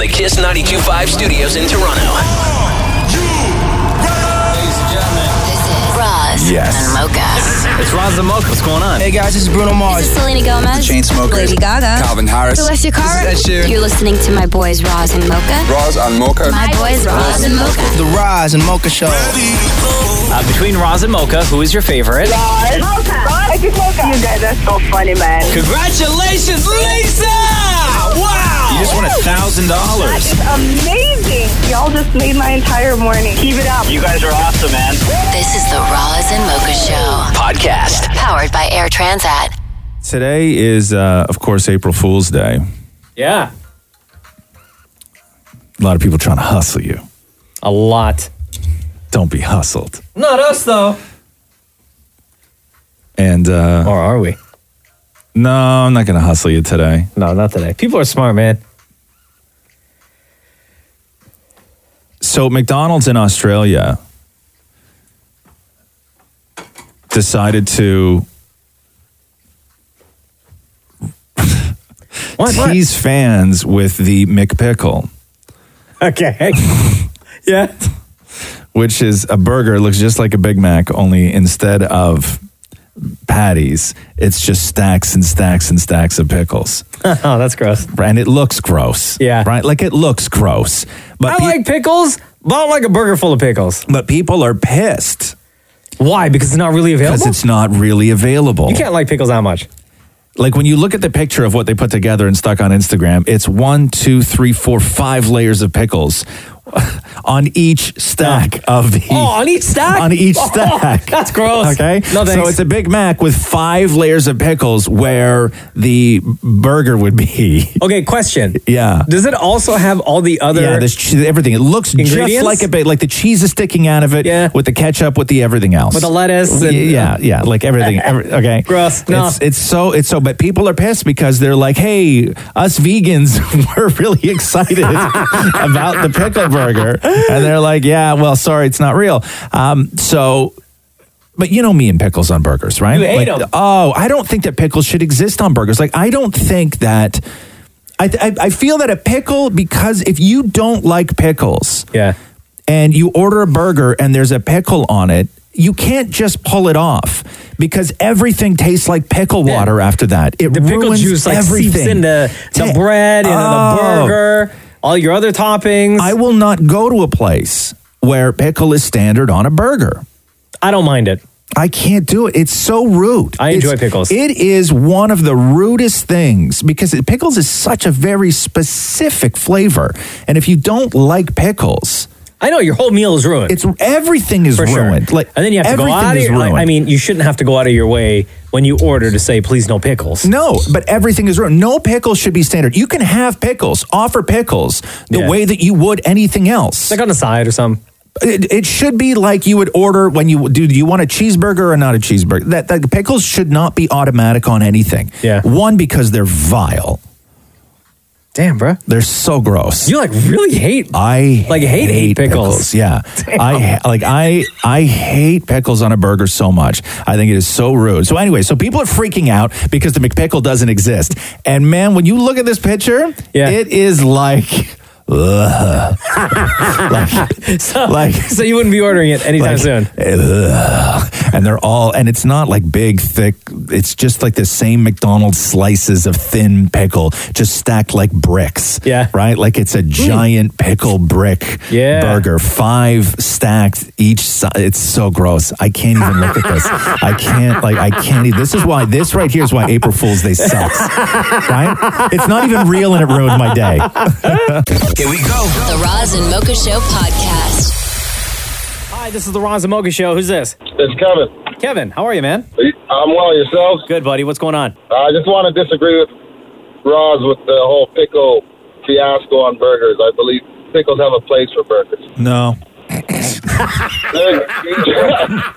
the Kiss 925 studios in Toronto. Roz Yes. and Mocha. It's Roz the Moke. What's going on? Hey guys, this is Bruno Mars. Selena Gomez. Chainsmokers. Lady Gaga. Calvin Harris. Celestia Cara. This is Ed Sheeran. You're listening to my boys Roz and Mocha. Roz and Mocha. My boys Roz and Mocha. The Rise and Mocha Show. Uh, between Roz and Mocha, who is your favorite? Mocha. I just woke up. You guys are so funny, man. Congratulations, Lisa! Wow! You just won a thousand dollars. Amazing. Y'all just made my entire morning. Keep it up. You guys are awesome, man. This is the Roz and Mocha Show. Podcast. Powered by Air Transat. Today is, uh, of course, April Fool's Day. Yeah. A lot of people trying to hustle you. A lot. Don't be hustled. Not us, though. And uh, Or are we? no, I'm not going to hustle you today. No, not today. People are smart, man. So, McDonald's in Australia decided to What? what? tease fans with the McPickle, Okay. yeah. which is a burger, looks just like a Big Mac, only instead of patties, it's just stacks and stacks and stacks of pickles. Oh, that's gross. And it looks gross. Yeah. Right? Like it looks gross. But I pe- like pickles, but I don't like a burger full of pickles. but people are pissed Why? Because it's not really because available. it's not really available. you can't like pickles that much. Like when you look at the picture of what they put together and stuck on Instagram, it's one, two, three, four, five layers of pickles on each stack of the. Oh, on each stack. on each Oh, stack. that's gross. Okay. No thanks. So it's a Big Mac with five layers of pickles where the burger would be. okay. Question. Yeah. Does it also have all the other? yeah, there's che- everything. It looks just Ingredients? like a bit like the cheese is sticking out of it Yeah. with the ketchup with the everything else. With the lettuce and- yeah, yeah, like everything. every- okay. Gross. No. It's, it's so it's so but people are pissed because they're like, "Hey, us vegans we're really excited about the pickle burger." And they're like, "Yeah, well, sorry, it's not real." Um, so but you know me and pickles on burgers, right? You hate Like, 'em. Oh, I don't think that pickles should exist on burgers. Like, I don't think that. I, I, I feel that a pickle, because if you don't like pickles yeah. and you order a burger and there's a pickle on it, you can't just pull it off because everything tastes like pickle Yeah. water after that. It the pickle ruins juice like everything. seeps into the Ta- bread and Oh. the burger, all your other toppings. I I, will not go to a place where pickle is standard on a burger. don't mind it. I can't do it. It's so rude. I enjoy It's- pickles. It is one of the rudest things because it, pickles is such a very specific flavor, and if you don't like pickles, I know your whole meal is ruined. it's everything is for ruined. sure. Like and then you have to go everything out of is your, ruined. I mean, you shouldn't have to go out of your way when you order to say, please no pickles. No, but everything is ruined. No pickles should be standard. You can have pickles, offer pickles the Yeah. way that you would anything else. Like on the side or something. it, it should be like you would order when you do. Do you want a cheeseburger or not a cheeseburger? That, that pickles should not be automatic on anything. Yeah. One because they're vile. Damn, bro. They're so gross. You like really hate. I Like, hate- hate pickles. Yeah, Damn. I ha- like I I hate pickles on a burger so much. I think it is so rude. So anyway, so people are freaking out because the McPickle doesn't exist. And man, when you look at this picture, Yeah. it is like ugh. so, like- so you wouldn't be ordering it anytime like, eh, soon. ugh. and they're all and it's not like big thick. It's just like the same McDonald's slices of thin pickle, just stacked like bricks. Yeah. Mm. right. Like it's a giant pickle brick Yeah. burger, five stacked each. si- It's so gross. I can't even look at this. I can't like I can't. Even, this is why this right here is why April Fools Day sucks. Right? It's not even real, and it ruined my day. Here we go. The Roz and Mocha Show podcast. Hi, this is the Ron Zamoga Show. Who's this? It's Kevin. Kevin, how are you, man? I'm well. Yourself? Good, buddy. What's going on? I just want to disagree with Roz with the whole pickle fiasco on burgers. I believe pickles have a place for burgers. No.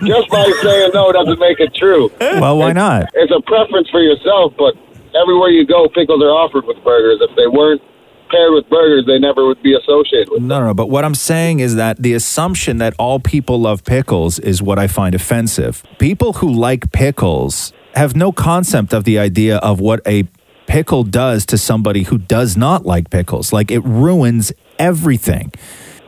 just by saying no doesn't make it true. Well, why not? It's a preference for yourself, but everywhere you go, pickles are offered with burgers. If they weren't paired with burgers, they never would be associated with. No, no, but what I'm saying is that the assumption that all people love pickles is what I find offensive. People who like pickles have no concept of the idea of what a pickle does to somebody who does not like pickles. Like it ruins everything.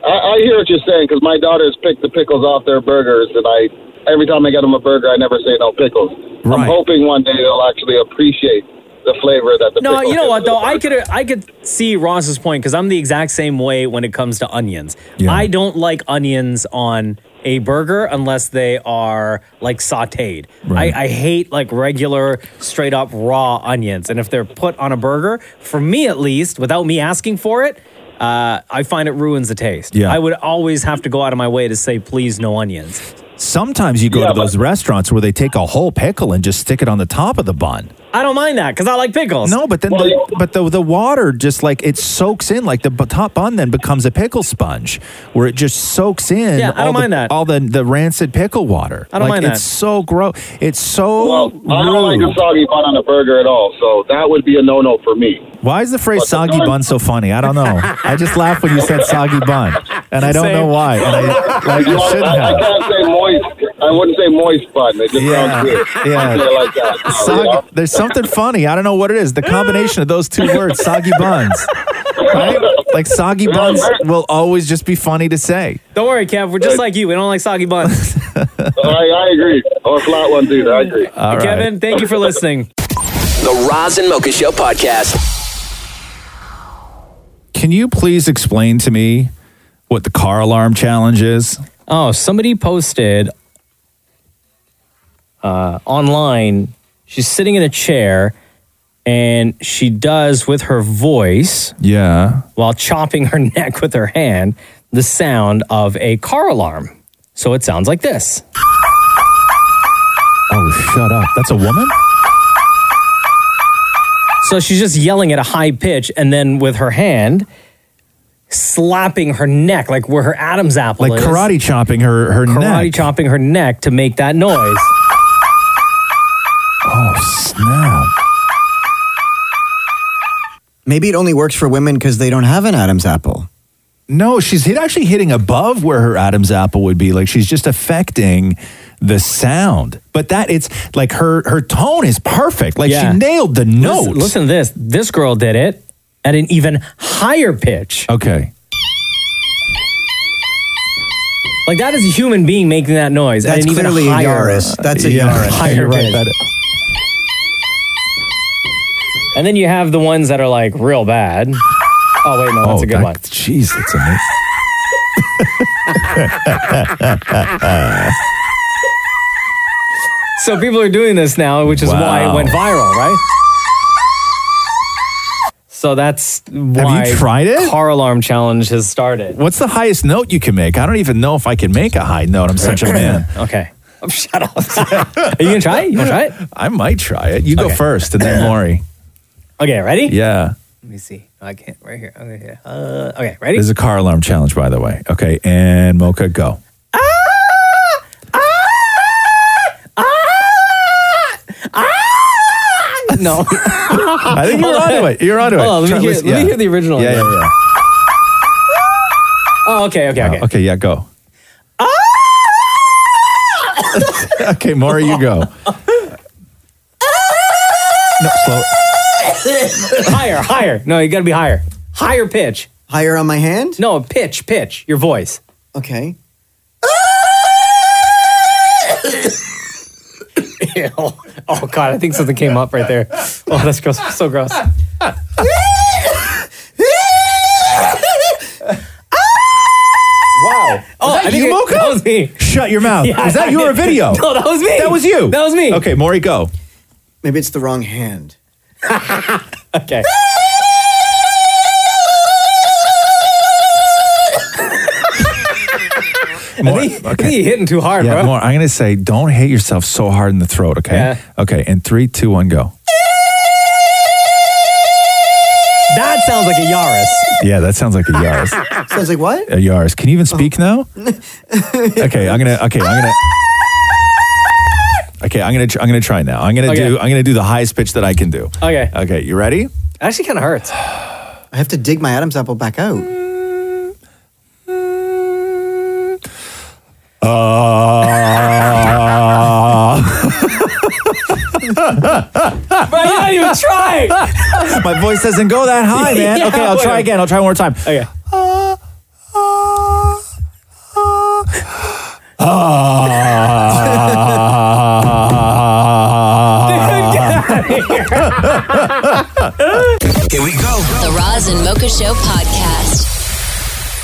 I, I hear what you're saying because my daughters pick the pickles off their burgers, and I every time I get them a burger, I never say no pickles. Right. I'm hoping one day they'll actually appreciate the flavor that the No, pickles you know give what to the though? I burger. could I could see Ross's point because I'm the exact same way when it comes to onions. Yeah. I don't like onions on a burger unless they are like sauteed. Right. I, I hate like regular, straight up raw onions, and if they're put on a burger, for me at least, without me asking for it. Uh, I find it ruins the taste. Yeah. I would always have to go out of my way to say, please, no onions. Sometimes you go Yeah, to those but- restaurants where they take a whole pickle and just stick it on the top of the bun. I don't mind that because I like pickles. No, but then Well, the, you- but the the water just like it soaks in like the b- top bun then becomes a pickle sponge where it just soaks in Yeah, I don't all the, mind that. all the the rancid pickle water. I don't like, mind it's that. so gross. It's so Well, I don't like rude. a soggy bun on a burger at all, so that would be a no-no for me. Why is the phrase But the soggy bun- bun so funny? I don't know. I just laughed when you said soggy bun, and I don't Same. know why. And I, like, You know, I should I, I have. can't say moist. I wouldn't say moist bun. It just Yeah, sounds weird. yeah. I feel like uh, that. Soggy, You know? There's something funny. I don't know what it is. The combination of those two words, soggy buns. Right? Like soggy buns will always just be funny to say. Don't worry, Kev. We're just like you. We don't like soggy buns. I, I agree. Or flat ones either. I agree. All right. Kevin, thank you for listening. The Roz and Mocha Show podcast. Can you please explain to me what the car alarm challenge is? Oh, somebody posted uh, online. She's sitting in a chair and she does with her voice Yeah. while chopping her neck with her hand the sound of a car alarm. So it sounds like this. Oh, shut up. That's a woman? So she's just yelling at a high pitch and then with her hand slapping her neck like where her Adam's apple Like is. karate chopping her, her Karate neck. chopping her neck to make that noise. oh, snap. Maybe it only works for women because they don't have an Adam's apple. No, she's hit, actually hitting above where her Adam's apple would be. Like she's just affecting the sound. But that it's like her her tone is perfect. Like Yeah. she nailed the note. Listen, listen to this. This girl did it at an even higher pitch. Okay. Like that is a human being making that noise. That's at an clearly even a higher, Yaris. That's a Yaris. Higher You're right. pitch. That- And then you have the ones that are like real bad. Oh wait, no, that's oh, a good that- one. Jeez, that's amazing. So people are doing this now, which is why it Wow. went viral, right? So that's why tried it? Car alarm challenge has started. What's the highest note you can make? I don't even know if I can make a high note. I'm such a man. Okay, Oh, shut up. are you gonna try it? You wanna try it? I might try it. You go Okay. first, and then Lori. Okay, ready? Yeah. Let me see. I can't. Right here. Okay. Here. Uh, okay, ready? This is a car alarm challenge, by the way. Okay. And Mocha, go. Ah! no. I think you're onto it. You're onto it. Hold on, let me Try- hear- listen- let me hear the original. Yeah, yeah, yeah. Oh, okay, okay, okay. Ah! Oh, okay, yeah, go. okay, Maury, you go. no, slow. higher, higher. No, you got to be higher. Higher pitch. Higher on my hand? No, pitch, pitch. Your voice. Okay. Ew. Oh God, I think something came up right there. Oh, that's gross. So gross. Wow. Oh, I think you, it- Mocha? That was me. Shut your mouth. Yeah, Is that I your did. video? No, that was me. That was you. That was me. Okay, Maury, go. Maybe it's the wrong hand. Okay. I Maury, think, I think you're hitting too hard, Yeah, bro. Maury, I'm going to say don't hit yourself so hard in the throat, okay? Yeah. Okay, and three, two, one, go. That sounds like a Yaris. Yeah, that sounds like a Yaris. Sounds like what? a Uh, Yaris. Can you even speak now? Okay, I'm gonna. Okay, I'm gonna. Ah! Okay, I'm gonna. Tr- I'm gonna try now. I'm gonna Okay. do. I'm gonna do the highest pitch that I can do. Okay. Okay, you ready? Actually, kind of hurts. I have to dig my Adam's apple back out. Bro, you're not even trying. My voice doesn't go that high, man. Yeah, okay, I'll whatever. try again. I'll try one more time. Okay. Here we go. The Roz and Mocha Show podcast.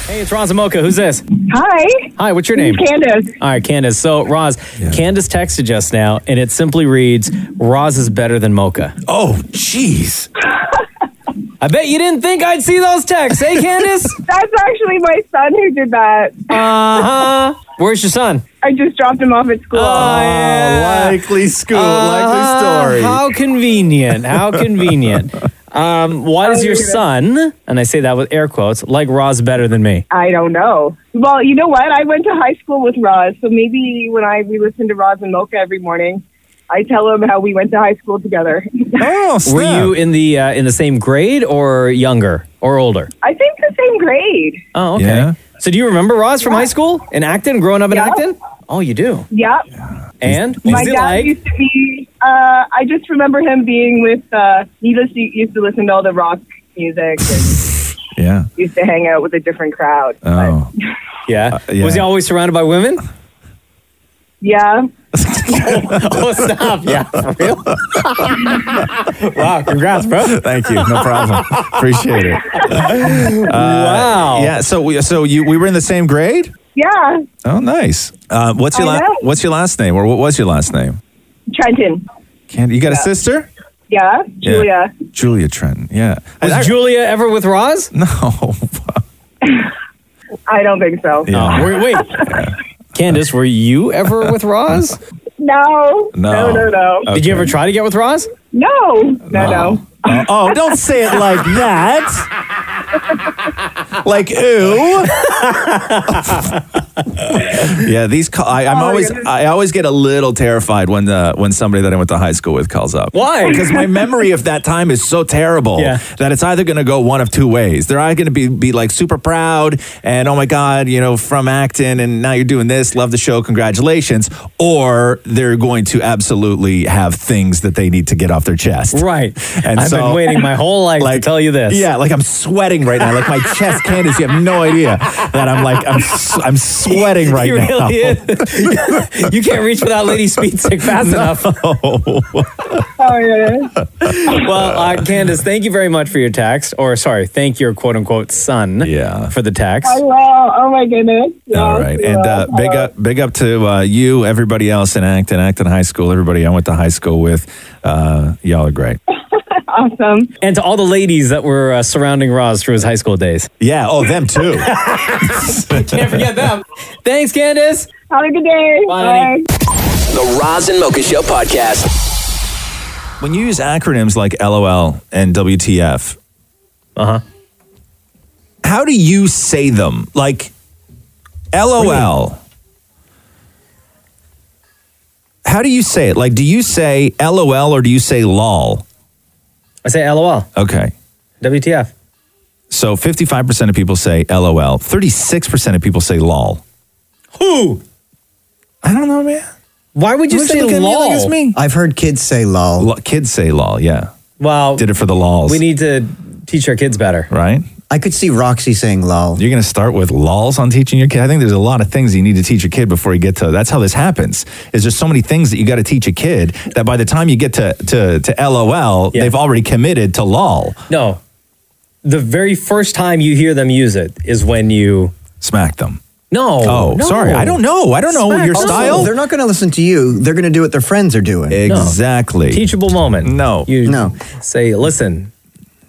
Hey, it's Roz and Mocha. Who's this? Hi. Hi, what's your name? Candace. All right, Candace. So, Roz, Candace texted just now, and it simply reads, Roz is better than Mocha. Oh, jeez. I bet you didn't think I'd see those texts, hey, Candace? That's actually my son who did that. uh huh. Where's your son? Oh, I just dropped him off at school. yeah. Likely school, Uh, likely story. How convenient. How convenient. Um, why does your son, and I say that with air quotes, like Roz better than me? I don't know. Well, you know what? I went to high school with Roz, so maybe when I we listen to Roz and Mocha every morning, I tell him how we went to high school together. oh, snap. Were you in the uh, in the same grade or younger or older? I think the same grade. Oh, okay. Yeah. So do you remember Roz from high school in Acton, growing up in Yeah. Acton? Oh, you do. Mm. Yep. And My is it dad like? used to be. Uh, I just remember him being with. Uh, he just used to listen to all the rock music. and Yeah. used to hang out with a different crowd. But, Oh. yeah. yeah. Was he always surrounded by women? yeah. oh, stop. Yeah, for real? wow, congrats, bro. Thank you. No problem. Appreciate it. Uh, wow. Yeah. So we, so you we were in the same grade. Yeah. Oh, nice. Uh, what's your I la- know. What's your last name, or what was your last name? Trenton. Candy. You got a sister? Yeah. Julia. Julia Trenton. Yeah. Was I- I- Julia ever with Roz? no. I don't think so. Yeah. Oh, wait, wait. Candace, were you ever with Roz? No. No. No. No. No. Okay. Did you ever try to get with Roz? No. No. No. Oh, oh, don't say it like that. like ooh. yeah, these call, I, I'm Oh, my always goodness. I always get a little terrified when uh, when somebody that I went to high school with calls up. Why? Because my memory of that time is so terrible Yeah. that it's either going to go one of two ways. They're either going to be be like super proud and oh my god, you know, from Acton and now you're doing this, love the show, congratulations, or they're going to absolutely have things that they need to get off their chest. Right. And I've so- been waiting my whole life to tell you this. Yeah, like I'm sweating right now. Like my chest, Candace, you have no idea that I'm like I'm s- I'm sweating right He now. really is. you can't reach for that lady's speed stick fast enough. Oh yeah. Well, uh, Candace, thank you very much for your text. Or, sorry, thank your quote unquote son Yeah. for the text. I will. Oh my goodness. All right, and uh, big up, big up to uh, you, everybody else in Acton, Acton High School, everybody I went to high school with. Uh, y'all are great. Awesome. And to all the ladies that were uh, surrounding Roz through his high school days. Yeah. Oh, them too. Can't forget them. Thanks, Candace. Have a good day. Bye, honey. The Roz and Mocha Show podcast. when you use acronyms like LOL and WTF, uh huh. Uh-huh. How do you say them? Like LOL. How do you say it? Like, do you say LOL or do you say LOL? I say LOL. Okay. WTF. So 55% of people say LOL, 36% of people say LOL. Who? I don't know, man. Why would you Why'd say look at me lol? like it's me? I've heard kids say lol. Lo- Kids say LOL, yeah. Well, Did it for the lols. we need to teach our kids better. right? I could see Roxy saying lol. You're going to start with lols on teaching your kid. I think there's a lot of things you need to teach your kid before you get to. That's how this happens. Is there's so many things that you got to teach a kid that by the time you get to to to LOL, Yeah. they've already committed to lol. No. The very first time you hear them use it is when you. Smack them. No. Oh, no. sorry. I don't know. I don't know Smack your them. style. They're not going to listen to you. They're going to do what their friends are doing. exactly. Teachable moment. No. You No. say, listen,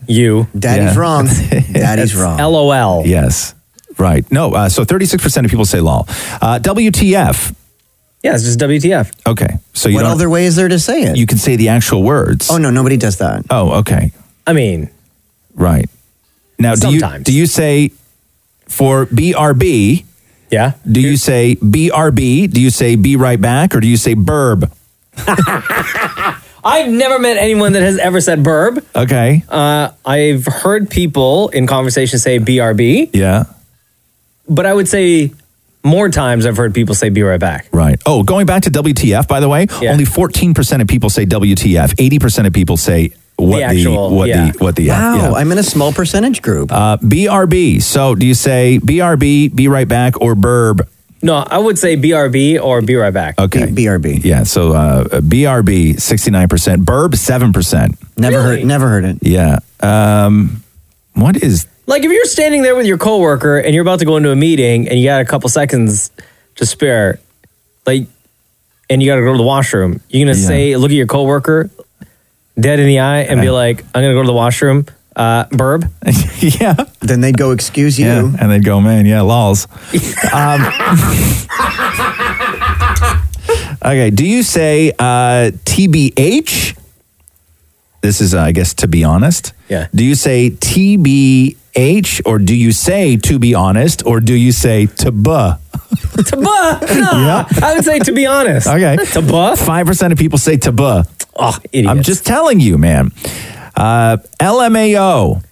you. Daddy's Yeah. wrong. Daddy's wrong. LOL. Yes. Right. No. Uh, so 36% of people say lol. Uh, WTF. Yeah, it's just WTF. Okay. So you what don't. other way is there to say it? you can say the actual words. oh no, nobody does that. Oh. Okay. I mean, Right. Now, do you Sometimes. do you say for BRB? yeah. Do you say BRB? Do you say be right back or do you say burb? I've never met anyone that has ever said burb. Okay. Uh, I've heard people in conversation say BRB, yeah. but I would say more times I've heard people say be right back. Right. Oh, going back to WTF, by the way, Yeah. only 14% of people say WTF. 80% of people say what the, actual- what yeah. the what the Wow, yeah. I'm in a small percentage group. Uh, BRB. So do you say BRB, be right back, or burb? No, I would say BRB or be right back. Okay. B- BRB. yeah. So uh, BRB, 69%. Burb, 7%. Never Really? heard. Never heard it. Yeah. Um, what is. Like if you're standing there with your coworker and you're about to go into a meeting and you got a couple seconds to spare, like, and you got to go to the washroom, you're gonna Yeah. say, look at your coworker dead in the eye and be Right. like, I'm gonna go to the washroom. Uh, burb. yeah. Then they'd go, "Excuse you." Yeah. And they'd go, man, yeah, lols. um, okay. Do you say uh, TBH? This is, uh, I guess, to be honest. Yeah. Do you say TBH or do you say to be honest or do you say to buh? Tabuh. No. I would say to be honest. Okay. Tabuh. 5% of people say to buh. Oh, idiot. I'm just telling you, man. Uh, LMAO.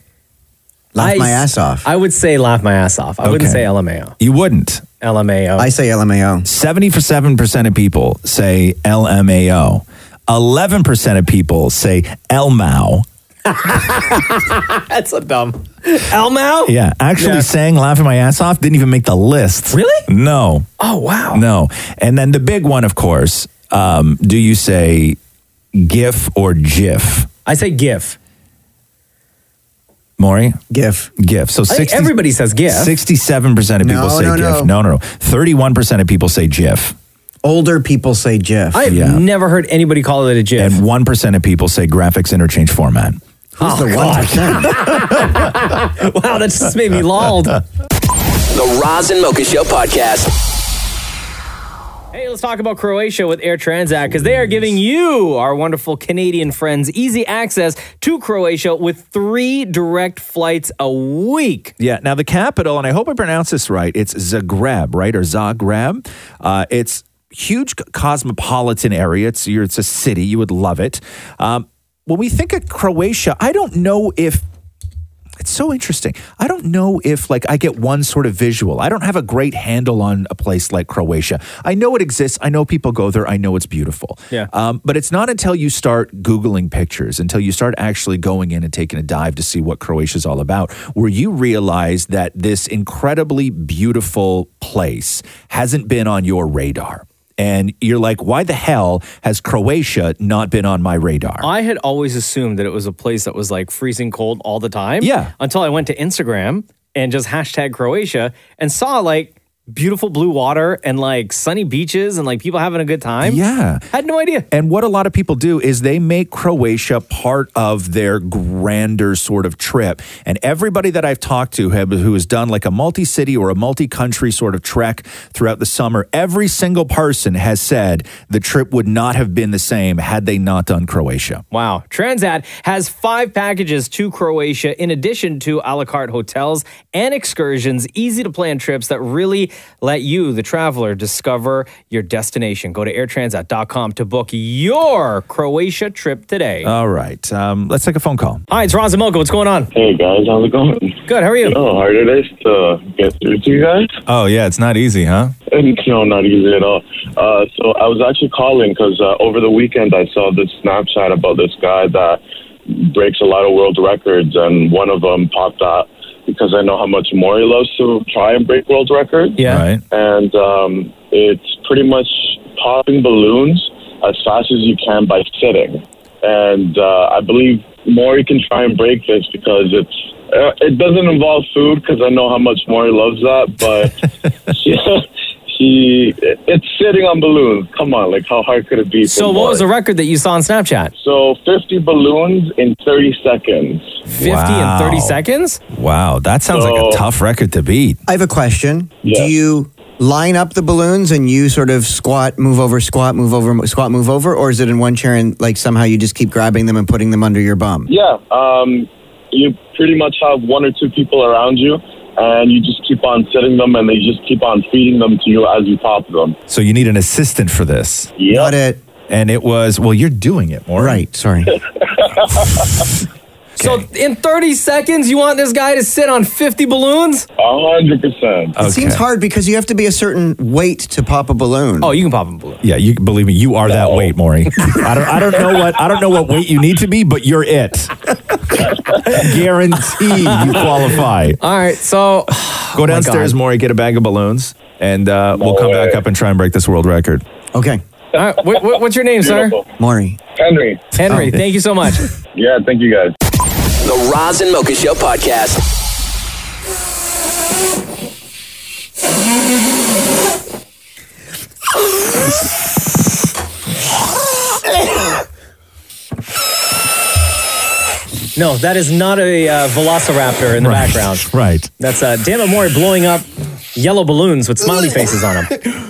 Laugh I- my ass off. I, I would say laugh my ass off. I wouldn't Okay. say LMAO. You wouldn't. LMAO. say LMAO. 77% of people say LMAO. 11% of people say LMAO. That's a dumb. LMAO. Yeah, actually Oh. Yeah. saying laughing my ass off didn't even make the list. Really? No, Oh wow. no. And then the big one, of course, um, do you say GIF or JIF? I say GIF. Maury? GIF. GIF. So I think 60, everybody says GIF. Sixty-seven percent of No, people say no, GIF. No, no. no, no. Thirty-one percent of people say GIF, Older people say GIF. I've Yeah. never heard anybody call it a GIF. and one percent of people say graphics interchange format. Who's the one percent? wow, that just made me lolled. The Roz and Mocha Show podcast. Hey, let's talk about Croatia with Air Transat because they are giving you, our wonderful Canadian friends, easy access to Croatia with three direct flights a week. Yeah. Now the capital, and I hope I pronounce this right. It's Zagreb, right, or Zagreb? Uh, it's huge c- cosmopolitan area. It's you're, it's a city. You would love it. Um, when we think of Croatia, I don't know if it's so interesting. I don't know if like I get one sort of visual. I don't have a great handle on a place like Croatia. I know it exists. I know people go there. I know it's beautiful. Yeah. Um, but it's not until you start googling pictures, until you start actually going in and taking a dive to see what Croatia's all about, where you realize that this incredibly beautiful place hasn't been on your radar. And you're like, why the hell has Croatia not been on my radar? I had always assumed that it was a place that was like freezing cold all the time. Yeah. Until I went to Instagram and just hashtag Croatia and saw like beautiful blue water and like sunny beaches and like people having a good time. Yeah. Had no idea. And what a lot of people do is they make Croatia part of their grander sort of trip. And everybody that I've talked to have, who has done like a multi city or a multi country sort of trek throughout the summer, every single person has said the trip would not have been the same had they not done Croatia. Wow. Transat has five packages to Croatia in addition to a la carte hotels and excursions, easy to plan trips that really let you, the traveler, discover your destination. Go to airtransat.com to book your Croatia trip today. All right, um, let's take a phone call. Hi, it's Ron Zamoka. What's going on? Hey guys, Oh, how's it going? Good. How are you? How hard it is to get through to you guys? Oh, yeah, it's not easy, huh? No, not easy at all. Uh, so I was actually calling because uh, over the weekend I saw this Snapchat about this guy that breaks a lot of world records, and one of them popped out because I know how much Maury loves to try and break world records. Yeah. Right. and um, it's pretty much popping balloons as fast as you can by sitting. And uh, I believe Maury can try and break this because it's uh, it doesn't involve food because I know how much Maury loves that, but he, he it's sitting on balloons. Come on, like how hard could it be? for So, what was the Maury? record that you saw on Snapchat? so fifty balloons in thirty seconds? 50 Wow. and 30 seconds? Wow, that sounds like a So- tough record to beat. I have a question. Yeah. Do you line up the balloons and you sort of squat, move over, squat, move over, mo- squat, move over, or is it in one chair and like somehow you just keep grabbing them and putting them under your bum? Yeah, um, you pretty much have one or two people around you, and you just keep on sitting them, and they just keep on feeding them to you as you pop them. So you need an assistant for this. Yeah, Got it. And it was, well, you're doing it, more Right. Sorry. So in 30 seconds, you want this guy to sit on 50 balloons? hundred percent. It seems hard because you have to be a certain weight to pop a balloon. Oh, you can pop a balloon. Yeah, you believe me, you are that weight, Maury. I don't I don't know what I don't know what weight you need to be, but you're it. Guarantee you qualify. All right, so oh Go downstairs, God. Maury, get a bag of balloons, and uh, we'll No come way. back up and try and break this world record. Okay, all right, what, what- what's your name, sir? Beautiful. Maury. Henry. Henry. Oh. Thank you so much. Yeah, thank you guys. The Roz and Mocha Show podcast. No, that is not a uh, Velociraptor in the background. Right. That's uh, Dan Amore blowing up yellow balloons with smiley faces on them.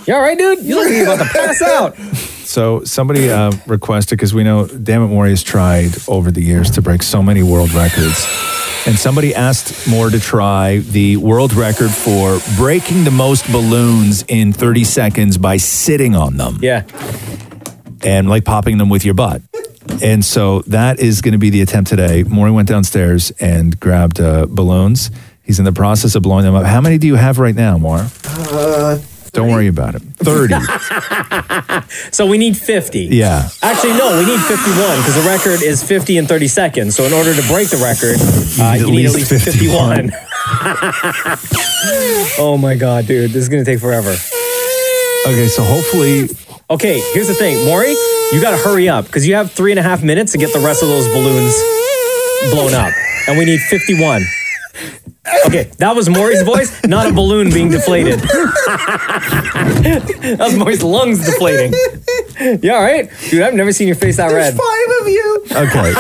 You all right, dude? You look like you're about to pass out. So somebody uh, requested because we know Dammit Maury has tried over the years to break so many world records, and somebody asked Moore to try the world record for breaking the most balloons in 30 seconds by sitting on them Yeah. and like popping them with your butt. And so that is going to be the attempt today. Maury went downstairs and grabbed uh, balloons. He's in the process of blowing them up. How many do you have right now, Moore? Don't worry about it. 30. So we need 50. yeah. Actually, no, we need 51 because the record is 50 in 30 seconds. So in order to break the record, uh, you need at least 51. oh my God, dude. This is going to take forever. Okay, so hopefully Okay, here's the thing, Maury, you got to hurry up because you have three and a half minutes to get the rest of those balloons blown up, and we need 51. Okay, that was Maury's voice, not a balloon being deflated. that was Maury's lungs deflating. Yeah, all right, dude. I've never seen your face that red. Five of you. Okay.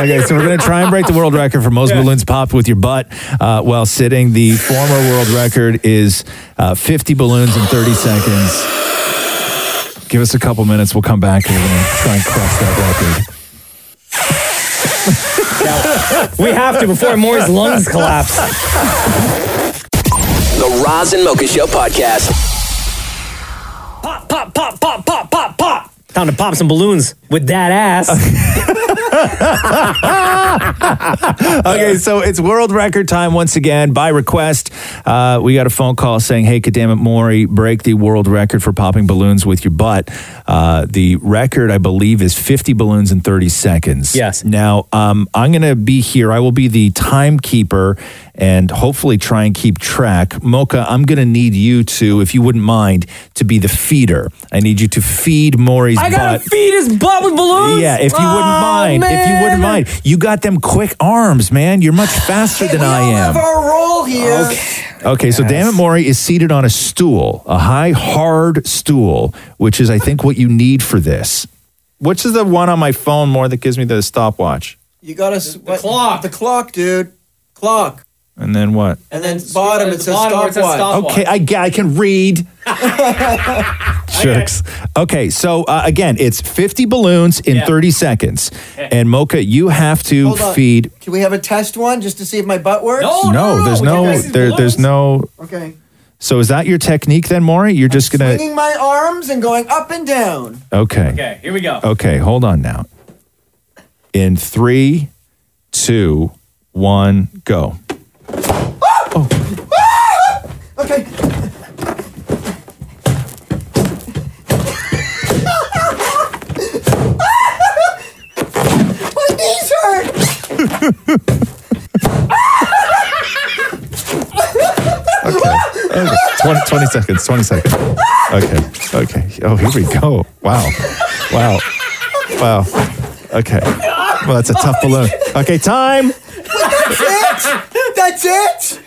okay, so we're going to try and break the world record for most balloons popped with your butt uh, while sitting. The former world record is uh, 50 balloons in 30 seconds. Give us a couple minutes. We'll come back and we're going to try and crush that record. We have to before Maury's lungs collapse. The Roz and Mocha Show podcast. Pop, pop, pop, pop, pop, pop, pop. Time to pop some balloons with that ass. Okay, so it's world record time once again by request. Uh, we got a phone call saying, "Hey, Kadamit Mori, break the world record for popping balloons with your butt." Uh, the record, I believe, is 50 balloons in 30 seconds. Yes. Now, um, I'm going to be here. I will be the timekeeper and hopefully try and keep track. Mocha, I'm going to need you to, if you wouldn't mind, to be the feeder. I need you to feed Mori's I gotta butt. feed his butt with balloons. Yeah, if you wouldn't Oh, mind, if you man. wouldn't mind, you got them quick arms, man. You're much faster than I am. our role here. Um, Okay, so Dammit Mori is seated on a stool, a high, hard stool, which is, I think, what you need for this. Which is the one on my phone more that gives me the stopwatch? You got to the clock. The clock, dude. Clock. And then what? And then bottom it says bottom where it says stop. stopwatch. Okay, I, ga- I can read. Jerks. Okay, so uh, again, it's 50 balloons in 30 seconds. And Mocha, you have to Hold on. Oh, feed. Can we have a test one just to see if my butt works? No, no, there's you no, guys- there, there's no Okay. So is that your technique then, Maury? You're just gonna Swinging my arms and going up and down. okay. okay. Okay, here we go. hold on now. In three, two, one, go. Okay. my knees hurt. Okay. okay. 20, 20 seconds, 20 seconds. Okay. Okay. Oh, here we go. Wow. Wow. Wow. Okay. Well, that's a tough balloon. Okay, time. That's it. That's it.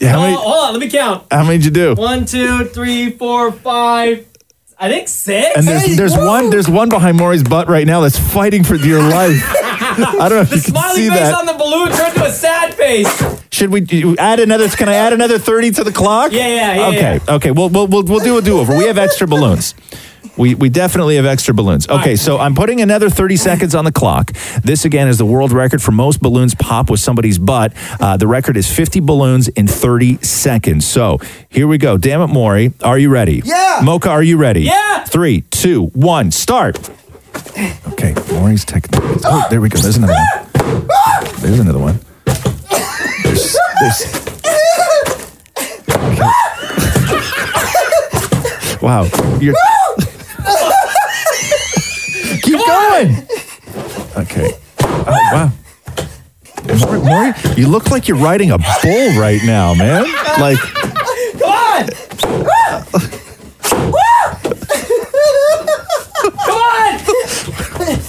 Yeah, How Oh, many hold on, let me count. how many did you do? One, two, three, four, five. I think six. And there's Hey, there's whoa. one there's one behind Maury's butt right now that's fighting for dear life. I don't know if the you can smiley see face that. on the balloon turned to a sad face. Should we do- add another? Can I add another thirty to the clock? Yeah, yeah, yeah, Okay, okay. We'll we'll we'll, we'll do a do over. We have extra balloons. We, we definitely have extra balloons. Okay, so I'm putting another 30 seconds on the clock. This again is the world record for most balloons pop with somebody's butt. Uh, the record is 50 balloons in 30 seconds. So here we go. Damn it, Maury, are you ready? Yeah. Mocha, are you ready? Yeah. Three, two, one, start. Okay, Maury's technique. Oh, there we go. There's another one. There's another one. There's, there's, wow. You're, keep going. Okay. Oh, wow. Maury, Maury, you look like you're riding a bull right now, man. Like, Come on! Come on!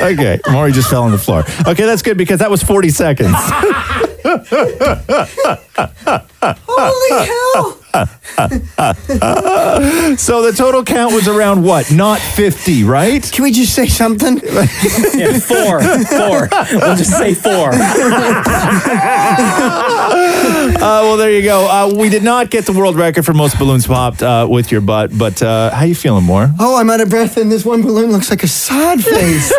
okay, Maury just fell on the floor. Okay, that's good because that was 40 seconds. Holy hell! so the total count was around what? Not 50, right? Can we just say something? yeah, four. Four. We'll just say four. uh, well, there you go. Uh, we did not get the world record for most balloons popped uh, with your butt, but uh, how you feeling, Moore? Oh, I'm out of breath, and this one balloon looks like a sad face.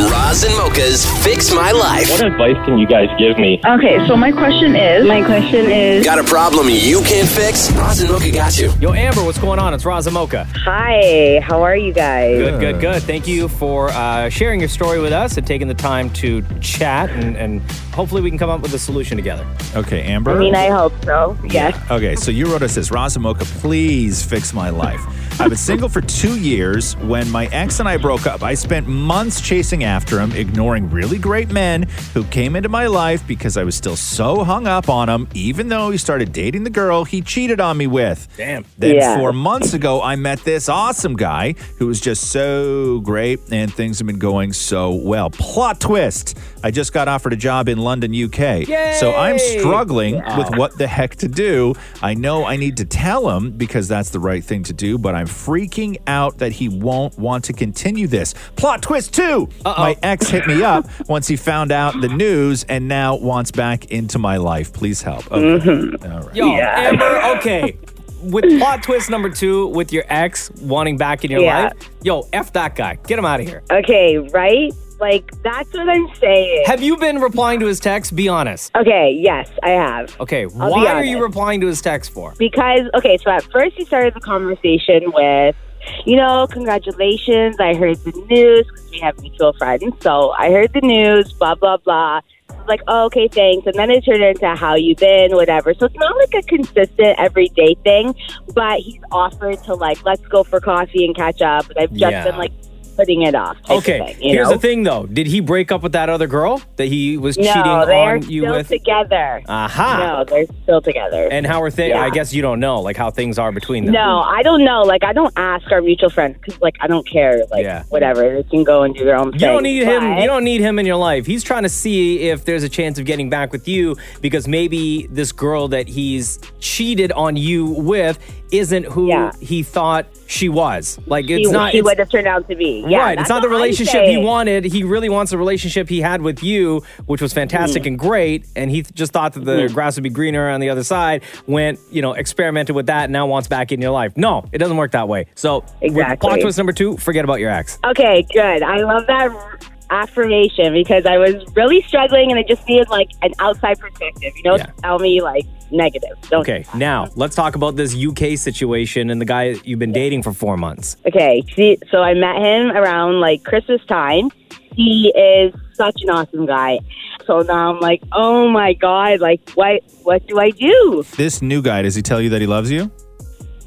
Roz and Mocha's Fix My Life. What advice can you guys give me? Okay, so my question is. My question is. Got a problem you can't fix? Roz and Mocha got you. Yo, Amber, what's going on? It's Razamoka. Hi, how are you guys? Good, good, good. Thank you for uh, sharing your story with us and taking the time to chat, and, and hopefully we can come up with a solution together. Okay, Amber. I mean, I hope so. Yes. Okay, so you wrote us this, Razamoka, please fix my life. I've been single for two years. When my ex and I broke up, I spent months chasing after him, ignoring really great men who came into my life because I was still so hung up on him, even though he started dating the girl he cheated on me with. Damn. Then Yeah. four months ago, I met this awesome guy who was just so great, and things have been going so well. Plot twist I just got offered a job in London, UK. So I'm struggling with what the heck to do. I know I need to tell him because that's the right thing to do, but I'm freaking out that he won't want to continue this. Plot twist 2 My ex hit me up once he found out the news and now wants back into my life. Please help. Okay. All right. Yo, Amber, okay. With plot twist number two, with your ex wanting back in your Yeah. life, yo, F that guy. Get him out of here. Okay, right? Like, that's what I'm saying. Have you been replying to his text? Be honest. Okay, yes, I have. Okay, I'll be why are you honest. replying to his text for? Because, okay, so at first you started the conversation with, you know, congratulations, I heard the news, 'cause we have mutual friends. So I heard the news, blah, blah, blah. I was Like, oh, okay, thanks. And then it turned into how you been, whatever. So it's not like a consistent everyday thing, but he's offered to, like, let's go for coffee and catch up. And I've just Yeah. been, like, putting it off. type of Okay, thing, you here's know? the thing though. Did he break up with that other girl that he was no, cheating they're on you still with? together. Aha. No, they're still together. And how are things? Yeah. I guess you don't know, like how things are between them. No, I don't know. Like, I don't ask our mutual friends because, like, I don't care. Like, Yeah. whatever. They can go and do their own You thing. don't need him. But- You don't need him in your life. He's trying to see if there's a chance of getting back with you because maybe this girl that he's cheated on you with isn't who Yeah. he thought she was. Like She- it's not. She it's- would have turned out to be. Yeah, right. It's that's not the what I'm relationship he saying. wanted. He really wants the relationship he had with you, which was Mm. fantastic and great. And he th- just thought that the grass would be greener on the other side, went, you know, experimented with that, and now wants back in your life. No, it doesn't work that way. So, with plot Exactly. twist number two, forget about your ex. Okay, good. I love that r- affirmation because I was really struggling and I just needed, like, an outside perspective, you know, to tell me, like, negative. Don't Okay, now let's talk about this UK situation and the guy you've been dating for four months. Okay, see, so I met him around like Christmas time. He is such an awesome guy. So now I'm like, oh my god, like what? What do I do? This new guy, does he tell you that he loves you?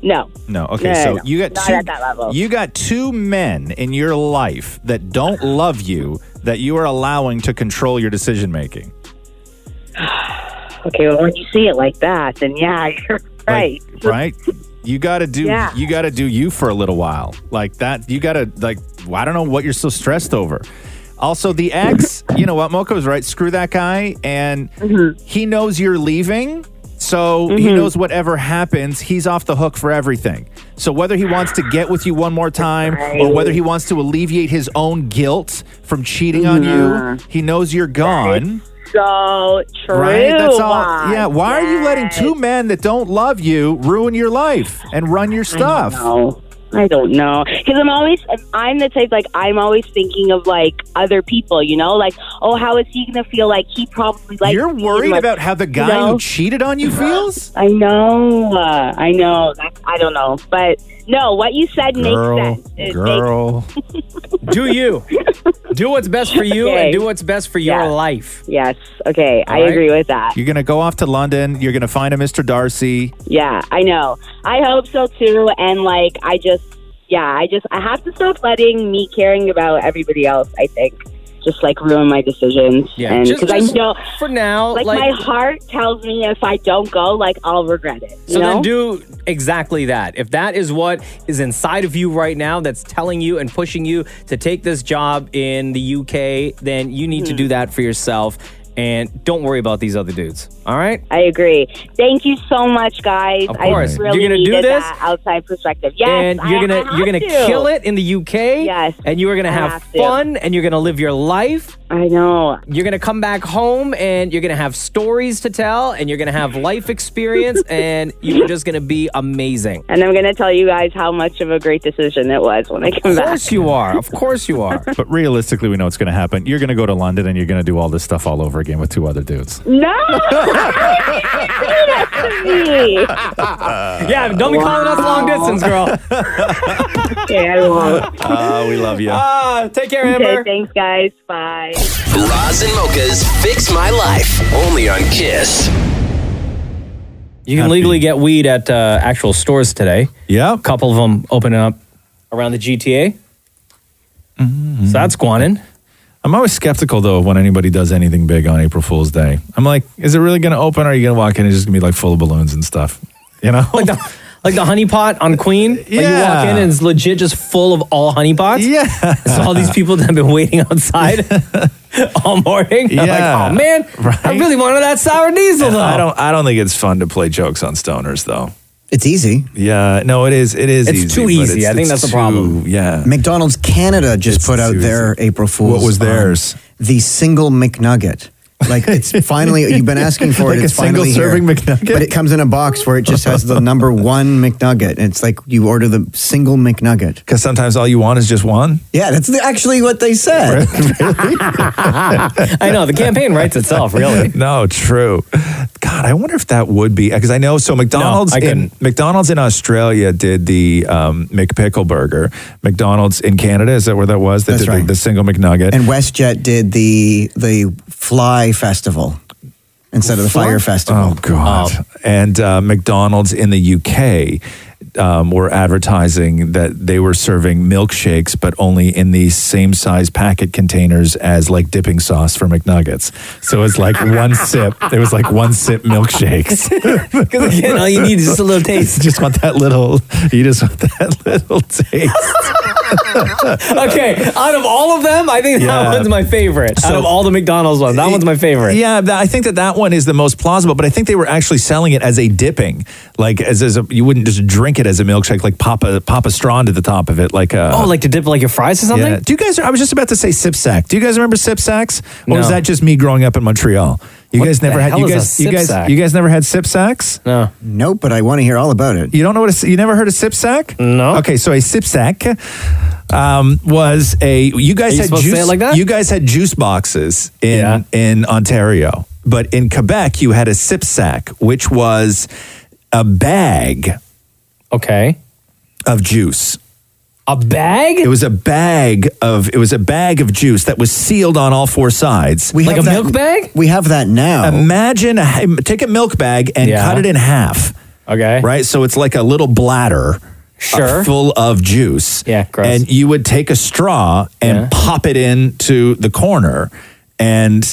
No, No. Okay. No, no, so no. you got Not two. at that level. You got two men in your life that don't love you that you are allowing to control your decision making. okay. Well, when you see it like that, then yeah, you're right. Right. You got to do. Yeah. You got to do you for a little while. Like that. You got to like. I don't know what you're so stressed over. Also, the ex. you know what? Moko's right. Screw that guy. And Mm-hmm. he knows you're leaving. So he knows whatever happens, he's off the hook for everything. So whether he wants to get with you one more time or whether he wants to alleviate his own guilt from cheating on you, Mm-hmm. he knows you're gone. So true. Right? That's all. Juan. Yeah. Why are you letting two men that don't love you ruin your life and run your stuff? No, I don't know. Because I'm always, I'm the type like I'm always thinking of like other people. You know, like oh, how is he gonna feel? Like he probably like You're worried about how the guy No. who cheated on you feels? I know. Uh, I know. That's, I don't know. But No, what you said Girl, makes sense. It girl. do you. Do what's best for you Okay. and do what's best for your life. Yes. Okay. I All right. agree with that. You're going to go off to London. You're going to find a Mr. Darcy. Yeah, I know. I hope so too. And like, I just, yeah, I just, I have to stop letting me caring about everybody else. I think just like ruin my decisions. Yeah, and just- because I just know for now, like, like- my heart tells me if I don't go, like I'll regret it. You So know? then do exactly that. If that is what is inside of you right now that's telling you and pushing you to take this job in the UK, then you need Hmm. to do that for yourself and don't worry about these other dudes. All right? I agree. Thank you so much, guys. Of course. I really You're gonna do needed this? that outside perspective. Yes, and I- you're I gonna have you're gonna to. kill it in the UK. Yes. And you are gonna I have, have to. fun and you're gonna live your life. I know. You're gonna come back home and you're gonna have stories to tell and you're gonna have life experience and you're just gonna be amazing. And I'm gonna tell you guys how much of a great decision it was when I come Of back. course you are. Of course you are. But realistically, we know what's going to happen. You're going to go to London and you're going to do all this stuff all over again with two other dudes. No! Say that to me. yeah, don't be calling us long distance, girl. Okay, I won't. Ah, we love you. Ah, take care, Okay, Amber. thanks, guys. Bye. Roz and Mocha's Fix My Life, only on Kiss. You can legally get weed at uh, actual stores today. Yeah. couple of them opening up around the GTA. Mm-hmm. So that's Guanin. I'm always skeptical though of when anybody does anything big on April Fool's Day. I'm like, is it really going to open? Or are you going to walk in and it's just going to be like full of balloons and stuff? You know, like the, like the honey pot on Queen. Like you walk in and it's legit just full of all honeypots. Yeah. It's all these people that have been waiting outside all morning. I'm Yeah. like, oh man, I really wanted that sour diesel though. I don't. I don't think it's fun to play jokes on stoners though. It's easy. Yeah, no, it is. It is. It's easy, too but easy. I think it's that's the problem. too- Yeah. McDonald's Canada just put out their April Fool's. What was on theirs? the single McNugget. Like it's finally you've been asking for Like it. a It's single finally serving here. McNugget? but it comes in a box where it just has the number one McNugget. And it's like you order the single McNugget because sometimes all you want is just one. Yeah, that's the- actually what they said. I know the campaign writes itself. Really. No, true. God, I wonder if that would be because I know so McDonald's I in couldn't. McDonald's in Australia did the um, McPickle burger. McDonald's in Canada is that where that was? They That's did the, right. the single McNugget. And WestJet did the the Fly Festival instead of the Fire Festival. Oh God! And uh, McDonald's in the UK um, were advertising that they were serving milkshakes, but only in the same size packet containers as like dipping sauce for McNuggets. So it's like one sip. It was like one sip milkshakes. Because again, all you need is just a little taste. just want that little. You just want that little taste. okay, out of all of them, I think Yeah. that one's my favorite. out So- of all the McDonald's ones, that one's my favorite. Yeah, th- I think that that one is the most plausible, but I think they were actually selling it as a dipping, like as, as a, you wouldn't just drink it as a milkshake, like pop a pop a straw to the top of it, like uh, a Oh, like to dip like your fries or something? Yeah. Do you guys? I was just about to say sip sack. Do you guys remember sip sacks, or is No. that just me growing up in Montreal? You What guys the never had. hell You is a guys, you sip guys, sack? you guys never had sip sacks. No. Nope, but I want to hear all about it. You don't know what a s- you never heard of sip sack? No. Okay, so a sip sack um, was a you Are guys you had supposed to juice say it like that? You guys had juice boxes in in Ontario, but in Quebec you had a sip sack, which was a bag. Okay. Of juice. A bag? It was a bag of it was a bag of juice that was sealed on all four sides. We have that- We have that now. Imagine a, take a milk bag and Yeah. cut it in half. Okay. Right? So it's like a little bladder. Sure. uh, full of juice. Yeah, gross. And you would take a straw and pop it into the corner and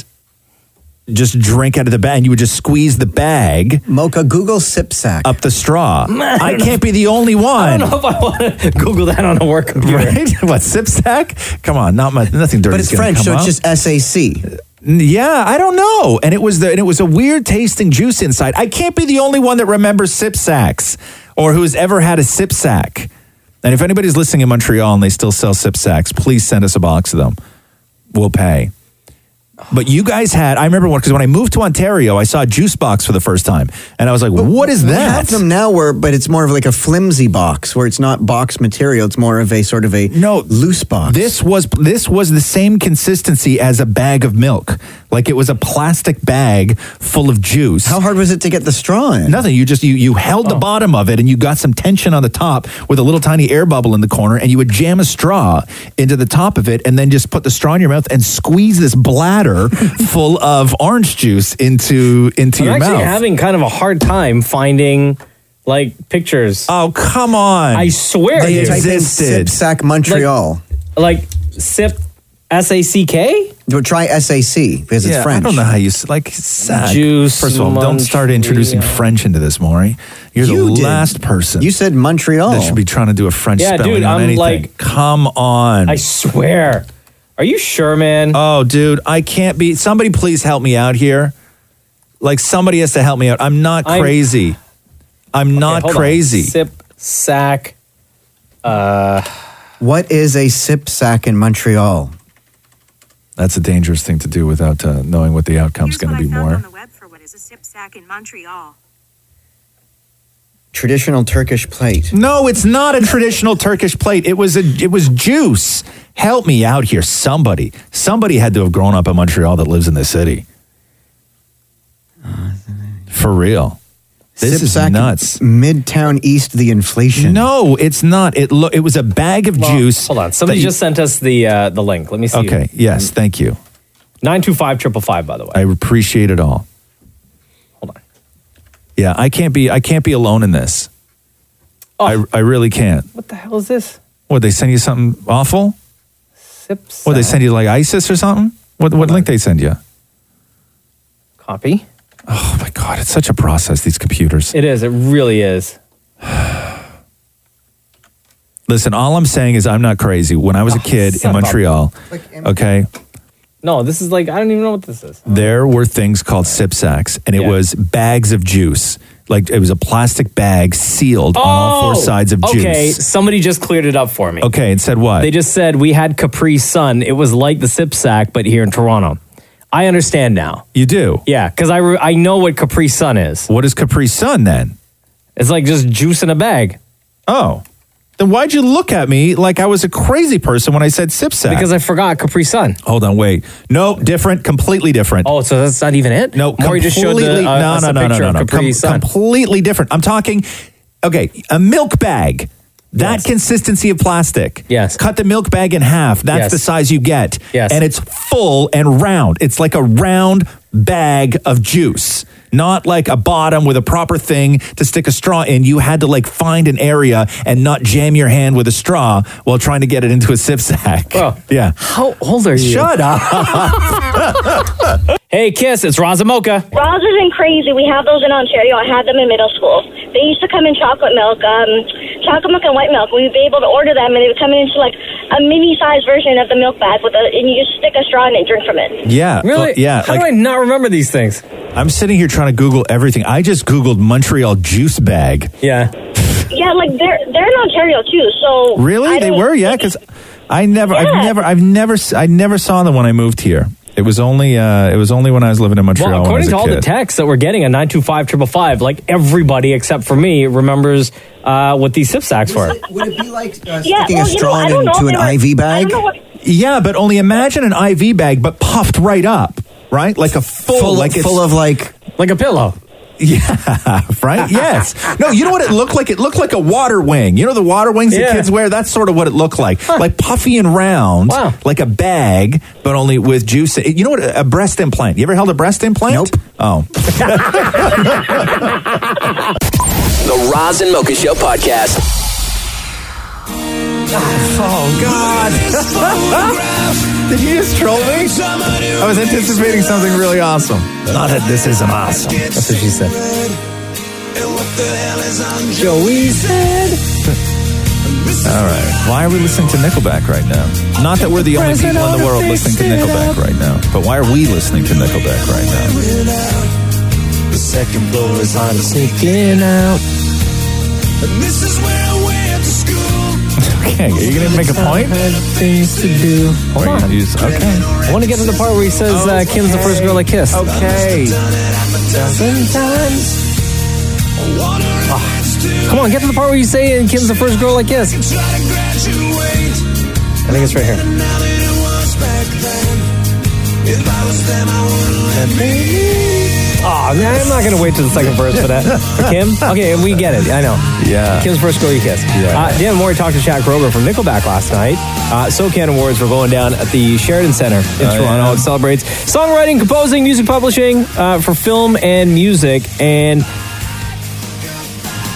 just drink out of the bag. And you would just squeeze the bag. Mocha, Google sip sack. Up the straw. Man. I can't be the only one. I don't know if I want to Google that on a work computer. Right? what sip sack? Come on, not my nothing dirty. But it's French, so it's just S A C. Yeah, I don't know. And it was the and it was a weird tasting juice inside. I can't be the only one that remembers sip sacks or who's ever had a sip sack. And if anybody's listening in Montreal and they still sell sip sacks, please send us a box of them. We'll pay. But you guys had, I remember one because when I moved to Ontario, I saw a juice box for the first time. And I was like, what is We that? have them now, where but it's more of like a flimsy box, where it's not box material. It's more of a sort of a no loose box. This was this was the same consistency as a bag of milk. Like it was a plastic bag full of juice. How hard was it to get the straw in? Nothing. You just you you held Oh. the bottom of it and you got some tension on the top with a little tiny air bubble in the corner and you would jam a straw into the top of it and then just put the straw in your mouth and squeeze this bladder full of orange juice into into I'm your actually mouth. having kind of a hard time finding like pictures. Oh come on! I swear They dude. type in Existed. Sipsack Montreal. Like, like sip S A C K. Try S A C because Yeah, it's French. I don't know how you s- like sack. Juice First of all, don't start introducing Montreal. French into this, Maury. You're You the did. last person. You said Montreal. that should be trying to do a French Yeah, spelling dude, on I'm anything. like- Come on! I swear. Are you sure, man? Oh, dude, I can't be. Somebody, please help me out here. Like somebody has to help me out. I'm not I'm- crazy. I'm, not hold on. crazy. Sip sack. Uh, what is a sip sack in Montreal? That's a dangerous thing to do without uh, knowing what the outcome's going to be. More. Traditional Turkish plate. No, it's not a traditional Turkish plate. It was a it was juice. Help me out here, somebody. Somebody had to have grown up in Montreal that lives in this city. For real, this Sip is sack, nuts. Midtown East, the inflation. No, it's not. It lo- it was a bag of juice. Hold on. Somebody that you- just sent us the uh, the link. Let me see. Okay. Yes. Thank you. Nine two five triple five. By the way. I appreciate it all. Hold on. Yeah, I can't be. I can't be alone in this. Oh. I I really can't. What the hell is this? What they send you something awful? Sip What they send you like ISIS or something? What what link they send you? copy. Oh my god, it's such a process. These computers. It is. It really is. Listen, all I'm saying is I'm not crazy. When I was a Oh, kid in son of a- Montreal, okay, No, this is like I don't even know what this is. there were things called sip sacks, and it Yeah. was bags of juice. Like it was a plastic bag sealed on all four sides of juice. Oh, Okay, somebody just cleared it up for me. Okay, and said what? They just said we had Capri Sun. It was like the sip sack, but here in Toronto. I understand now. You do? Yeah, because I, re- I know what Capri Sun is. What is Capri Sun then? It's like just juice in a bag. Oh. Then why'd you look at me like I was a crazy person when I said sip sack? Because I forgot Capri Sun. Hold on, wait. No, different, completely different. Oh, so that's not even it? No, Maury completely. just showed the- uh, no, us no, a no, no, picture no, of no. Capri Sun. completely different. I'm talking. Okay, a milk bag. That consistency of plastic. Yes. Cut the milk bag in half. Yes. That's the size you get. Yes. And it's full and round. It's like a round bag of juice, not like a bottom with a proper thing to stick a straw in. You had to like find an area and not jam your hand with a straw while trying to get it into a sip sack. yeah. How old are you? Shut up. hey, Kiss, it's Razamoka. Rogers and Crazy, we have those in Ontario. I had them in middle school. They used to come in chocolate milk, um, chocolate milk and white milk. We'd be able to order them, and they would come in into like a mini-sized version of the milk bag with a, and you just stick a straw in it and drink from it. Yeah. Really? well, yeah. How do I not remember these things? I'm sitting here trying to Google everything. I just Googled Montreal juice bag. Yeah. Yeah, like they're they're in Ontario too. So Really? I They don't- were? Yeah. Because I never, I've never, I've never, s- I never saw them when I moved here. It was only, uh, it was only when I was living in Montreal. Well, when I according was a to all the kid. texts that we're getting on 925 555, like everybody except for me remembers uh, what these sip sacks were. Would it be like uh, Yeah, sticking well, a you know, straw I don't know if into they an were- IV bag? Yeah, but only imagine an IV bag, but puffed right up, right? Like a full, Full- like it's- full of like, like a pillow. Yeah, right. Yes. No, you know what it looked like? It looked like a water wing. You know the water wings Yeah. that kids wear. That's sort of what it looked like, like puffy and round, like a bag, but only with juice. You know what? A breast implant. You ever held a breast implant? Nope. Oh, The Roz and Mocha Show podcast. Oh God! Did you just troll me? I was anticipating something really awesome. Not that this isn't awesome. That's what she said. Joey said. All right. Why are we listening to Nickelback right now? Not that we're the only people in the world listening to Nickelback right now, but why are we listening to Nickelback right now? The second floor is on sneaking out. And this is where I went to school. Okay, are you gonna make a point? Things to do. Or you gonna use- okay. I want to get to the part where he says uh, Kim's the first girl I kissed. Okay. Sometimes. Ah. Come on, get to the part where you say and Kim's the first girl I kissed. I think it's right here. If I Oh, nah, I'm not going to wait to the second verse for that. For Kim? Okay, we get it. I know. Yeah. Kim's first girl you kissed. Yeah. Uh, Dan Mori talked to Shaq Kroger from Nickelback last night. Uh, SoCan Awards were going down at the Sheridan Center in Oh, Toronto. yeah. It celebrates songwriting, composing, music publishing uh, for film and music. And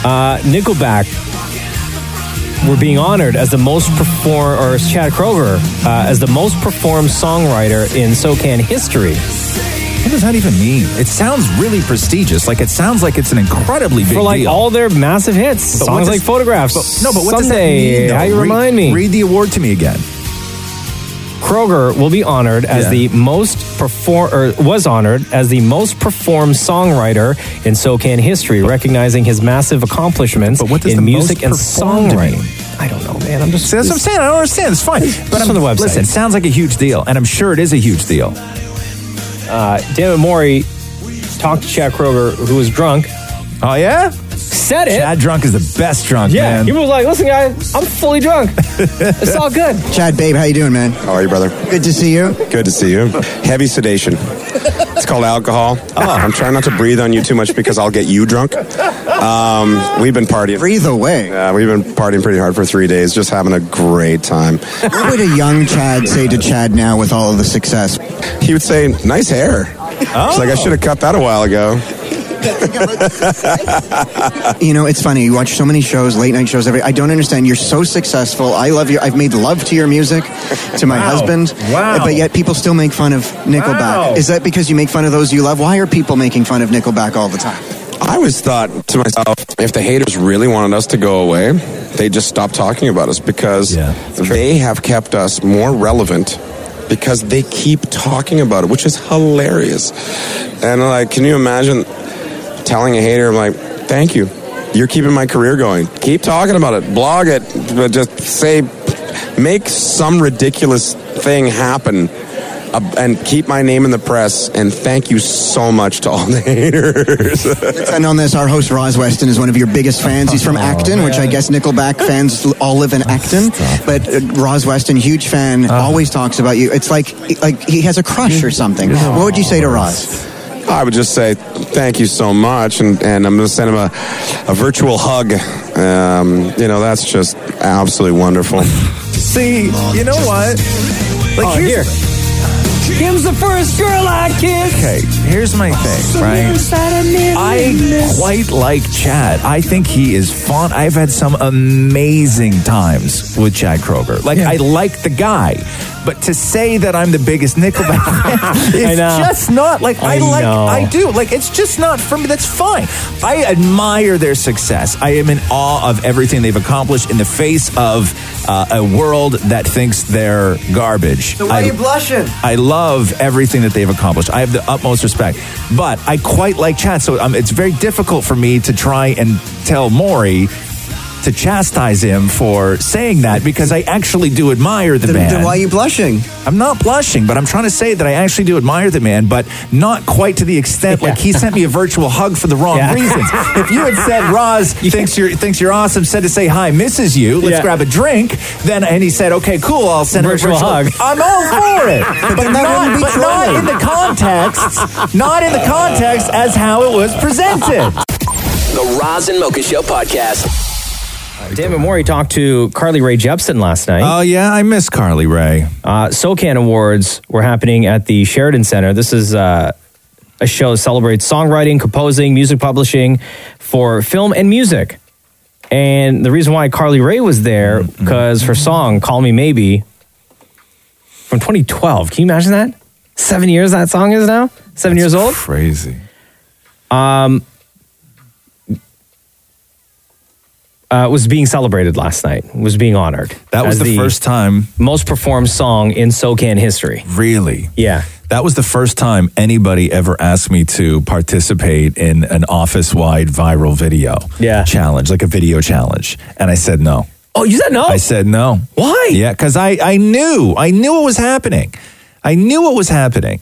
uh, Nickelback were being honored as the most perform or as Chad Kroger uh, as the most performed songwriter in SoCan history. What does that even mean? It sounds really prestigious. Like it sounds like it's an incredibly big for like deal. all their massive hits, But what songs does- like Photographs. but- no, but what does that Someday, mean, though? How you Read- remind me? read the award to me again. Kroger will be honored as Yeah. the most perform or was honored as the most performed songwriter in SoCan history, recognizing his massive accomplishments in the music most and performed mean? songwriting. I don't know, Oh, man. I'm just See, that's what I'm saying. I don't understand. It's fine. But I'm, on the website. Listen, it sounds like a huge deal, and I'm sure it is a huge deal. Uh, David Morey talked to Chad Kroger, who was drunk. Oh yeah, said it. Chad drunk is the best drunk. yeah, man. he was like, "Listen, guys, I'm fully drunk. it's all good." Chad, babe, how you doing, man? How are you, brother? Good to see you. Good to see you. Heavy sedation. It's called alcohol. Ah. I'm trying not to breathe on you too much because I'll get you drunk. Um, we've been partying. Breathe away. Yeah, we've been partying pretty hard for three days, just having a great time. What would a young Chad say to Chad now with all of the success? He would say, "Nice hair." It's Oh. like I should have cut that a while ago. you know, it's funny. You watch so many shows, late night shows. Every I don't understand. You're so successful. I love you. I've made love to your music, to my Wow. husband. Wow. But yet people still make fun of Nickelback. Wow. Is that because you make fun of those you love? Why are people making fun of Nickelback all the time? I always thought to myself, if the haters really wanted us to go away, they just stop talking about us because they have kept us more relevant because they keep talking about it, which is hilarious. And like, can you imagine telling a hater, I'm like, thank you. You're keeping my career going. Keep talking about it. Blog it. But just say, make some ridiculous thing happen. uh, And keep my name in the press. And thank you so much to all the haters. And on this, our host Roz Weston is one of your biggest fans. He's from Acton, which I guess Nickelback fans l- all live in Acton. But uh, Roz Weston, huge fan, always talks about you. It's like like he has a crush or something. What would you say to Roz? I would just say thank you so much, and, and I'm going to send him a, a virtual hug. Um, you know, that's just absolutely wonderful. See, you know what? Like here's, Kim's the first girl I kissed. Okay, here's my thing, right? I quite like Chad. I think he is fun. I've had some amazing times with Chad Kroger. Like I like the guy, but to say that I'm the biggest Nickelback fan I is know. just not like I, I like. know. I do like. It's just not for me. That's fine. I admire their success. I am in awe of everything they've accomplished in the face of uh, a world that thinks they're garbage. So why I- are you blushing? I love everything that they've accomplished. I have the utmost respect, but I quite like Chad. So um, it's very difficult for me to try and tell Maury to chastise him for saying that because I actually do admire the man. then why are you blushing? I'm not blushing, but I'm trying to say that I actually do admire the man, but not quite to the extent like he sent me a virtual hug for the wrong Yeah. reasons. if you had said Roz thinks you're thinks you're awesome, said to say hi, misses you, let's Yeah. grab a drink, then and he said, okay, cool, I'll send him a Virtual virtual hug. I'm all for it, But but, then that wouldn't be not, but not trolling. in the context, not in the context as how it was presented. The Roz and Mocha Show podcast. David Morey talked to Carly Rae Jepsen last night. Oh yeah, I miss Carly Rae. Uh, SoCan Awards were happening at the Sheridan Center. This is uh, a show that celebrates songwriting, composing, music publishing for film and music. And the reason why Carly Rae was there Mm-hmm. because her song "Call Me Maybe" from 2012. Can you imagine that? Seven years that song is now. Seven years old. Crazy. Um, uh, was being celebrated last night. Was being honored. That was as the first time most performed song in SoCan history. Really? Yeah. That was the first time anybody ever asked me to participate in an office wide viral video yeah. challenge, like a video challenge. And I said no. Oh, you said no? I said no. Why? Yeah, because I, I knew. I knew what was happening. I knew what was happening.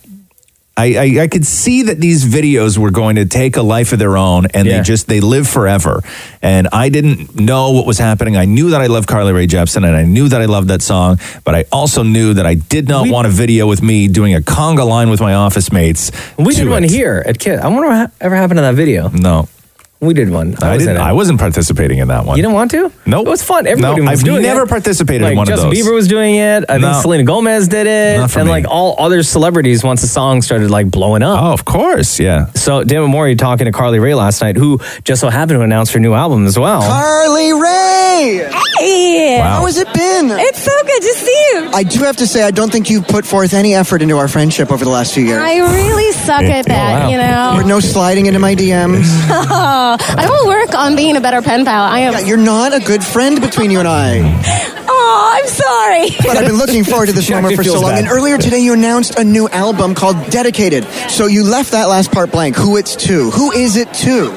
I, I, I could see that these videos were going to take a life of their own and they Yeah. just they live forever and i didn't know what was happening i knew that i loved carly ray jepsen and i knew that i loved that song but i also knew that i did not want a video with me doing a conga line with my office mates We did to one it. here at Kid. I wonder what ha- ever happened to that video. No. We did one. I, was in didn't, it. I wasn't participating in that one. You didn't want to? Nope. It was fun. Everybody No, was I've doing it. never participated in Like, one of Justin those. Bieber was doing it. I No. think Selena Gomez did it. Not for and me. like all other celebrities once the song started like blowing up. Oh, of course. Yeah. So Dammit Mori talking to Carly Rae last night, who just so happened to announce her new album as well. Carly Ray! Hey! Wow. How has it been? It's so good to see you. I do have to say, I don't think you've put forth any effort into our friendship over the last few years. I really suck at that, you know. Or no sliding into my DMs. I will work on being a better pen pal. I am. Yeah, you're not a good friend between you and I. Oh, I'm sorry. But I've been looking forward to this She moment for actually so feels long. bad. And earlier today, you announced a new album called Dedicated. So you left that last part blank. Who it's to? Who is it to? Um,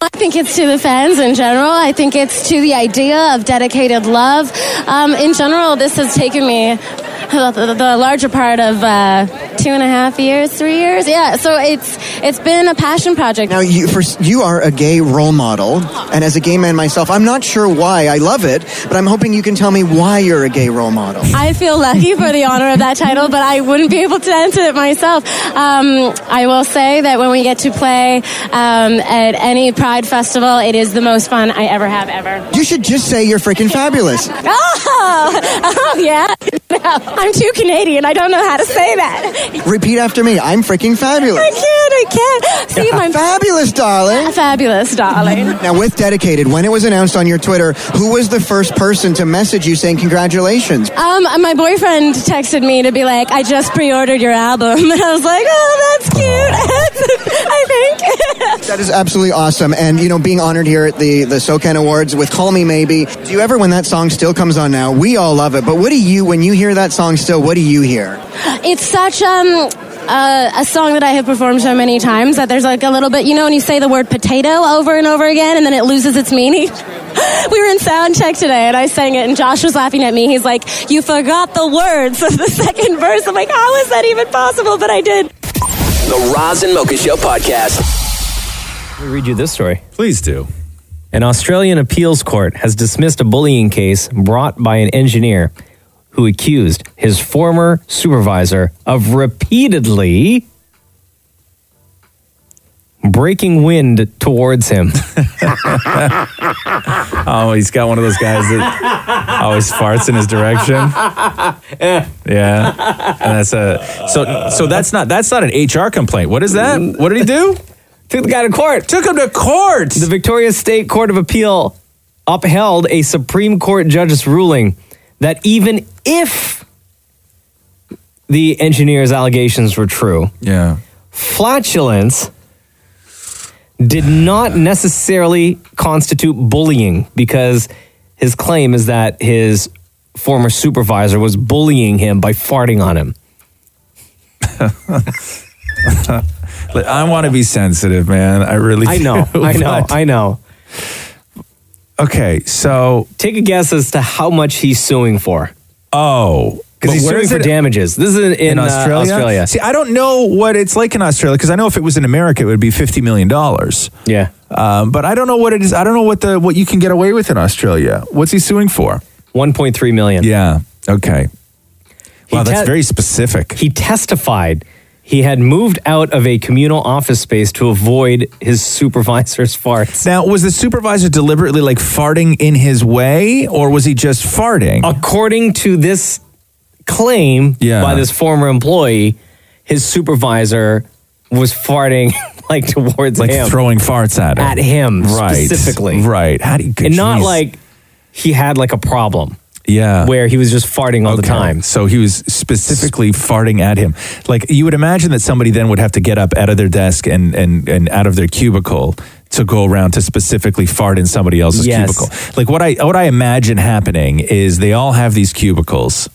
I think it's to the fans in general. I think it's to the idea of dedicated love. Um, in general, this has taken me the, the- the larger part of uh, two and a half years, three years. Yeah, so it's it's been a passion project. Now, you, for, you are a gay role model, and as a gay man myself, I'm not sure why I love it, but I'm hoping you can tell me why you're a gay role model. I feel lucky for the honor of that title, but I wouldn't be able to answer it myself. Um, I will say that when we get to play um, at any Pride Festival, it is the most fun I ever have ever. You should just say you're freaking fabulous. Oh, oh yeah. No, I'm too Canadian. I don't know how to say that. Repeat after me. I'm freaking fabulous. I can't. I can't. See, my fabulous darling. Fabulous darling. Now, with Dedicated, when it was announced on your Twitter, who was the first person to message you saying congratulations? Um, and my boyfriend texted me to be like, I just pre-ordered your album, and I was like, oh, that's cute. I think. That is absolutely awesome. And, you know, being honored here at the, the SOCAN Awards with Call Me Maybe. Do you ever, when that song still comes on now, we all love it, but what do you, when you hear that song still, what do you hear? It's such um, uh, a song that I have performed so many times that there's like a little bit, you know, when you say the word potato over and over again and then it loses its meaning. we were in sound check today and I sang it and Josh was laughing at me. He's like, You forgot the words of the second verse. I'm like, How is that even possible? But I did. The Roz and Mocha Show podcast. Let me read you this story. Please do. An Australian appeals court has dismissed a bullying case brought by an engineer who accused his former supervisor of repeatedly breaking wind towards him. Oh, he's got one of those guys that always farts in his direction. Yeah, and that's a so so that's not that's not an HR complaint. What is that? What did he do? Took the guy to court. Took him to court. The Victoria State Court of Appeal upheld a Supreme Court judge's ruling that even if the engineer's allegations were true, yeah, flatulence did not necessarily constitute bullying because his claim is that his former supervisor was bullying him by farting on him. Like, I want to be sensitive, man. I really. I know, do, I know, but- I know. Okay, so take a guess as to how much he's suing for. Oh, because he's But where suing is for it? damages. This is in, in, uh, Australia. See, I don't know what it's like in Australia because I know if it was in America, it would be fifty million dollars. Yeah, um, but I don't know what it is. I don't know what the what you can get away with in Australia. What's he suing for? One point three million. Yeah. Okay. Wow, that's very specific. He testified he had moved out of a communal office space to avoid his supervisor's farts. Now, was the supervisor deliberately like farting in his way, or was he just farting? According to this claim Yeah. by this former employee, his supervisor was farting like towards like him, throwing farts at him. at him right? specifically, right? How do you, and not Jeez. like he had like a problem. yeah, where he was just farting all the time. So he was specifically farting at him. Like you would imagine that somebody then would have to get up out of their desk and and and out of their cubicle to go around to specifically fart in somebody else's Yes. cubicle. Like what I what I imagine happening is they all have these cubicles.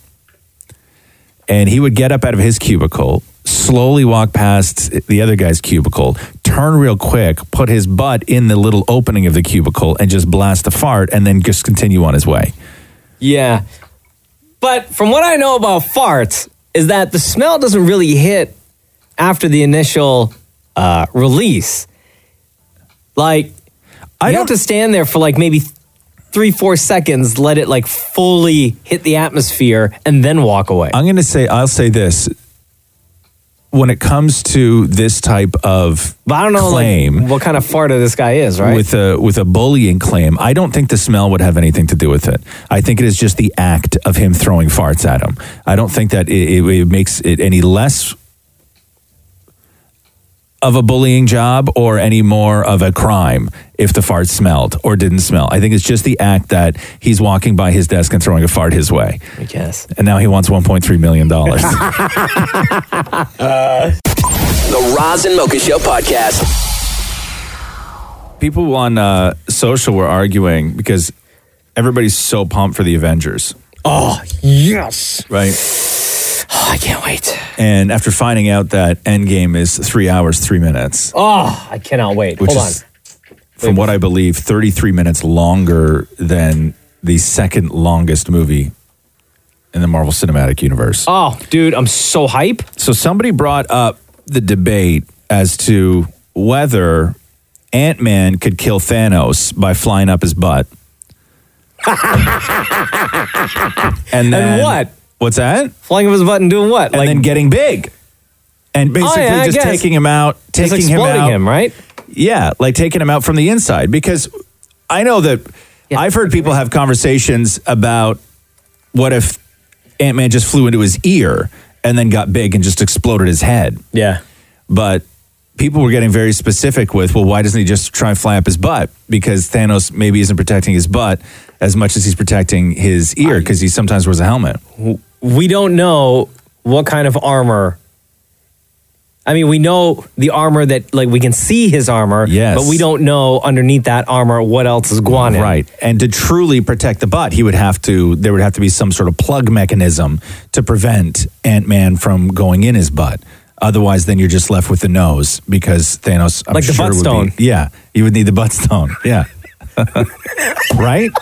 And he would get up out of his cubicle, slowly walk past the other guy's cubicle, turn real quick, put his butt in the little opening of the cubicle and just blast a fart and then just continue on his way. Yeah. But from what I know about farts, is that the smell doesn't really hit after the initial uh, release. Like, I you have to stand there for like maybe th- three, four seconds, let it like fully hit the atmosphere, and then walk away. I'm going to say, I'll say this. When it comes to this type of But I don't know like, claim, what kind of farter this guy is, right? with a with a bullying claim, I don't think the smell would have anything to do with it. I think it is just the act of him throwing farts at him. I don't think that it, it, it makes it any less of a bullying job or any more of a crime if the fart smelled or didn't smell. I think it's just the act that he's walking by his desk and throwing a fart his way. I guess. And now he wants 1.3 million dollars. The Roz and Mocha Show podcast. people on uh, social were arguing because everybody's so pumped for the Avengers, Oh, yes. right? Oh, I can't wait. And after finding out that Endgame is three hours three minutes, Oh, I cannot wait. Which Hold is- on. from what I believe, thirty three minutes longer than the second longest movie in the Marvel Cinematic Universe. Oh, dude, I'm so hype. So somebody brought up the debate as to whether Ant Man could kill Thanos by flying up his butt. and then what? What's that? Flying up his butt and doing what? And then getting big. And Oh, yeah, basically I just guess. taking him out, Just taking him exploding out. him, right? Yeah, like taking him out from the inside. Because I know that I've heard people have conversations about what if Ant Man just flew into his ear and then got big and just exploded his head. Yeah. But people were getting very specific with, well, why doesn't he just try and fly up his butt? Because Thanos maybe isn't protecting his butt as much as he's protecting his ear because he sometimes wears a helmet. we don't know what kind of armor. I mean, we know the armor that, like, we can see his armor, Yes. but we don't know underneath that armor what else is going on. Right. And to truly protect the butt, he would have to, there would have to be some sort of plug mechanism to prevent Ant Man from going in his butt. Otherwise, then you're just left with the nose because Thanos, I'm Like the sure butt would be- stone. yeah. You would need the butt stone. Yeah. right?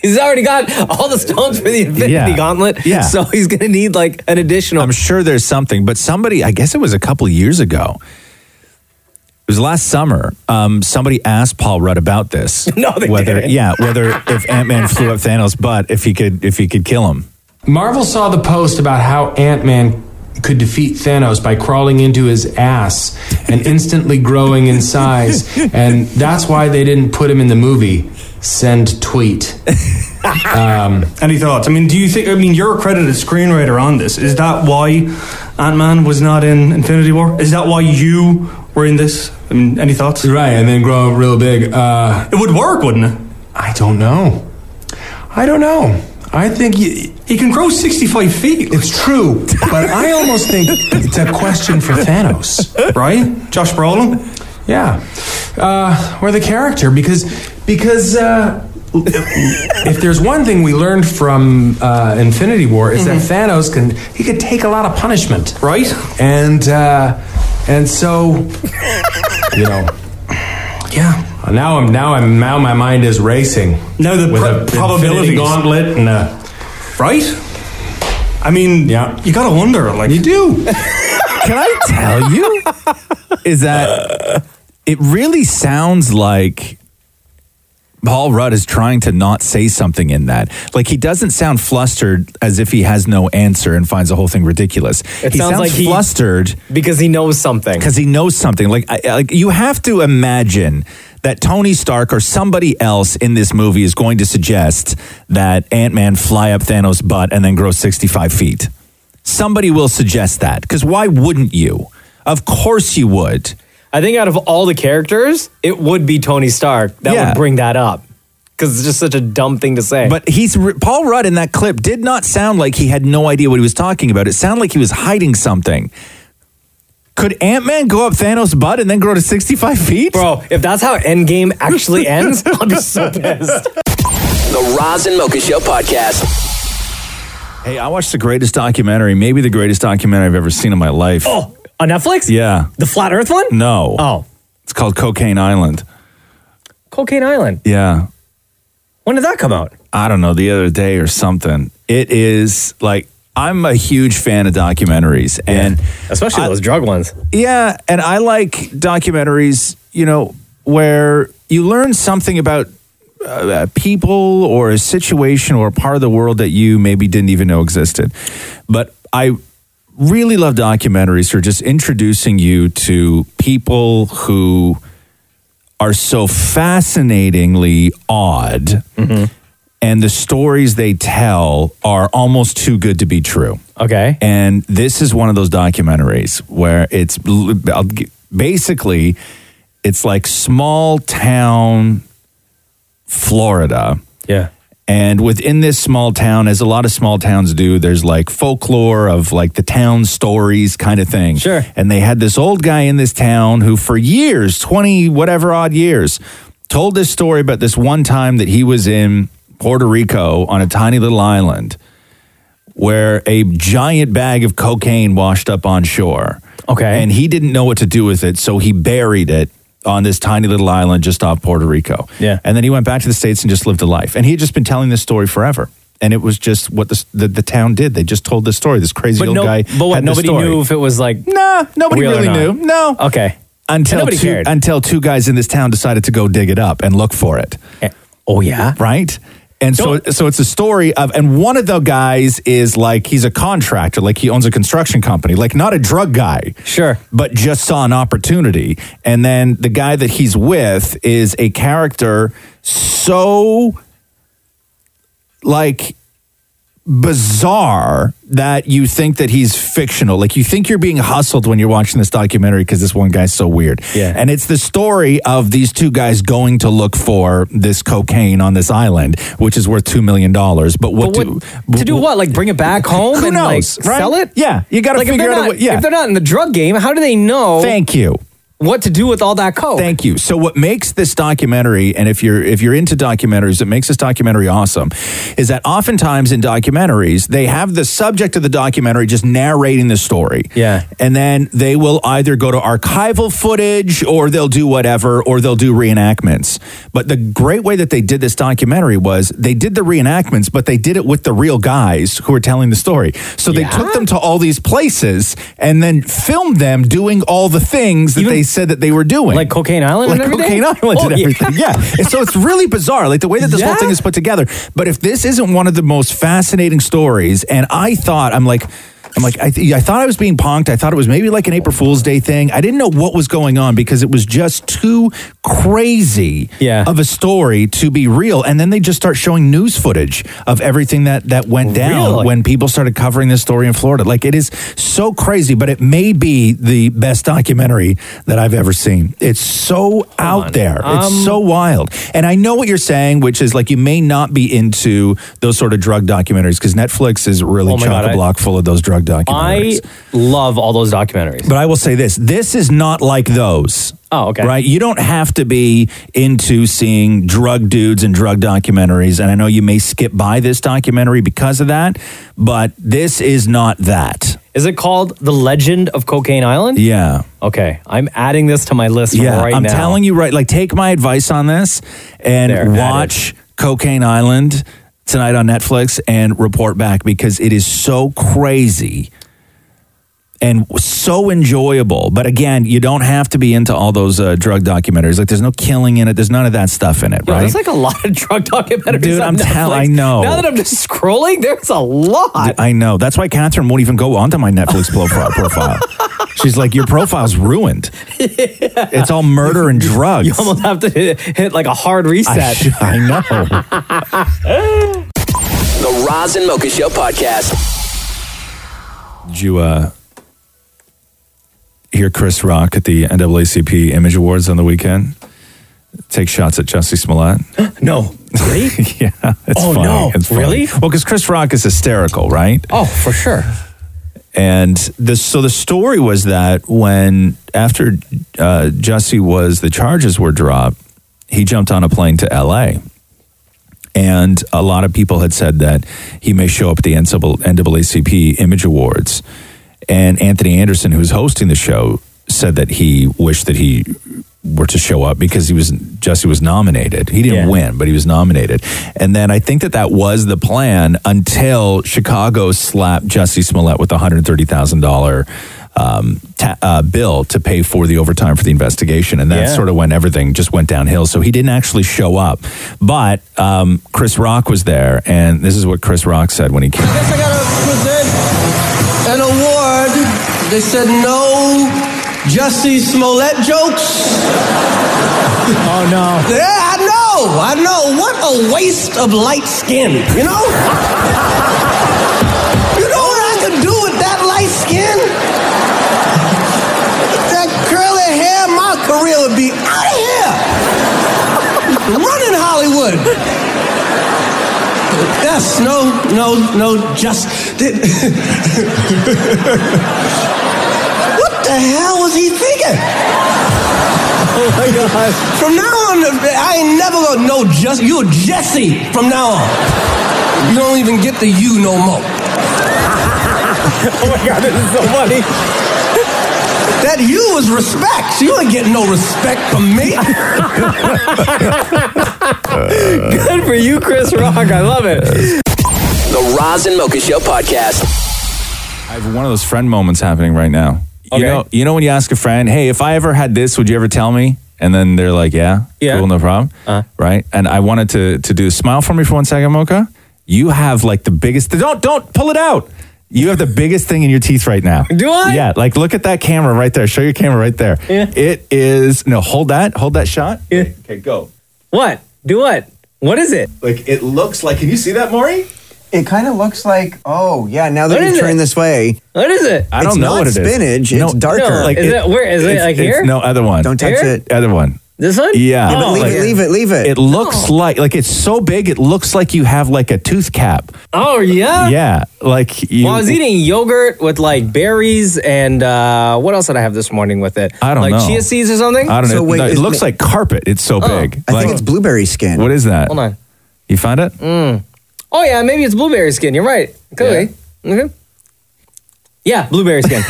He's already got all the stones for the Infinity Uh, Yeah. Gauntlet. Yeah. So he's going to need, like, an additional. I'm sure there's something, but somebody, I guess it was a couple years ago. It was last summer. Um, somebody asked Paul Rudd about this. No, they whether didn't. yeah, whether if Ant Man flew up Thanos' butt, if he could, if he could kill him. Marvel saw the post about how Ant Man could defeat Thanos by crawling into his ass and instantly growing in size, and that's why they didn't put him in the movie. Send tweet. Um, Any thoughts? I mean, do you think? I mean, you're a credited screenwriter on this. Is that why Ant Man was not in Infinity War? Is that why you were in this? I mean, any thoughts? Right, and then grow real big. Uh, it would work, wouldn't it? I don't know. I don't know. I think you, he can grow 65 feet. It's true, but I almost think it's a question for Thanos, right? Josh Brolin. Yeah, uh, or the character because because uh, if there's one thing we learned from uh, Infinity War is that Thanos can he could take a lot of punishment, right? And uh, and so you know, yeah. Now I'm now I'm now my mind is racing. Now the with pr- a probabilities. Infinity gauntlet and a right. I mean, yeah, you gotta wonder. Like you do. Can I tell you? Is that it? Really sounds like Paul Rudd is trying to not say something in that. Like he doesn't sound flustered as if he has no answer and finds the whole thing ridiculous. It he sounds sounds, like he- flustered because he knows something. Because he knows something. Like, I, like you have to imagine that Tony Stark or somebody else in this movie is going to suggest that Ant Man fly up Thanos' butt and then grow sixty five feet. Somebody will suggest that because why wouldn't you? Of course you would. I think out of all the characters, it would be Tony Stark that Yeah. would bring that up because it's just such a dumb thing to say. But he's Paul Rudd in that clip did not sound like he had no idea what he was talking about. It sounded like he was hiding something. Could Ant Man go up Thanos' butt and then grow to sixty five feet? Bro, if that's how Endgame actually ends, I'll be so pissed. The Roz and Mocha Show podcast. Hey, I watched the greatest documentary, maybe the greatest documentary I've ever seen in my life. Oh, on Netflix? Yeah. The Flat Earth one? No. Oh. It's called Cocaine Island. Cocaine Island. Yeah. When did that come out? I don't know, the other day or something. It is like I'm a huge fan of documentaries, and especially those drug ones. Yeah, and I like documentaries, you know, where you learn something about uh, uh, people or a situation or a part of the world that you maybe didn't even know existed. But I really love documentaries for just introducing you to people who are so fascinatingly odd. And the stories they tell are almost too good to be true. Okay. And this is one of those documentaries where it's l- I'll g- basically it's like small town Florida. Yeah. And within this small town, as a lot of small towns do, there's like folklore of like the town stories kind of thing. Sure. And they had this old guy in this town who, for years, 20 whatever odd years, told this story about this one time that he was in Puerto Rico on a tiny little island where a giant bag of cocaine washed up on shore. Okay. And he didn't know what to do with it, so he buried it on this tiny little island just off Puerto Rico. Yeah. And then he went back to the States and just lived a life. And he had just been telling this story forever. And it was just what the, the, the town did. They just told this story. This crazy But, old no, guy. but what, had this nobody story. knew if it was like. Nah, nobody real or really not. knew. No. Okay. Until nobody two, cared. until two guys in this town decided to go dig it up and look for it. Oh yeah, right. And so, so it's a story of, and one of the guys is like he's a contractor, like he owns a construction company, like not a drug guy, sure, but just saw an opportunity. And then the guy that he's with is a character so like bizarre that you think that he's fictional. Like you think you're being hustled when you're watching this documentary because this one guy's so weird. Yeah. And it's the story of these two guys going to look for this cocaine on this island, which is worth two million dollars. But what, do to do what? Like bring it back home Who and knows, like right? sell it? Yeah, you gotta Like, if figure they're out a not- way- yeah. if they're not in the drug game, how do they know? Thank you. What to do with all that coke? Thank you. So what makes this documentary and if you're if you're into documentaries, it makes this documentary awesome is that oftentimes in documentaries, they have the subject of the documentary just narrating the story. Yeah. And then they will either go to archival footage or they'll do whatever or they'll do reenactments. But the great way that they did this documentary was they did the reenactments, but they did it with the real guys who were telling the story. So they took them to all these places and then filmed them doing all the things that they said that they were doing. Like Cocaine Island Like and everything? Cocaine Island Oh, and yeah. everything. Yeah. And so it's really bizarre, like the way that this whole Yeah. thing is put together. But if this isn't one of the most fascinating stories, and I thought, I'm like, I'm like, I, th- I thought I was being punked. I thought it was maybe like an April Fool's Day thing. I didn't know what was going on because it was just too crazy of a story to be real. And then they just start showing news footage of everything that that went down Really? when people started covering this story in Florida. Like it is so crazy, but it may be the best documentary that I've ever seen. It's so out there. Um, it's so wild. And I know what you're saying, which is like you may not be into those sort of drug documentaries because Netflix is really Oh my God, chock a block full of those drug documentaries. I love all those documentaries. But I will say this this is not like those. Oh, okay. Right? You don't have to be into seeing drug dudes and drug documentaries. And I know you may skip by this documentary because of that, but this is not that. Is it called The Legend of Cocaine Island? Yeah. Okay. I'm adding this to my list Yeah. right I'm now. telling you right. Like, take my advice on this and There, added. watch Cocaine Island tonight on Netflix and report back because it is so crazy. and so enjoyable. But again, you don't have to be into all those uh, drug documentaries. Like, there's no killing in it. There's none of that stuff in it, Yo, right? There's like a lot of drug documentaries. Dude, on I'm tell- Netflix. I know. Now that I'm just scrolling, there's a lot. I know. That's why Catherine won't even go onto my Netflix profile. profile. She's like, your profile's ruined. It's all murder and drugs. You almost have to hit, hit like a hard I, reset. sh- I know. The Roz and Mocha Show podcast. Did you uh, hear Chris Rock at the NAACP Image Awards on the weekend? Take shots at Jesse Smollett. no. Really? yeah. It's Oh, funny. no. It's funny. Really? Well, because Chris Rock is hysterical, right? Oh, for sure. And the, so the story was that when after uh, Jesse was the charges were dropped, he jumped on a plane to L.A. And a lot of people had said that he may show up at the NAACP Image Awards. And Anthony Anderson, who was hosting the show, said that he wished that he were to show up because he was Jesse was nominated. He didn't win, but he was nominated. And then I think that that was the plan until Chicago slapped Jesse Smollett with a hundred thirty thousand dollar um, ta- uh, bill to pay for the overtime for the investigation, and that's Yeah. sort of when everything just went downhill. So he didn't actually show up, but um, Chris Rock was there, and this is what Chris Rock said when he came. guess I gotta present an award. They said no Jussie Smollett jokes. Oh no. Yeah, I know, I know. What a waste of light skin, you know? you know what I could do with that light skin? That curly hair, my career would be out of here. Running Hollywood. Yes, no, no, no, just. Did, what the hell was he thinking? Oh my god. From now on, I ain't never gonna know just. You're Jesse from now on. You don't even get the you no more. oh my god, this is so funny. That you is respect. You ain't getting no respect from me. Good for you, Chris Rock. I love it. The Roz and Mocha Show podcast. I have one of those friend moments happening right now. You know, you know when you ask a friend, "Hey, if I ever had this, would you ever tell me?" And then they're like, "Yeah, Yeah. cool, no problem." Uh-huh. Right? And I wanted to to do smile for me for one second, Mocha. You have like the biggest. Don't don't pull it out. You have the biggest thing in your teeth right now. Do I? Yeah. Like, look at that camera right there. Show your camera right there. Yeah. It is. No, hold that. Hold that shot. Yeah. Okay, go. What? Do what? What is it? Like, it looks like. Can you see that, Maury? It kind of looks like, oh, yeah, now that What you is turn it? this way. What is it? I don't It's know not what it is. spinach, it's darker. No, is it- where- is it, it's- like, it's- here? No, other one. Don't touch Here? it. Other one. This one? Oh, Yeah. Yeah, but leave it, leave it, leave it. It looks like like it's so big. It looks like you have like a tooth cap. Oh yeah. Yeah, like you. well, I was eating yogurt with like berries and uh, what else did I have this morning with it? I don't like know. chia seeds or something. I don't know. No, it looks like carpet. It's so Oh. big. I think Like- it's blueberry skin. What is that? Hold on. You found it? Mm. Oh yeah, maybe it's blueberry skin. You're right. Okay. Okay. Yeah, blueberry skin.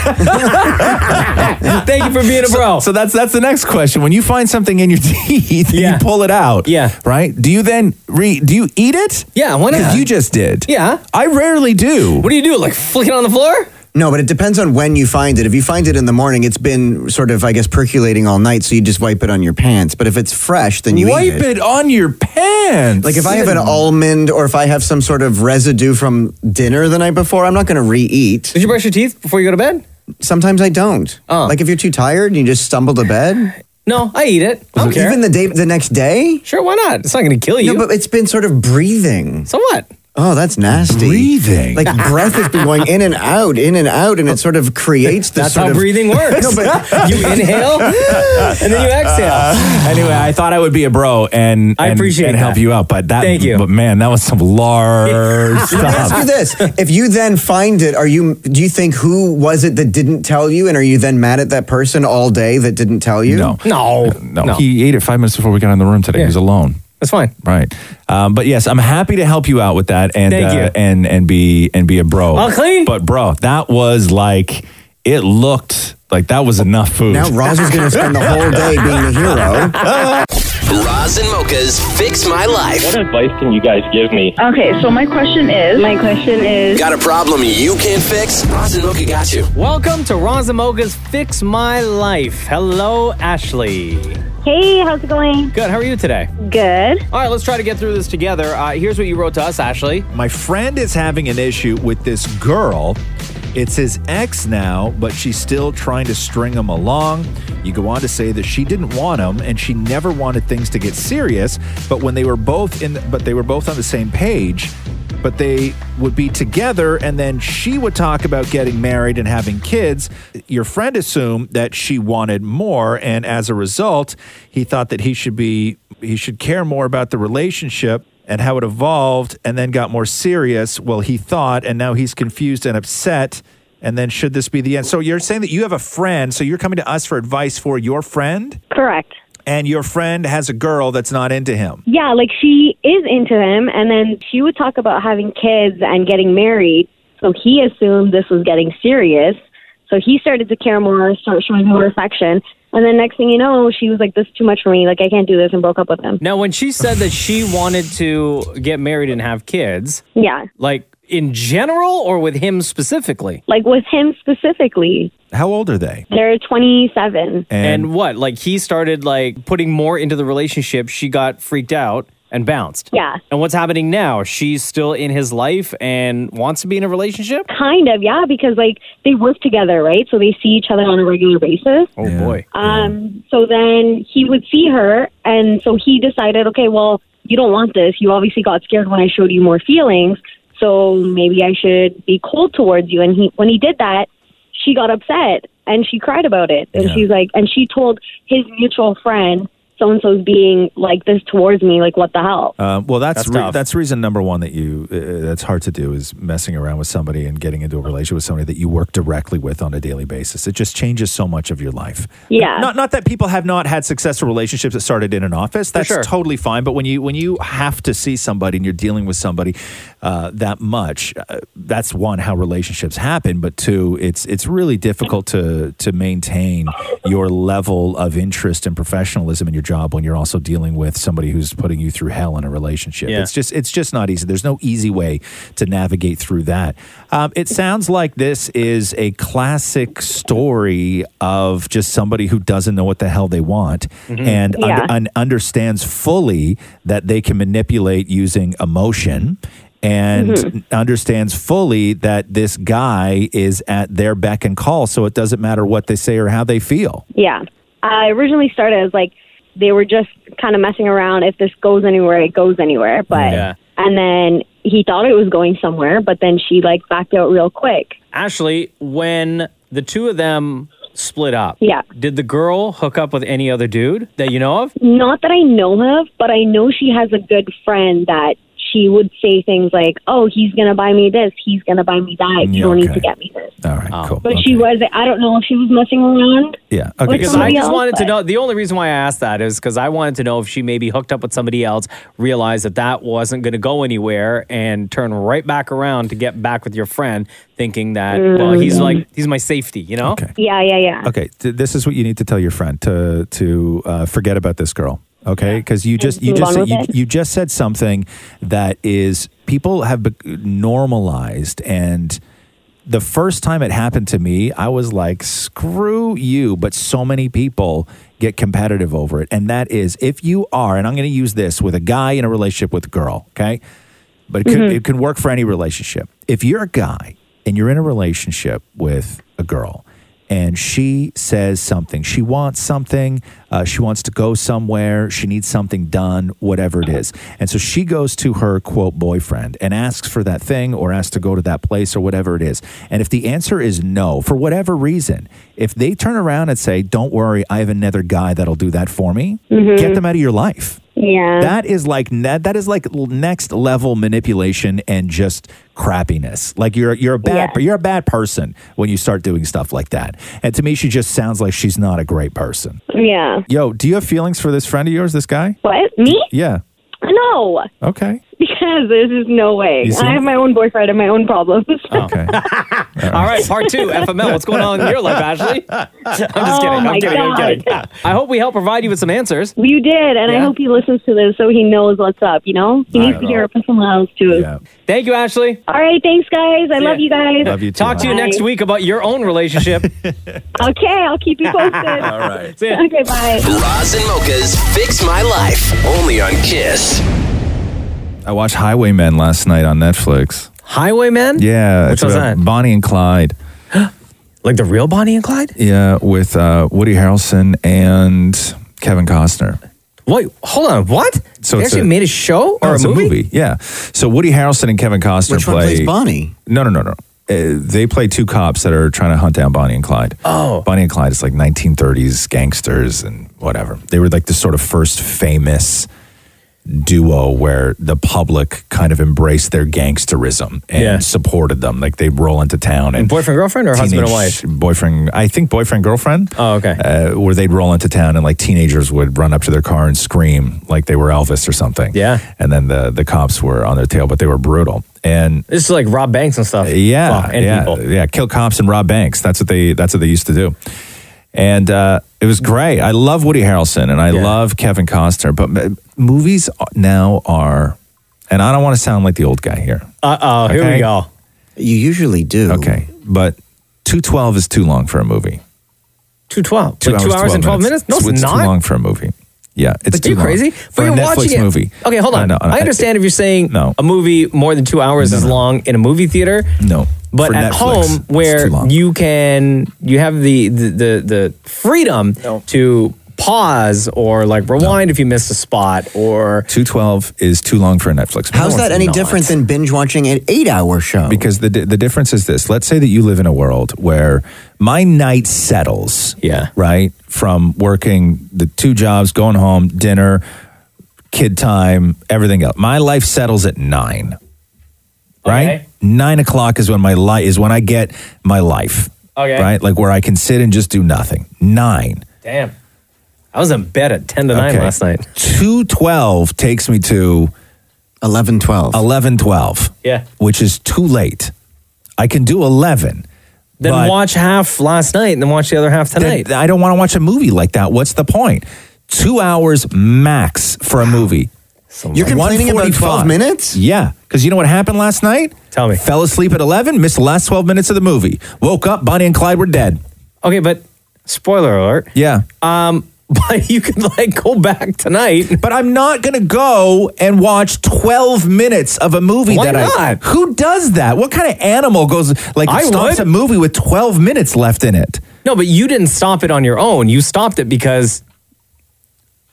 Thank you for being a bro. So that's that's the next question. When you find something in your teeth, and you pull it out. Yeah. Right? Do you then re do you eat it? Yeah, why not? Because you just did. Yeah. I rarely do. What do you do? Like flick it on the floor? No, but it depends on when you find it. If you find it in the morning, it's been sort of, I guess, percolating all night, so you just wipe it on your pants. But if it's fresh, then you wipe eat it. on your pants. Like if I have an almond or if I have some sort of residue from dinner the night before, I'm not going to re-eat. Did you brush your teeth before you go to bed? Oh. Sometimes I don't. Like if you're too tired and you just stumble to bed. No, I eat it. I don't care. Even the day, the next day. Sure, why not? It's not going to kill you. No, but it's been sort of breathing. So what? Oh, that's nasty. Breathing. Like breath has been going in and out, in and out, and it sort of creates That's this. sort how of- breathing works. no, but you inhale and then you exhale. anyway, I thought I would be a bro and I and- appreciate and help that. you out, but that Thank you. But man, that was some large Let me ask you stuff. this: If you then find it, are you? Do you think who was it that didn't tell you, and are you then mad at that person all day that didn't tell you? No. No, No, he ate it five minutes before we got in the room today. He was alone. That's fine. Right. Um, but yes, I'm happy to help you out with that and uh, Thank you. and and be and be a bro. All clean? But bro, that was like it looked like that was enough food. Now Roz is going to spend the whole day being the hero. Roz and Mocha's Fix My Life. What advice can you guys give me? Okay, so my question is. My question is. Got a problem you can't fix? Roz and Mocha got you. Welcome to Razamoga's Fix My Life. Hello, Ashley. Hey, how's it going? Good. How are you today? Good. All right, let's try to get through this together. Uh, here's what you wrote to us, Ashley. My friend is having an issue with this girl. It's his ex now, but she's still trying to string him along. You go on to say that she didn't want him and she never wanted things to get serious, but when they were both in but they were both on the same page, but they would be together and then she would talk about getting married and having kids. Your friend assumed that she wanted more and as a result, he thought that he should be he should care more about the relationship and how it evolved and then got more serious. Well, he thought, and now he's confused and upset. And then should this be the end? So you're saying that you have a friend, so you're coming to us for advice for your friend? Correct. And your friend has a girl that's not into him. Yeah, like she is into him, and then she would talk about having kids and getting married. So he assumed this was getting serious. So he started to care more, start showing more affection. And then next thing you know, she was like, "This is too much for me. Like I can't do this," and broke up with him. Now, when she said that she wanted to get married and have kids, Yeah, like in general or with him specifically? like with him specifically. How old are they? They're 27. And, what? Like he started like putting more into the relationship. She got freaked out and bounced. Yeah. And what's happening now? She's still in his life and wants to be in a relationship? Kind of, yeah, because like they work together, right? So they see each other on a regular basis. Oh boy. Um, so then he would see her, and so he decided, okay, well, you don't want this. You obviously got scared when I showed you more feelings, so maybe I should be cold towards you. And he, when he did that, she got upset and she cried about it, and she's like, and she told his mutual friend, so and so's being like this towards me, like what the hell? Uh, well, that's That's re- tough. that's reason number one that you uh, that's hard to do is messing around with somebody and getting into a relationship with somebody that you work directly with on a daily basis. It just changes so much of your life. Yeah. Not not that people have not had successful relationships that started in an office. That's totally fine. But when you when you have to see somebody and you're dealing with somebody uh, that much, uh, that's one how relationships happen. But two, it's it's really difficult to to maintain your level of interest and professionalism in your job when you're also dealing with somebody who's putting you through hell in a relationship. Yeah. It's just it's just not easy. There's no easy way to navigate through that. Um, it sounds like this is a classic story of just somebody who doesn't know what the hell they want Mhm. and un- Yeah. un- understands fully that they can manipulate using emotion. And Mhm. understands fully that this guy is at their beck and call, so it doesn't matter what they say or how they feel. Yeah. I originally started as like they were just kind of messing around. If this goes anywhere, it goes anywhere. But Yeah. and then he thought it was going somewhere, but then she like backed out real quick. Ashley, when the two of them split up, Yeah. did the girl hook up with any other dude that you know of? Not that I know of, but I know she has a good friend that she would say things like, "Oh, he's gonna buy me this. He's gonna buy me that. You Yeah, don't need okay. to get me this." All right, cool. But she was. I don't know if she was messing around. Yeah. With Because I somebody just else, wanted to but- know. The only reason why I asked that is because I wanted to know if she maybe hooked up with somebody else, realized that that wasn't going to go anywhere, and turn right back around to get back with your friend, thinking that well, he's Mm. like he's my safety, you know. Okay. Yeah, yeah, yeah. Okay, th- this is what you need to tell your friend to to uh, forget about this girl. Okay, because you just you move just on with you, it. you just said something that is people have bec normalized and. The first time it happened to me, I was like, screw you. But so many people get competitive over it. And that is if you are, and I'm going to use this with a guy in a relationship with a girl, okay? but it could, Mhm. it can work for any relationship. If you're a guy and you're in a relationship with a girl and she says something, she wants something, uh, she wants to go somewhere, she needs something done, whatever it is. And so she goes to her quote boyfriend and asks for that thing or asks to go to that place or whatever it is. And if the answer is no, for whatever reason, if they turn around and say, don't worry, I have another guy that'll do that for me, get them out of your life. Yeah. That is like ne- that is like l- next level manipulation and just crappiness. Like you're you're a bad you're a bad person when you start doing stuff like that. And to me, she just sounds like she's not a great person. Yeah. Yo, do you have feelings for this friend of yours? This guy? What me? Yeah. No. Okay. Because there's just no way. You see- I have my own boyfriend and my own problems. Okay. All right, part two, FML. What's going on in your life, Ashley? I'm just Oh kidding. my I'm kidding. I'm God. kidding. I hope we help provide you with some answers. You did, and I Yeah. hope he listens to this so he knows what's up, you know? He Not needs at to hear all. it from someone else, too. Thank you, Ashley. All right, thanks, guys. I love you guys. Talk to you next week about your own relationship. Okay, I'll keep you posted. All right. Okay, bye. Roz and Mocha's Fix My Life, only on Kiss. I watched Highwaymen last night on Netflix. Highwaymen? Yeah. Which it's one's about that? Bonnie and Clyde. like the real Bonnie and Clyde? Yeah, with uh, Woody Harrelson and Kevin Costner. Wait, hold on. What? So they it's actually a- made a show or No, a Oh, it's movie? Yeah. So Woody Harrelson and Kevin Costner Which play one plays Bonnie? No, no, no, no. Uh, they play two cops that are trying to hunt down Bonnie and Clyde. Oh, Bonnie and Clyde is like 1930s gangsters and whatever. They were like the sort of first famous duo where the public kind of embraced their gangsterism and Yeah. supported them. Like they roll into town and Boyfriend, girlfriend, or husband and wife? teenage Boyfriend, I think boyfriend, girlfriend. Oh, okay. Uh, where they'd roll into town and like teenagers would run up to their car and scream like they were Elvis or something. Yeah. And then the the cops were on their tail, but they were brutal. and This is like Rob Banks and stuff. yeah, Well, and yeah, people. yeah, kill cops and rob banks. That's what they that's what they used to do, and uh, it was great. I love Woody Harrelson and I love Kevin Costner, but m- movies now are, and I don't want to sound like the old guy here. Uh oh, here we go. You usually do. Okay, but two twelve is too long for a movie. Two twelve. Two, two hours and twelve minutes? No, it's, it's not. too long for a movie. Yeah, it's But too you long. crazy? for a Netflix it. movie. Okay, hold I on. know, I, understand if you're saying a movie more than two hours is long in a movie theater. No, but For at Netflix, home it's where too long. you can you have the the the, the freedom to pause or like rewind if you missed a spot or two twelve is too long for a Netflix. How's that any different? different than binge watching an eight-hour show? Because the the difference is this. Let's say that you live in a world where my night settles. Yeah. Right? From working the two jobs, going home, dinner, kid time, everything else. My life settles at nine. Right? Nine o'clock is when my life is when I get my life. Okay. Right? Like where I can sit and just do nothing. Nine. Damn. I was in bed at ten to nine Okay. last night. Two twelve takes me to eleven twelve. Eleven twelve. Yeah. Which is too late. I can do eleven. Then but- watch half last night and then watch the other half tonight. Then I don't want to watch a movie like that. What's the point? Two hours max for a movie. You're complaining about 12 145. minutes? Yeah, because you know what happened last night? Tell me. Fell asleep at 11, missed the last 12 minutes of the movie. Woke up, Bonnie and Clyde were dead. Okay, but spoiler alert. Yeah. Um, but you could like go back tonight. But I'm not going to go and watch 12 minutes of a movie Why that I. not? Who does that? What kind of animal goes, like, I stops would. a movie with 12 minutes left in it? No, but you didn't stop it on your own. You stopped it because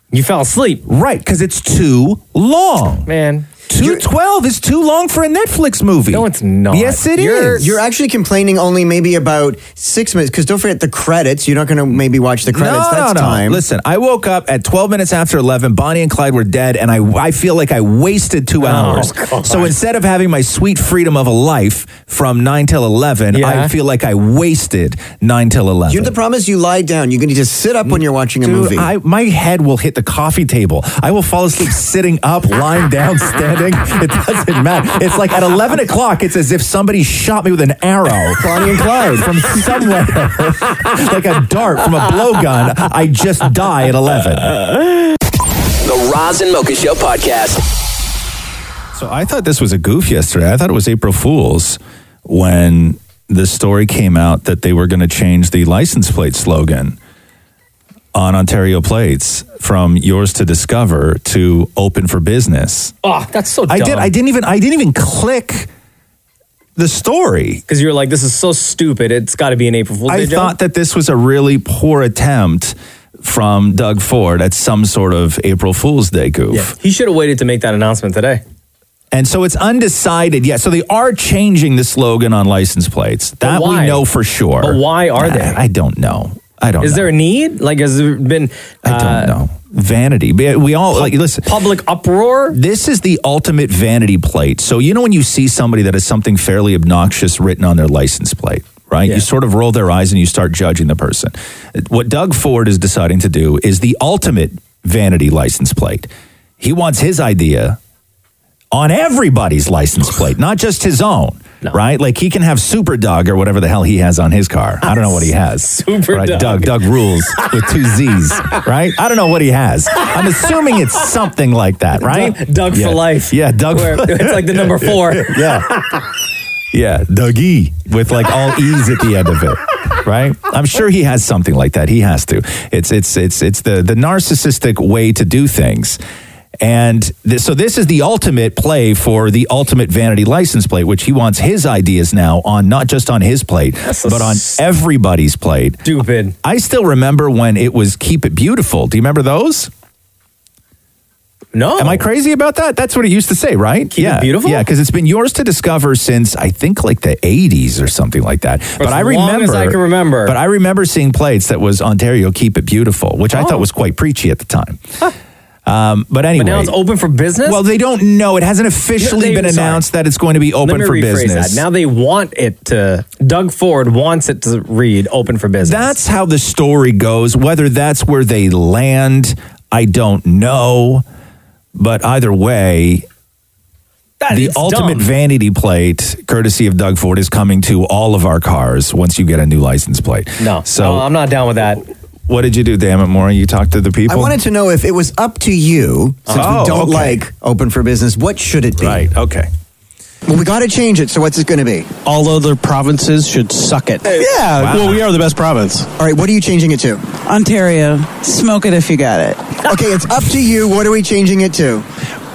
you fell asleep. Right, because it's too long. Man. 212 is too long for a Netflix movie. No, it's not. Yes, it is. you're, You're actually complaining only maybe about six minutes because don't forget the credits. You're not going to maybe watch the credits. No, That's no, no. time. Listen, I woke up at 12 minutes after 11. Bonnie and Clyde were dead, and I, I feel like I wasted two hours. So instead of having my sweet freedom of a life from 9 till 11, I feel like I wasted 9 till 11. You, the problem is you lie down. You're going to just sit up when you're watching a Dude, movie. I, my head will hit the coffee table. I will fall asleep sitting up, lying down, standing. It doesn't matter. It's like at 11 o'clock, it's as if somebody shot me with an arrow. Bonnie and Clyde. From somewhere. like a dart from a blowgun. I just die at 11. The Roz and Mocha Show podcast. So I thought this was a goof yesterday. I thought it was April Fool's when the story came out that they were going to change the license plate slogan on Ontario plates from yours to discover to open for business. Oh, that's so dumb. I did I didn't even I didn't even click the story. Because you were like, this is so stupid. It's got to be an April Fool's I Day joke. thought that this was a really poor attempt from Doug Ford at some sort of April Fool's Day goof. Yeah. He should have waited to make that announcement today. And so it's undecided. Yeah, so they are changing the slogan on license plates. That we why? know for sure. But why are Nah, they? I don't know. I don't Is know. there a need? Like, has there been? I don't know. Vanity. But We all like listen. Public uproar. This is the ultimate vanity plate. So you know when you see somebody that has something fairly obnoxious written on their license plate, right? You sort of roll their eyes and you start judging the person. What Doug Ford is deciding to do is the ultimate vanity license plate. He wants his idea on everybody's license plate, not just his own. Right? Like he can have Super Doug or whatever the hell he has on his car. I don't know what he has. Super Doug. Doug. Doug rules with two Z's, right? I don't know what he has. I'm assuming it's something like that, right? Doug- Doug for Yeah. life. Yeah, Doug. Where it's like the number four. yeah. Yeah, Dougie with like all E's at the end of it. Right? I'm sure he has something like that. He has to. It's it's it's it's the the narcissistic way to do things. And this, so this is the ultimate play for the ultimate vanity license plate, which he wants his ideas now on not just on his plate, but on everybody's plate. Stupid. I still remember when it was Keep It Beautiful. Do you remember those? No. Am I crazy about that? That's what it used to say, right? Keep it yeah. beautiful? Yeah, because it's been yours to discover since I think like the 80s or something like that. but as I long remember. as I can remember. But I remember seeing plates that was Ontario Keep It Beautiful, which I thought was quite preachy at the time. Um, but anyway. Oh. But now it's open for business. Well, they don't know. It hasn't officially They- been sorry. announced that it's going to be Let open me for rephrase business. That. Now they want it to. Doug Ford wants it to read open for business. That's how the story goes. Whether that's where they land, I don't know. But either way, the ultimate vanity plate, courtesy of Doug Ford, is coming to all of our cars once you get a new license plate. No, so I'm not down with that. What did you do, damn it, Maureen? You talked to the people. I wanted to know if it was up to you, since Oh, we don't okay. like open for business, what should it be? Right, okay. Well, we got to change it, so what's it going to be? All other provinces should suck it. Yeah. Well, we are the best province. All right, what are you changing it to? Ontario. Smoke it if you got it. okay, it's up to you. What are we changing it to?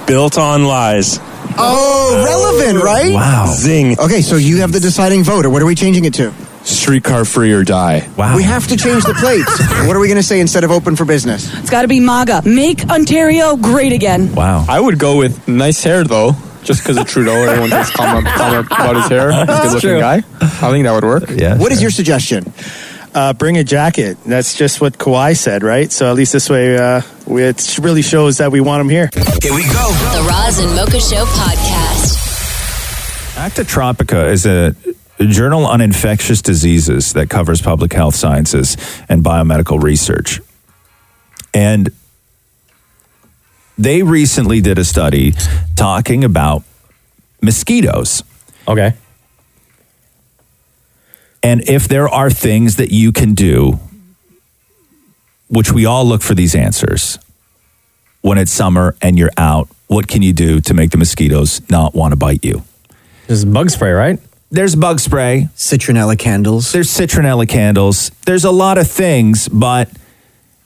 Built on lies. Oh, relevant, right? Wow. Zing. Okay, so you have the deciding vote, or what are we changing it to? Streetcar free or die. Wow. We have to change the plates. what are we going to say instead of open for business? It's got to be MAGA. Make Ontario great again. Wow. I would go with nice hair though, just because of Trudeau. Everyone just comment, comment about his hair. He's a That's good looking true. guy. I think that would work. Yeah. What is your suggestion? Uh, bring a jacket. That's just what Kawhi said, right? So at least this way, uh, we, it really shows that we want him here. Here we go. The Roz and Mocha Show podcast. Acta Tropica is a journal on infectious diseases that covers public health sciences and biomedical research. And they recently did a study talking about mosquitoes. Okay. And if there are things that you can do, which we all look for these answers when it's summer and you're out, what can you do to make the mosquitoes not want to bite you? There's bug spray, right? There's bug spray. Citronella candles. There's citronella candles. There's a lot of things, but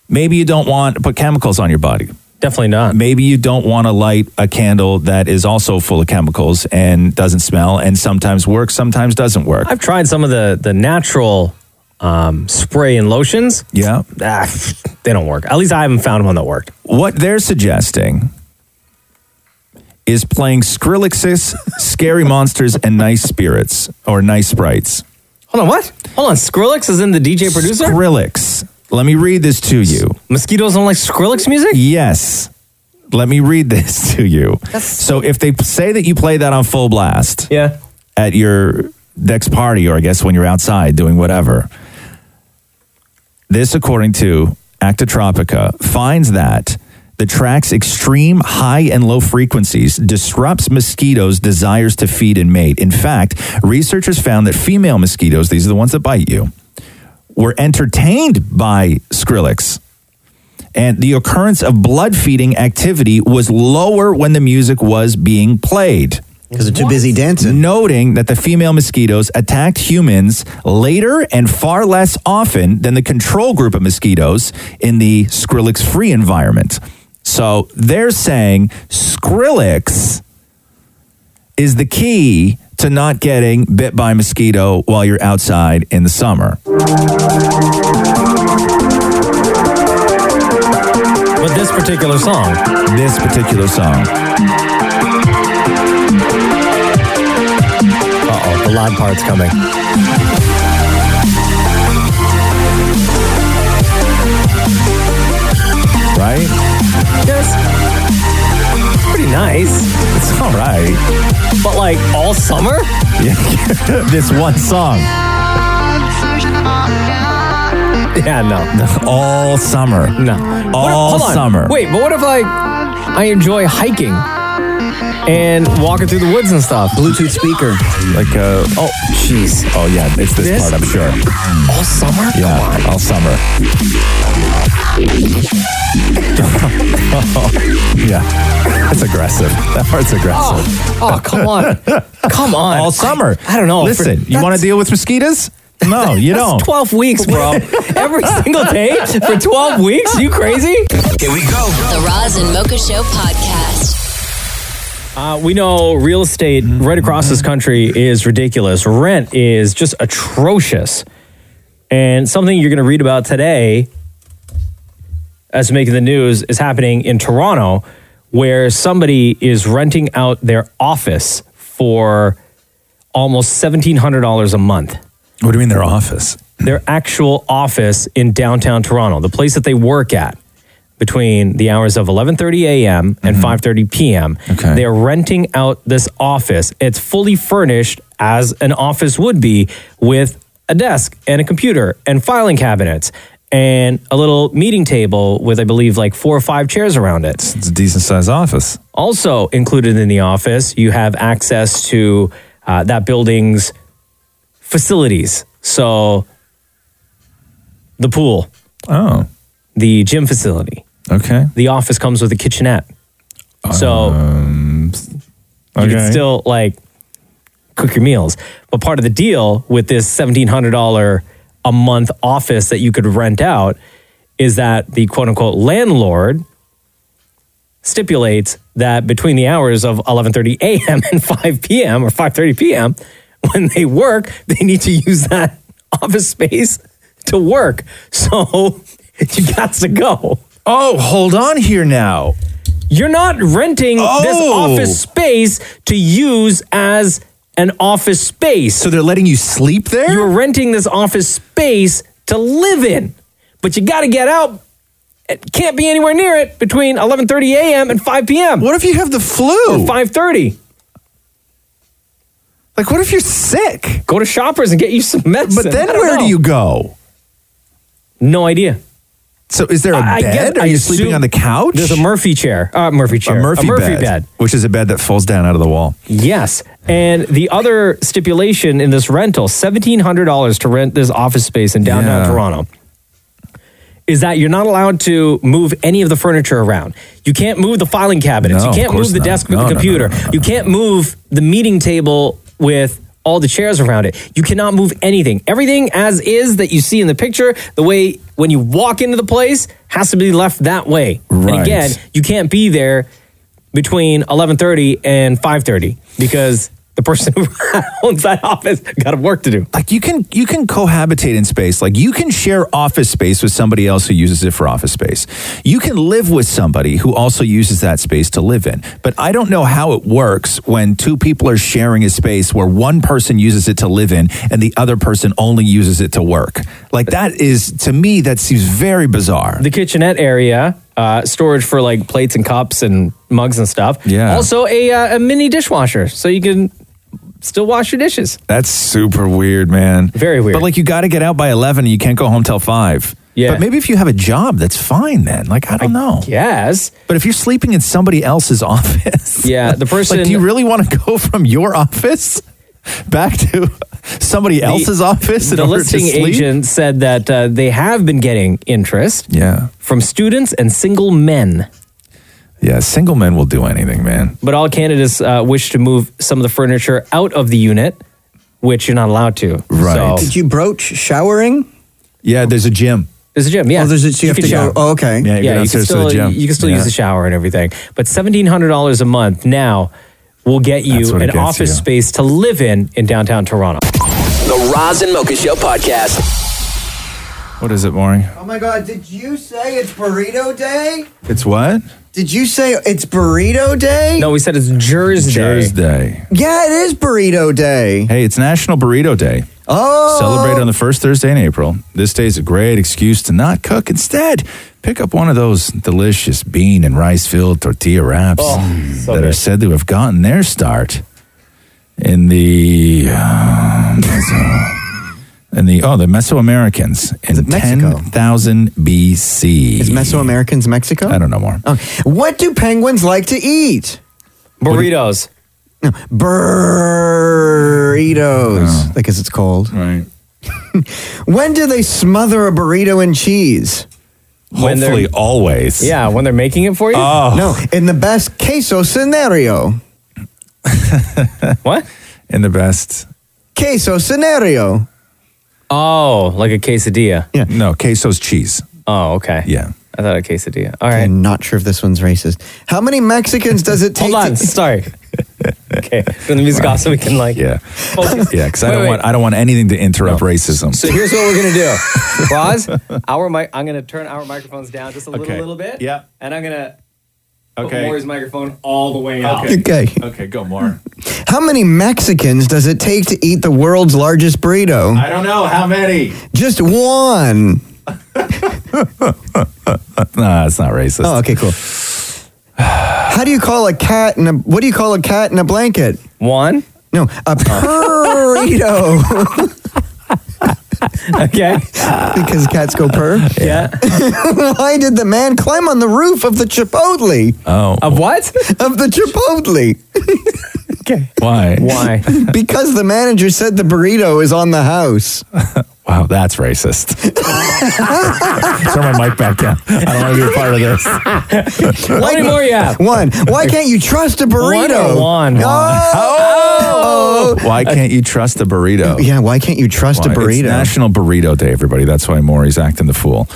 maybe you don't want to put chemicals on your body. Definitely not. Maybe you don't want to light a candle that is also full of chemicals and doesn't smell and sometimes works, sometimes doesn't work. I've tried some of the the natural um, spray and lotions. Ah, Yeah, they don't work. At least I haven't found one that worked. What they're suggesting is playing Skrillexes, Scary Monsters, and Nice Spirits or Nice Sprites. Hold on, what? Hold on. Skrillex is in the DJ producer. Skrillex. Let me read this to you. Mosquitoes don't like Skrillex music? Yes. Let me read this to you. so if they p- say that you play that on full blast, yeah, at your next party or I guess when you're outside doing whatever. This according to Acta Tropica finds that the track's extreme high and low frequencies disrupts mosquitoes' desires to feed and mate. In fact, researchers found that female mosquitoes, these are the ones that bite you, were entertained by Skrillex and the occurrence of blood feeding activity was lower when the music was being played. Because they're too busy dancing. Noting that the female mosquitoes attacked humans later and far less often than the control group of mosquitoes in the Skrillex free environment. So they're saying Skrillex is the key to not getting bit by a mosquito while you're outside in the summer. But this particular song. This particular song. Uh oh, the loud part's coming. Right? Yes. Pretty nice. It's all right. But like all summer? Yeah, this one song. Yeah, no. All summer. No. All hold on. summer. Wait, but what if I I enjoy hiking and walking through the woods and stuff? Bluetooth speaker. Like uh oh jeez. Oh yeah, it's this, This? part, I'm sure. All summer? Yeah, Oh, all summer. yeah. That's aggressive. That part's aggressive. Oh, come on. Come on. All summer. I, I don't know. Listen, you want to deal with mosquitoes? No, you That's don't. 12 weeks, bro. Every single day for 12 weeks? You crazy? Here we go. The Roz and Mocha Show podcast. Uh, we know real estate right across Mm-hmm. this country is ridiculous. Rent is just atrocious. And something you're going to read about today as making the news is happening in Toronto where somebody is renting out their office for almost $1700 a month. What do you mean their office? Their actual office in downtown Toronto, the place that they work at between the hours of 11:30 a.m. Mm-hmm. and 5:30 p.m. They're renting out this office. It's fully furnished as an office would be with a desk and a computer and filing cabinets and a little meeting table with, I believe, like four or five chairs around it. It's a decent sized office. Also included in the office, you have access to uh, that building's facilities. So the pool. Oh. The gym facility. Okay. The office comes with a kitchenette. So you Um, okay. can still like cook your meals. But part of the deal with this $1,700 a month office that you could rent out is that the quote unquote landlord stipulates that between the hours of 11:30 a.m. and 5 p.m. or 5:30 p.m. when they work, they need to use that office space to work. So you got to go. Oh, hold on here now. You're not renting this Oh. office space to use as an office space. So they're letting you sleep there? You're renting this office space to live in. But you got to get out. It can't be anywhere near it between 11:30 a.m. and 5 p.m. What if you have the flu? Or 5:30. Like, what if you're sick? Go to Shoppers and get you some medicine. But then where do you go? No idea. So is there a I- I bed? guess- Are I you sleeping assume on the couch? there's a Murphy chair. Uh, Murphy chair. A Murphy, A Murphy bed, bed. which is a bed that folds down out of the wall. Yes. And the other stipulation in this rental, $1,700 to rent this office space in downtown Yeah. Toronto, is that you're not allowed to move any of the furniture around. You can't move the filing cabinets. No, you of can't course move the not. desk with No, the no, no, computer. no, no, you can't move the meeting table with all the chairs around it. You cannot move anything. Everything as is that you see in the picture, the way when you walk into the place has to be left that way. And Right. again, you can't be there between 11:30 and 5:30 because the person who owns that office got work to do. Like you can you can cohabitate in space. Like you can share office space with somebody else who uses it for office space. You can live with somebody who also uses that space to live in. But I don't know how it works when two people are sharing a space where one person uses it to live in and the other person only uses it to work. Like that is to me that seems very bizarre. the kitchenette area, uh, storage for like plates and cups and mugs and stuff. Yeah. Also a, uh, a mini dishwasher, so you can still wash your dishes. That's super weird, man. Very weird. But like you got to get out by 11 and you can't go home till 5. Yeah. But maybe if you have a job, that's fine then. Like I don't know. Yes. But if you're sleeping in somebody else's office. Yeah, the person- Like do you really want to go from your office back to somebody else's office in The order listing to sleep? agent said that uh, they have been getting interest. Yeah. From students and single men, Yeah, single men will do anything, man. but all candidates uh, wish to move some of the furniture out of the unit, which you're not allowed to. So- Did you broach showering? Yeah, there's a gym. There's a gym. Yeah. Oh, there's a, so you, have can to go. shower. Oh, okay. Yeah, you go you can downstairs to still, the gym. You can still Yeah. use the shower and everything. But seventeen hundred dollars a month now will get That's you what it an gets office you. space to live in in downtown Toronto. The Roz and Mocha Show podcast. What is it, Maury? Oh my God! Did you say it's burrito day? It's what? Did you say it's burrito day? No, we said it's Jersey. Thursday. Yeah, it is burrito day. Hey, it's National Burrito Day. Oh. Celebrated on the first Thursday in April. This day is a great excuse to not cook. Instead, pick up one of those delicious bean and rice filled tortilla wraps Oh, that are said to have gotten their start in the. um, Meso- in the oh the Mesoamericans in ten thousand BC is Mesoamericans Mexico I don't know more Oh, what do penguins like to eat? Burritos. No, burritos. I guess it's called. Oh. Right. when do they smother a burrito in cheese? When they're- Hopefully always. Oh. Yeah, when they're making it for you. Ah. No, in the best queso scenario. what? In the best Queso scenario. Oh, like a quesadilla. Yeah. No, queso's cheese. Oh, okay. Yeah. I thought a quesadilla. All right. I'm not sure if this one's racist. How many Mexicans does it take? Hold on. Sorry. okay. Turn the music off so we can like. Yeah. Focus. yeah because I Wait, don't wait. want I don't want anything to interrupt racism So here's what we're gonna do, Roz. Our mic. I'm gonna turn our microphones down just a little, Okay. little bit. Yeah. And I'm gonna. Okay. Put Maury's microphone all the way up. Okay. okay go more How many Mexicans does it take to eat the world's largest burrito? I don't know how many Just one. no it's not racist Oh, okay, cool. How do you call a cat in a what do you call a cat in a blanket? Uh-huh. One? No, a burrito. Okay. because cats go purr. Yeah. Why did the man climb on the roof of the Chipotle? Oh. Of what? Of the Chipotle. okay. Why? Why? because the manager said the burrito is on the house. Wow, that's racist. Turn my mic back down. I don't want to be a part of this. Why- One. Why can't you trust a burrito? One. Oh! Oh! Why can't you trust a burrito? Yeah, why can't you trust a Why? It's burrito? National Burrito Day, everybody. That's why Maury's acting the fool.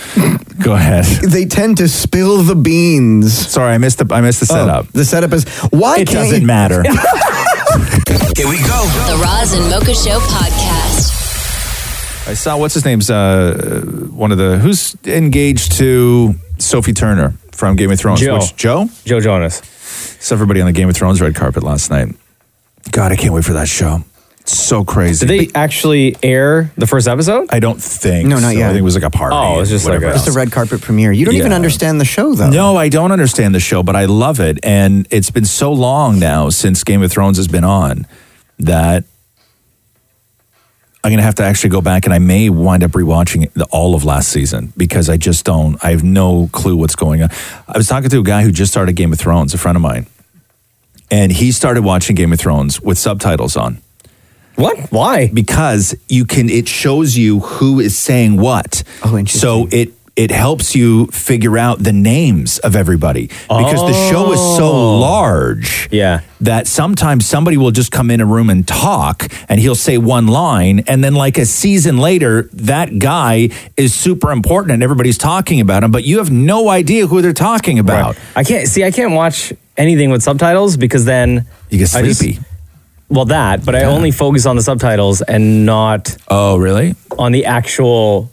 Go ahead. They tend to spill the beans. Sorry, I missed the I missed the setup. the setup is why it can't doesn't you- matter. Here we go. The Roz and Mocha Show podcast. I saw what's his name's uh, one of the who's engaged to Sophie Turner from Game of Thrones. Joe. Which, Joe? Joe Jonas. Saw everybody on the Game of Thrones red carpet last night. God, I can't wait for that show. It's so crazy. Did they actually air the first episode? I don't think. No, not so. yet. I think it was like a party. Oh, it's just like whatever a- else. Just a red carpet premiere. You don't even Yeah. understand the show, though. No, I don't understand the show, but I love it. And it's been so long now since Game of Thrones has been on that I'm going to have to actually go back and I may wind up rewatching it, the, all of last season because I just don't, I have no clue what's going on. I was talking to a guy who just started Game of Thrones, a friend of mine, and he started watching Game of Thrones with subtitles on. What? Why? Because you can. It shows you who is saying what. Oh, interesting. So it it helps you figure out the names of everybody because the show is so large. Oh. Yeah. That sometimes somebody will just come in a room and talk, and he'll say one line, and then like a season later, that guy is super important, and everybody's talking about him, but you have no idea who they're talking about. I can't see. I can't watch anything with subtitles because then you get sleepy. well, that. But I only focus on the subtitles and not. Oh, really? On the actual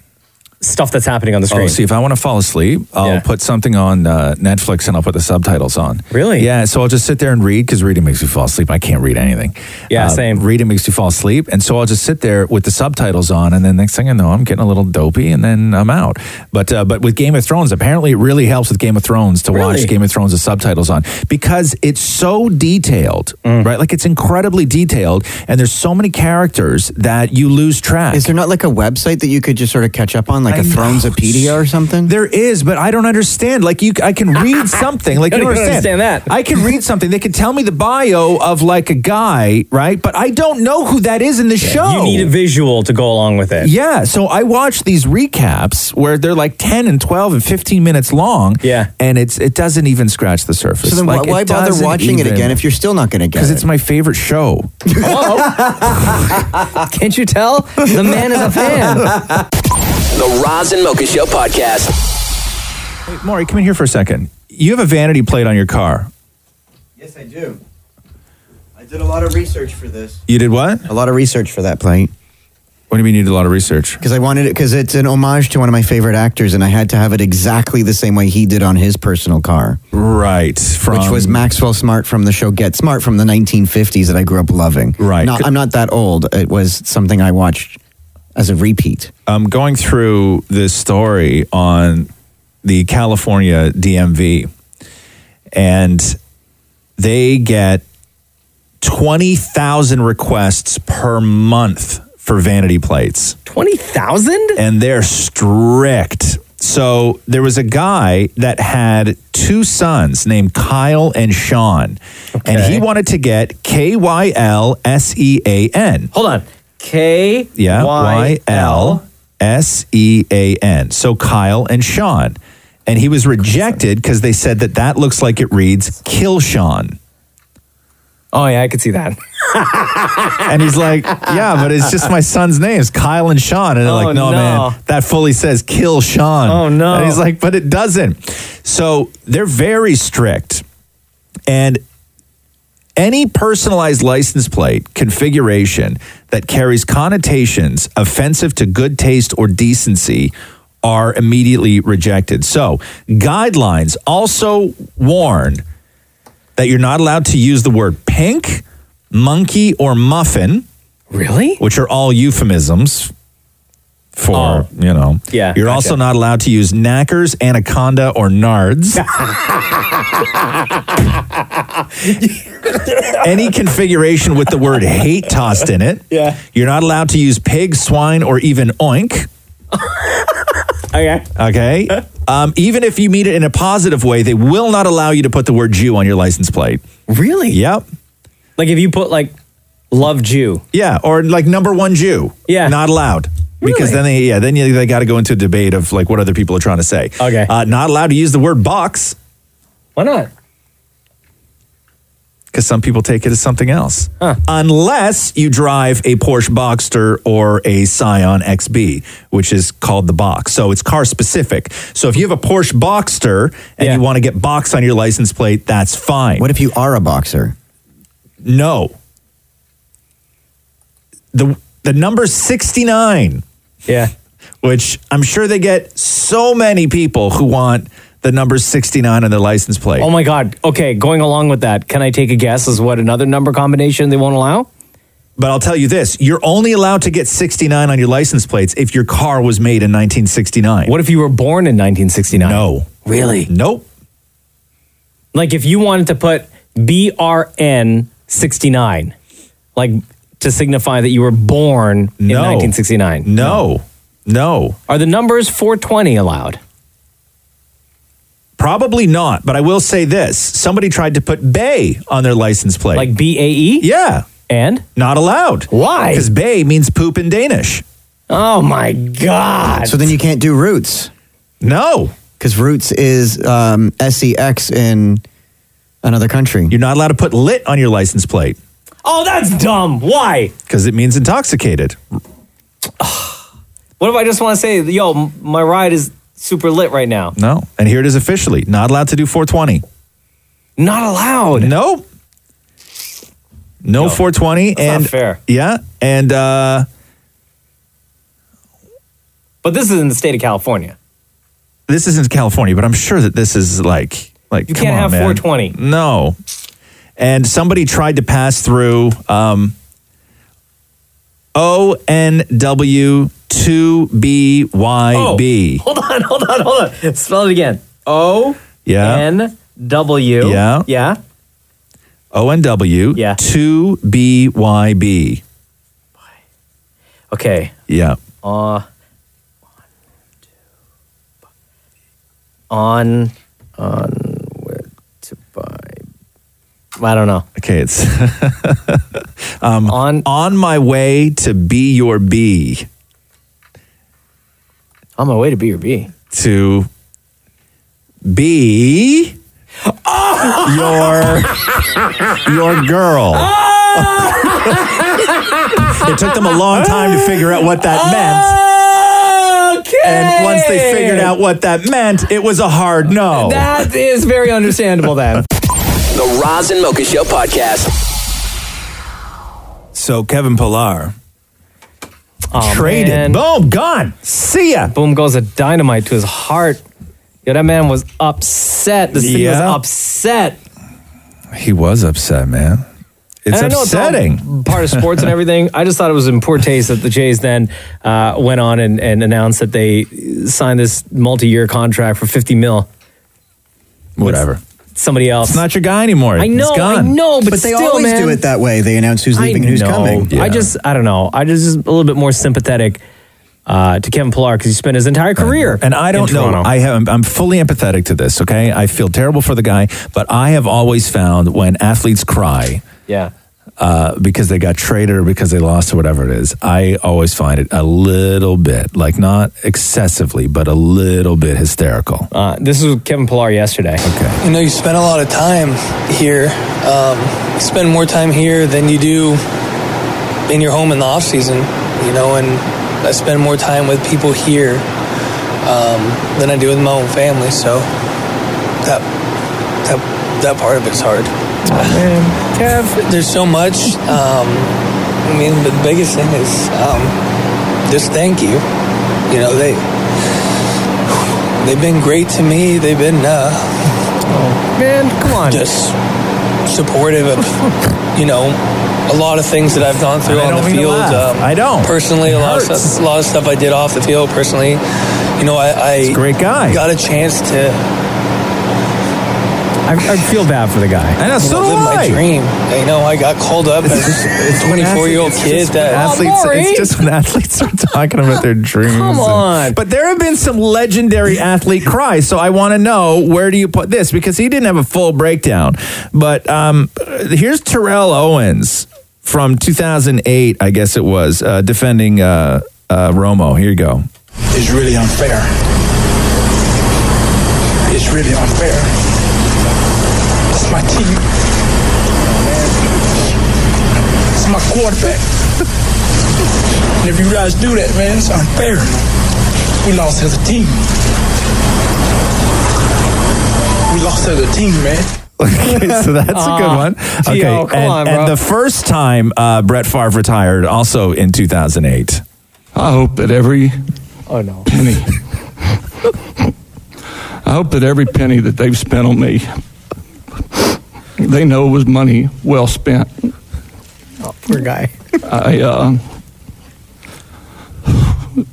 stuff that's happening on the screen. Oh, see, if I want to fall asleep, I'll put something on uh, Netflix and I'll put the subtitles on. Really? Yeah. So I'll just sit there and read because reading makes me fall asleep. I can't read anything. Uh, Yeah, same. Reading makes you fall asleep, and so I'll just sit there with the subtitles on, and then next thing I know, I'm getting a little dopey, and then I'm out. But uh, but with Game of Thrones, apparently, it really helps with Game of Thrones to Really? watch Game of Thrones with subtitles on because it's so detailed, Mm. right? Like it's incredibly detailed, and there's so many characters that you lose track. Is there not like a website that you could just sort of catch up on, like a Thronesopedia or something? There is, but I don't understand. Like you, I can read something. Like you don't Don't even understand. understand that. I can read something. They can tell me the bio of like a guy, right? But I don't know who that is in the show. You need a visual to go along with it. yeah, so I watch these recaps where they're like ten and twelve and fifteen minutes long. Yeah, and it's it doesn't even scratch the surface. So then like, why, why bother watching it again if you're still not going to get because it? it's my favorite show. Can't you tell? The man is a fan. The Roz and Mocha Show podcast. Hey, Maury, come in here for a second. You have a vanity plate on your car. Yes, I do. I did a lot of research for this. You did what? A lot of research for that plate. What do you mean you did a lot of research? Because I wanted it, because it's an homage to one of my favorite actors, and I had to have it exactly the same way he did on his personal car. Right. Which was Maxwell Smart from the show Get Smart from the 1950s that I grew up loving. Right. Not, I'm not that old. It was something I watched as a repeat. I'm going through this story on the California DMV, and they get 20,000 requests per month for vanity plates. 20,000? And they're strict. So there was a guy that had two sons named Kyle and Sean, and he wanted to get K Y L S E A N. Hold on. K Yeah. Y Y L S E A N. So Kyle and Sean. And he was rejected because they said that that looks like it reads kill Sean. Oh, yeah, I could see that. and he's like, yeah, but it's just my son's names, Kyle and Sean. And they're Oh, like, no, no. man, that fully says kill Sean. Oh, no. And he's like, but it doesn't. So they're very strict. And any personalized license plate configuration that carries connotations offensive to good taste or decency are immediately rejected. So, guidelines also warn that you're not allowed to use the word pink, monkey, or muffin. Really? Which are all euphemisms for you know. Oh. Yeah, You're gotcha. also not allowed to use knackers, anaconda, or nards. Any configuration with the word hate tossed in it. Yeah. You're not allowed to use pig, swine, or even oink. Okay. Okay. Um, even if you mean it in a positive way, they will not allow you to put the word Jew on your license plate. Really? Yep. Like if you put like love Jew. Yeah, or like number one Jew. Yeah. Not allowed. Because then they yeah, then you, they got to go into a debate of like what other people are trying to say. Okay. Uh, not allowed to use the word box. Why not? Because some people take it as something else. Unless you drive a Porsche Boxster or a Scion XB, which is called the box. So it's car specific. So if you have a Porsche Boxster and you want to get box on your license plate, that's fine. What if you are a boxer? No. The the number 69. Yeah. Which I'm sure they get so many people who want the number 69 on their license plate. Oh my God. Okay, going along with that, can I take a guess as what another number combination they won't allow? But I'll tell you this you're only allowed to get 69 on your license plates if your car was made in 1969. What if you were born in 1969? No. Really? Nope. Like if you wanted to put BRN 69, like to signify that you were born in No. 1969. No. No. Are the numbers 420 allowed? Probably not, but I will say this. Somebody tried to put Bay on their license plate. Like B A E? Yeah. And? Not allowed. Why? Because Bay means poop in Danish. Oh my God. So then you can't do roots. No. Because roots is um, SEX in another country. You're not allowed to put lit on your license plate. Oh, that's dumb. Why? Because it means intoxicated. What if I just want to say, yo, m- my ride is super lit right now? No. And here it is officially. Not allowed to do 420. Not allowed. Nope. No, 420 and fair. Yeah. And uh But this is in the state of California. this isn't California, but I'm sure that this is like like You come can't on, have man. 420. No. And somebody tried to pass through um O N W two B Y B. Oh, Hold on, hold on, hold on. Spell it again. O Yeah. N W. Yeah. Yeah. O N W two B Y B. Okay. Yeah. Uh, on, on where to buy? I don't know. Okay, it's um, on on my way to be your bee. On my way to be your bee. To be your your girl. it took them a long time to figure out what that meant. And once they figured out what that meant, it was a hard no. That is very understandable then. The Roz and Mocha Show podcast. So Kevin Pillar Aw, traded. man. Boom, gone. See ya. Boom goes a dynamite to his heart. Yo, that man was upset. The city Yeah. was upset. He was upset, man. It's And I know all upsetting. part of sports and everything. I just thought it was in poor taste that the Jays then uh, went on and, and announced that they signed this multi-year contract for 50 mil. Whatever. Somebody else. It's not your guy anymore. I know, I know, but, they still, always man, do it that way. They announce who's leaving I and who's know. coming. I just, I don't know. I just, just a little bit more sympathetic uh, to Kevin Pillar because he spent his entire career. And I don't in know. Toronto. I have. I'm fully empathetic to this. Okay, I feel terrible for the guy, but I have always found when athletes cry yeah. uh, because they got traded or because they lost or whatever it is, I always find it a little bit, like not excessively, but a little bit hysterical. Uh, this is Kevin Pillar yesterday. Okay. I know you spend a lot of time here. Um, you spend more time here than you do in your home in the off season. You know, and I spend more time with people here um, than I do with my own family. So that that that part of it's hard. There's so much. Um, I mean, the biggest thing is um, just thank you. You know they they've been great to me. They've been uh, man, come on, just supportive of you know a lot of things that I've gone through I on don't the mean to field. um, laugh. I don't. personally. It A lot, of hurts. stuff, a lot of stuff I did off the field personally. You know, I, I great guy. Got a chance to I, I feel bad for the guy. you know, live my dream. You know, I got called up as a 24 year old kid that athletes, it's just when athletes are talking about their dreams. Come on. But there have been some legendary athlete cries, so I want to know where do you put this because he didn't have a full breakdown. But um, here's Terrell Owens from 2008, I guess it was, uh, defending uh, uh, Romo. Here you go. is really unfair. It's really unfair. It's my team. It's my quarterback. And if you guys do that, man, it's unfair. We lost as a team. We lost as a team, man. Okay, so that's a good Ah, one. Gio, Okay, come and, on, bro. and the first time uh, Brett Favre retired, also in 2008. I hope that every oh no penny, I hope that every penny that they've spent on me, they know was money well spent. Oh, poor guy. I uh,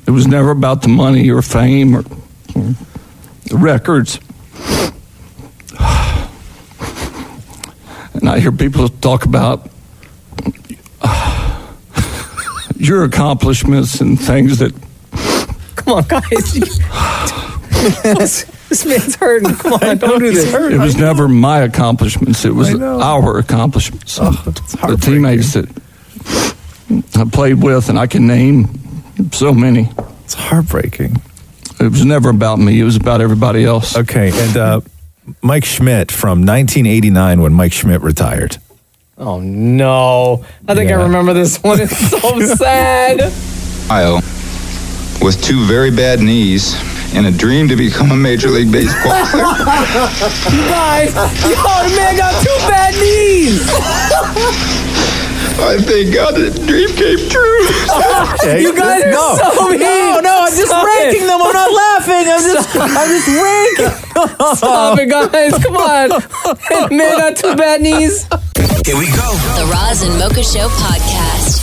it was never about the money or fame or, or the records. And I hear people talk about uh, your accomplishments and things that Come on, guys. this man's hurting. Come on, don't do this. It was never my accomplishments. It was our accomplishments. Oh, the teammates that I played with, and I can name so many. It's heartbreaking. It was never about me. It was about everybody else. Okay, and uh, Mike Schmidt from 1989 when Mike Schmidt retired. Oh no! I think I remember this one. It's so sad. Ohio with two very bad knees and a dream to become a Major League Baseball player. you guys, yo, the man got two bad knees. I thank God that dream came true. you guys are so mean. No, no, I'm just Stop ranking it. them. I'm not laughing. I'm just, Stop. I'm just ranking. Stop it, guys. Come on. Man got two bad knees. Here we go. The Roz and Mocha Show podcast.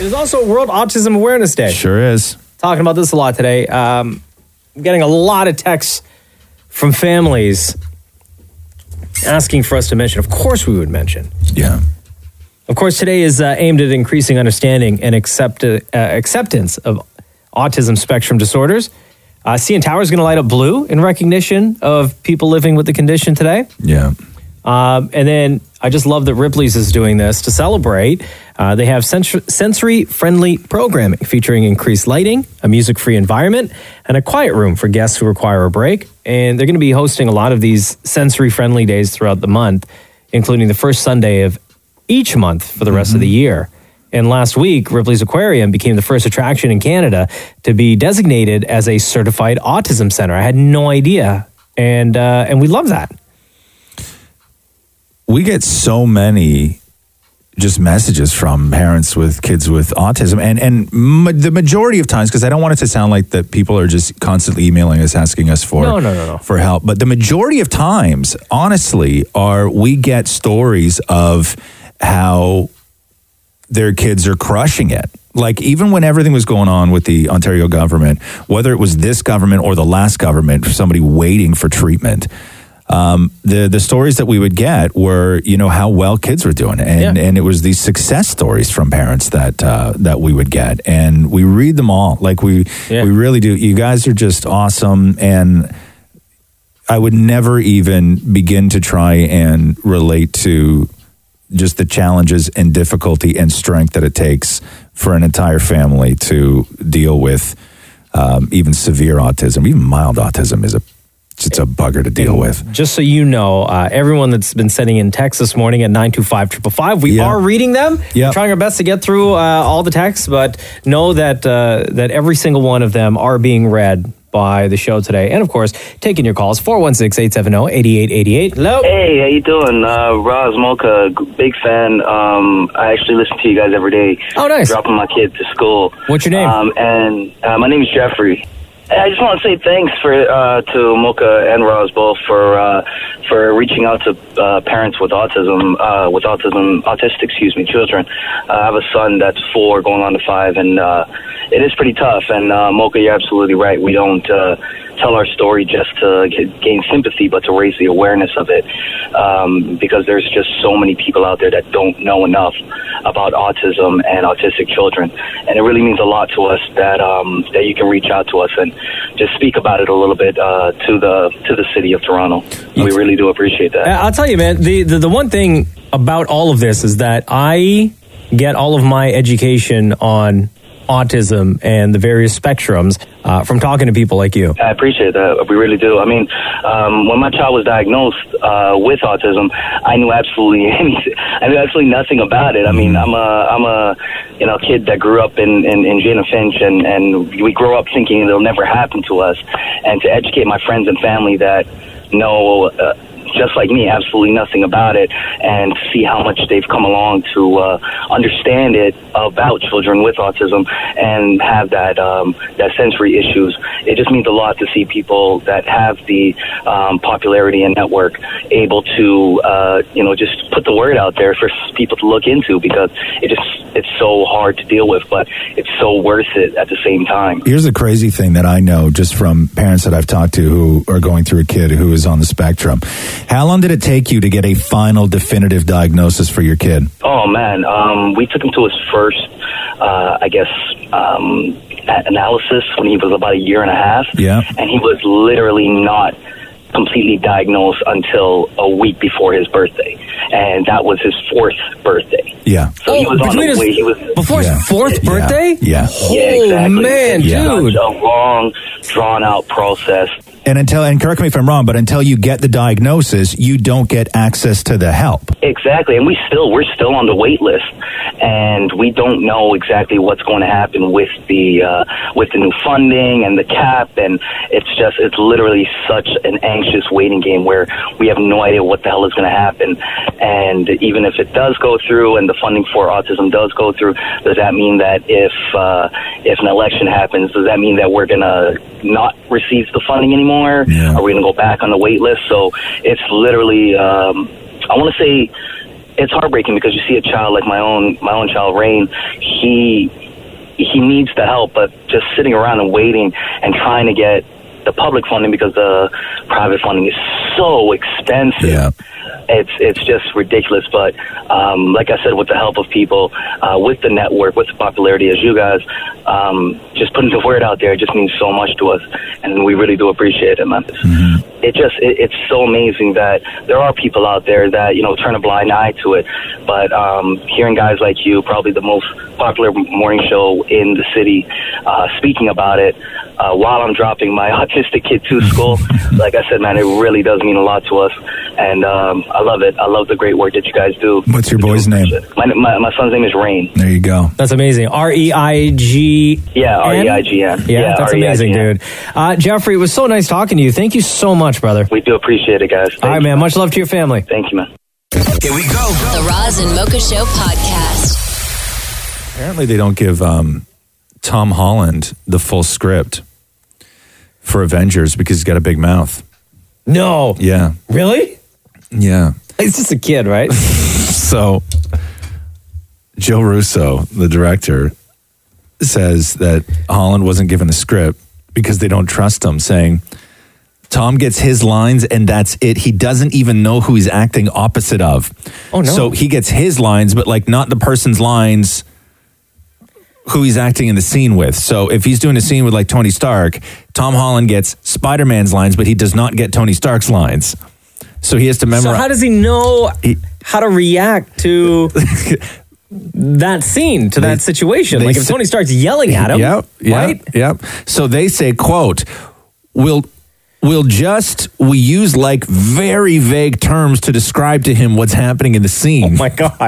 It is also World Autism Awareness Day. Sure is. Talking about this a lot today. Um, I'm getting a lot of texts from families asking for us to mention. Of course, we would mention. Yeah. Of course, today is uh, aimed at increasing understanding and accept- uh, acceptance of autism spectrum disorders. Uh, CN Tower is going to light up blue in recognition of people living with the condition today. Yeah. Um, and then I just love that Ripley's is doing this to celebrate. Uh, they have sensory friendly programming featuring increased lighting, a music free environment, and a quiet room for guests who require a break. And they're going to be hosting a lot of these sensory friendly days throughout the month, including the first Sunday of each month for the rest of the year. And last week, Ripley's Aquarium became the first attraction in Canada to be designated as a certified autism center. I had no idea. And, uh, and we love that. we get so many just messages from parents with kids with autism and and ma- the majority of times because I don't want it to sound like that people are just constantly emailing us asking us for No, no, no, no. for help but the majority of times honestly are we get stories of how their kids are crushing it. Like even when everything was going on with the Ontario government, whether it was this government or the last government, somebody waiting for treatment. Um, the the stories that we would get were you know how well kids were doing and and it was these success stories from parents that uh, that we would get and we read them all like we we really do you guys are just awesome and I would never even begin to try and relate to just the challenges and difficulty and strength that it takes for an entire family to deal with um, even severe autism, even mild autism is a it's a bugger to deal with. Just so you know, uh, everyone that's been sending in texts this morning at 925-555, we are reading them. Yeah. We're Trying our best to get through uh, all the texts, but know that uh, that every single one of them are being read by the show today. And of course, taking your calls, 416-870-8888. Hello? Hey, how you doing? Uh, Roz Mocha, g- big fan. Um, I actually listen to you guys every day. Oh, nice. Dropping my kid to school. What's your name? Um, and uh, my name is Jeffrey. I just want to say thanks for uh, to Mocha and Roz both for uh, for reaching out to uh, parents with autism uh, with autism autistic excuse me children. Uh, I have a son that's four going on to five, and uh, it is pretty tough. And uh, Mocha, you're absolutely right. We don't uh, tell our story just to g- gain sympathy, but to raise the awareness of it, um, because there's just so many people out there that don't know enough about autism and autistic children, and it really means a lot to us that um, that you can reach out to us and just speak about it a little bit uh, to the to the city of Toronto. We really do appreciate uh, that. I'll tell you, man, the, the, the one thing about all of this is that I get all of my education on autism and the various spectrums uh, from talking to people like you. I appreciate that. We really do. I mean, um, when my child was diagnosed uh, with autism, I knew absolutely anything. I knew absolutely nothing about it. I mean, I'm a I'm a you know kid that grew up in in, in Jane and Finch, and and we grow up thinking it'll never happen to us. And to educate my friends and family that know. Uh, just like me, absolutely nothing about it, and see how much they've come along to uh, understand it about children with autism and have that um, that sensory issues. It just means a lot to see people that have the um, popularity and network able to uh, you know just put the word out there for s- people to look into because it just it's so hard to deal with, but it's so worth it at the same time. Here's the crazy thing that I know just from parents that I've talked to who are going through a kid who is on the spectrum. How long did it take you to get a final definitive diagnosis for your kid? Oh man, um, we took him to his first, uh, I guess, um, a- analysis when he was about a year and a half, Yeah. and he was literally not completely diagnosed until a week before his birthday, and that was his fourth birthday. Yeah. So he was on between the his- way. He was before his fourth birthday? Yeah. Oh, man, dude. Such a long, drawn out process. And until and correct me if I'm wrong, but until you get the diagnosis, you don't get access to the help. Exactly, and we still we're still on the wait list, and we don't know exactly what's going to happen with the uh, with the new funding and the cap, and it's just it's literally such an anxious waiting game where we have no idea what the hell is going to happen, and even if it does go through and the funding for autism does go through, does that mean that if uh, if an election happens, does that mean that we're going to not receive the funding anymore? Are we going to go back on the wait list? So it's literally. Um, I want to say it's heartbreaking because you see a child like my own my own child Rain. He he needs the help, but just sitting around and waiting and trying to get the public funding because the private funding is so expensive. It's it's just ridiculous, but um, like I said, with the help of people, uh, with the network, with the popularity as you guys, um, just putting the word out there just means so much to us, and we really do appreciate it, man it just it, it's so amazing that there are people out there that you know turn a blind eye to it but um, hearing guys like you probably the most popular morning show in the city uh, speaking about it uh, while I'm dropping my autistic kid to school like I said man it really does mean a lot to us and um, I love it I love the great work that you guys do What's your boy's name? my, my, my son's name is Rain There you go. That's amazing. R E I G. Yeah, E R.E.I.G.N.. Yeah, Yeah, E that's amazing, dude. Uh, Jeffrey, it was so nice talking to you. Thank you so much, brother. We do appreciate it, guys. All right, man. Much love to your family. Thank you, man. Here we go. The Roz and Mocha Show podcast. Apparently, they don't give um, Tom Holland the full script for Avengers because he's got a big mouth. No. Yeah. Really? Yeah. He's just a kid, right? so, Joe Russo, the director, says that Holland wasn't given the script because they don't trust him, saying, Tom gets his lines and that's it. He doesn't even know who he's acting opposite of. Oh, no. So he gets his lines, but like not the person's lines who he's acting in the scene with. So if he's doing a scene with like Tony Stark, Tom Holland gets Spider Man's lines, but he does not get Tony Stark's lines. So he has to memorize. So how does he know how to react to that scene, to that situation? they Like if sa- Tony starts yelling at him, Yep. Yep. right? Yep. So they say, "quote We'll we'll just we use like very vague terms to describe to him what's happening in the scene." Oh my god!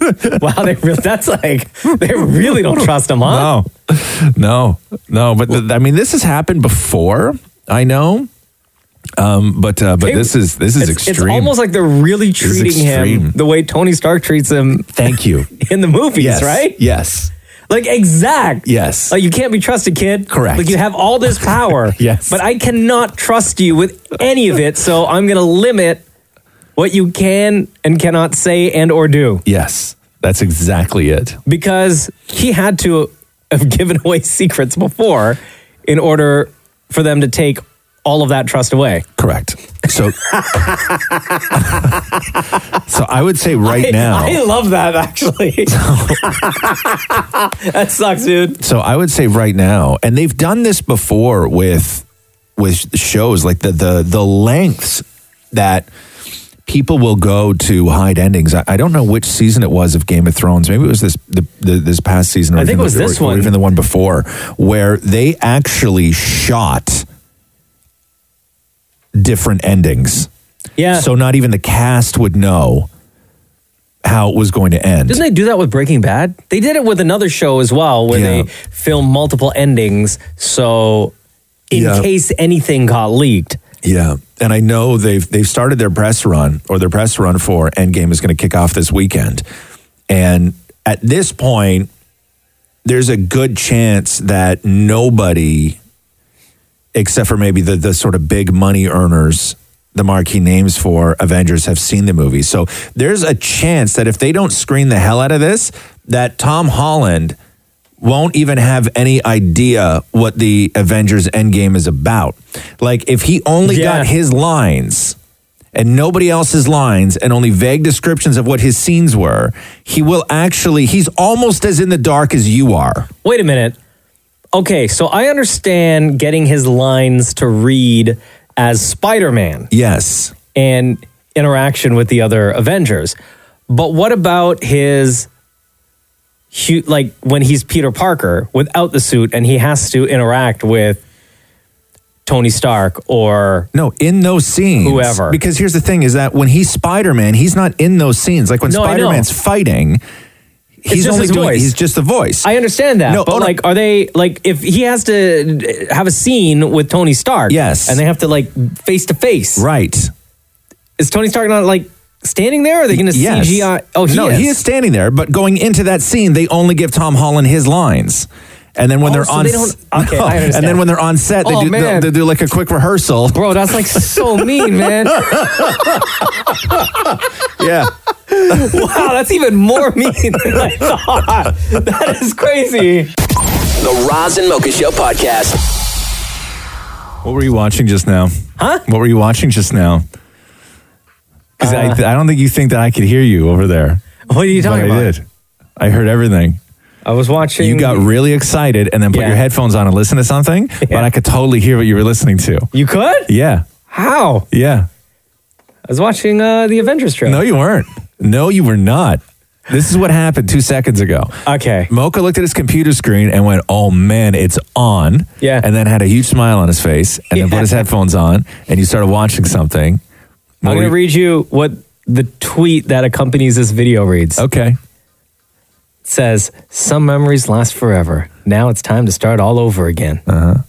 wow, they really, that's like they really don't trust him, huh? No, no, no. But th- I mean, this has happened before. I know. Um, but uh, but They- this is this is it's, extreme. It's almost like they're really This is treating him extreme. the way Tony Stark treats him. Thank you. in the movies, Yes, right? Yes. Like exact. Yes. Like you can't be trusted, kid. Correct. Like you have all this power. Yes. But I cannot trust you with any of it, so I'm going to limit what you can and cannot say and or do. Yes. That's exactly it. Because he had to have given away secrets before in order for them to take all of that trust away. Correct. So, so I would say right I- now. I love that actually. that sucks, dude. So I would say right now, and they've done this before with with shows like the the the lengths that people will go to hide endings. I, I don't know which season it was of Game of Thrones. Maybe it was this the, the this past season. Or I think even it was the- this or- or one. even the one before, where they actually shot different endings. Yeah. So not even the cast would know how it was going to end. Didn't they do that with Breaking Bad? They did it with another show as well, where they film multiple endings, so in Yeah. case anything got leaked. Yeah, and I know they've they've started their press run or their press run for Endgame is going to kick off this weekend, and at this point, there's a good chance that nobody, except for maybe the the sort of big money earners, the marquee names for Avengers, have seen the movie. So there's a chance that if they don't screen the hell out of this, that Tom Holland won't even have any idea what the Avengers Endgame is about. Like, if he only got his lines and nobody else's lines and only vague descriptions of what his scenes were, he will actually, he's almost as in the dark as you are. Wait a minute. Okay, so I understand getting his lines to read as Spider Man. Yes. And interaction with the other Avengers. But what about his. hu- Like when he's Peter Parker without the suit and he has to interact with Tony Stark or. No, in those scenes. Whoever. Because here's the thing is that when he's Spider Man, he's not in those scenes. Like when No, I know. Spider Man's fighting, It's he's just only his doing, voice. he's just the voice. I understand that. No, but oh, no. like, are they like if he has to have a scene with Tony Stark? Yes. and they have to like face to face. Right. Is Tony Stark not like standing there? Or are they going to Yes. CGI? Oh, he no, is. he is standing there. But going into that scene, they only give Tom Holland his lines, and then when Oh, they're so on, they don't- okay, I understand. and then when they're on set, they Oh, do they'll- man. They, do like a quick rehearsal. Bro, that's like so mean, man. yeah. wow, that's even more mean than I thought. That is crazy. The Roz and Mocha Show podcast. What were you watching just now? Huh? What were you watching just now? Because I, I don't think you think that I could hear you over there. Uh. What are you But talking I about? did. I heard everything. I was watching. You got really excited and then put Yeah. your headphones on and listen to something, but I could totally hear what you were listening to. You could? Yeah. How? Yeah. I was watching uh, the Avengers trailer. No, you weren't. No, you were not. This is what happened two seconds ago. Okay. Mocha looked at his computer screen and went, "Oh man, it's on." Yeah. And then had a huge smile on his face, and then put his headphones on, and you started watching something. I'm going to read you what the tweet that accompanies this video reads. Okay. says, Some memories last forever. Now it's time to start all over again. Uh-huh. Uh huh.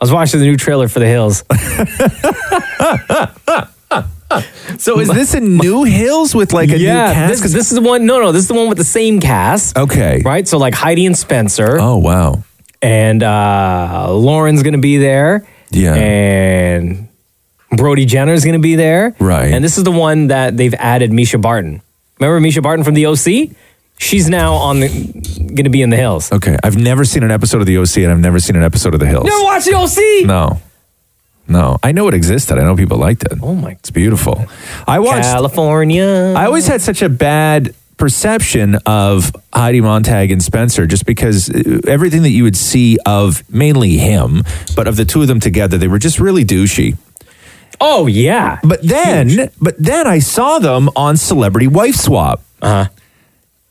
I was watching the new trailer for The Hills. So is this a new Hills with like a yeah, new cast? This, this is the one. No, no, this is the one with the same cast. Okay. Right? So like Heidi and Spencer. Oh, wow. And uh, Lauren's going to be there. Yeah. And Brody Jenner's going to be there. Right. And this is the one that they've added Misha Barton. Remember Misha Barton from The OC? She's now on the going to be in The Hills. Okay, I've never seen an episode of The OC, and I've never seen an episode of The Hills. Never watched The OC. No, no. I know it existed. I know people liked it. Oh my, it's beautiful. I watched California. I always had such a bad perception of Heidi Montag and Spencer just because uh, everything that you would see of mainly him, but of the two of them together, they were just really douchey. Oh yeah. But then, but then I saw them on Celebrity Wife Swap. Uh huh.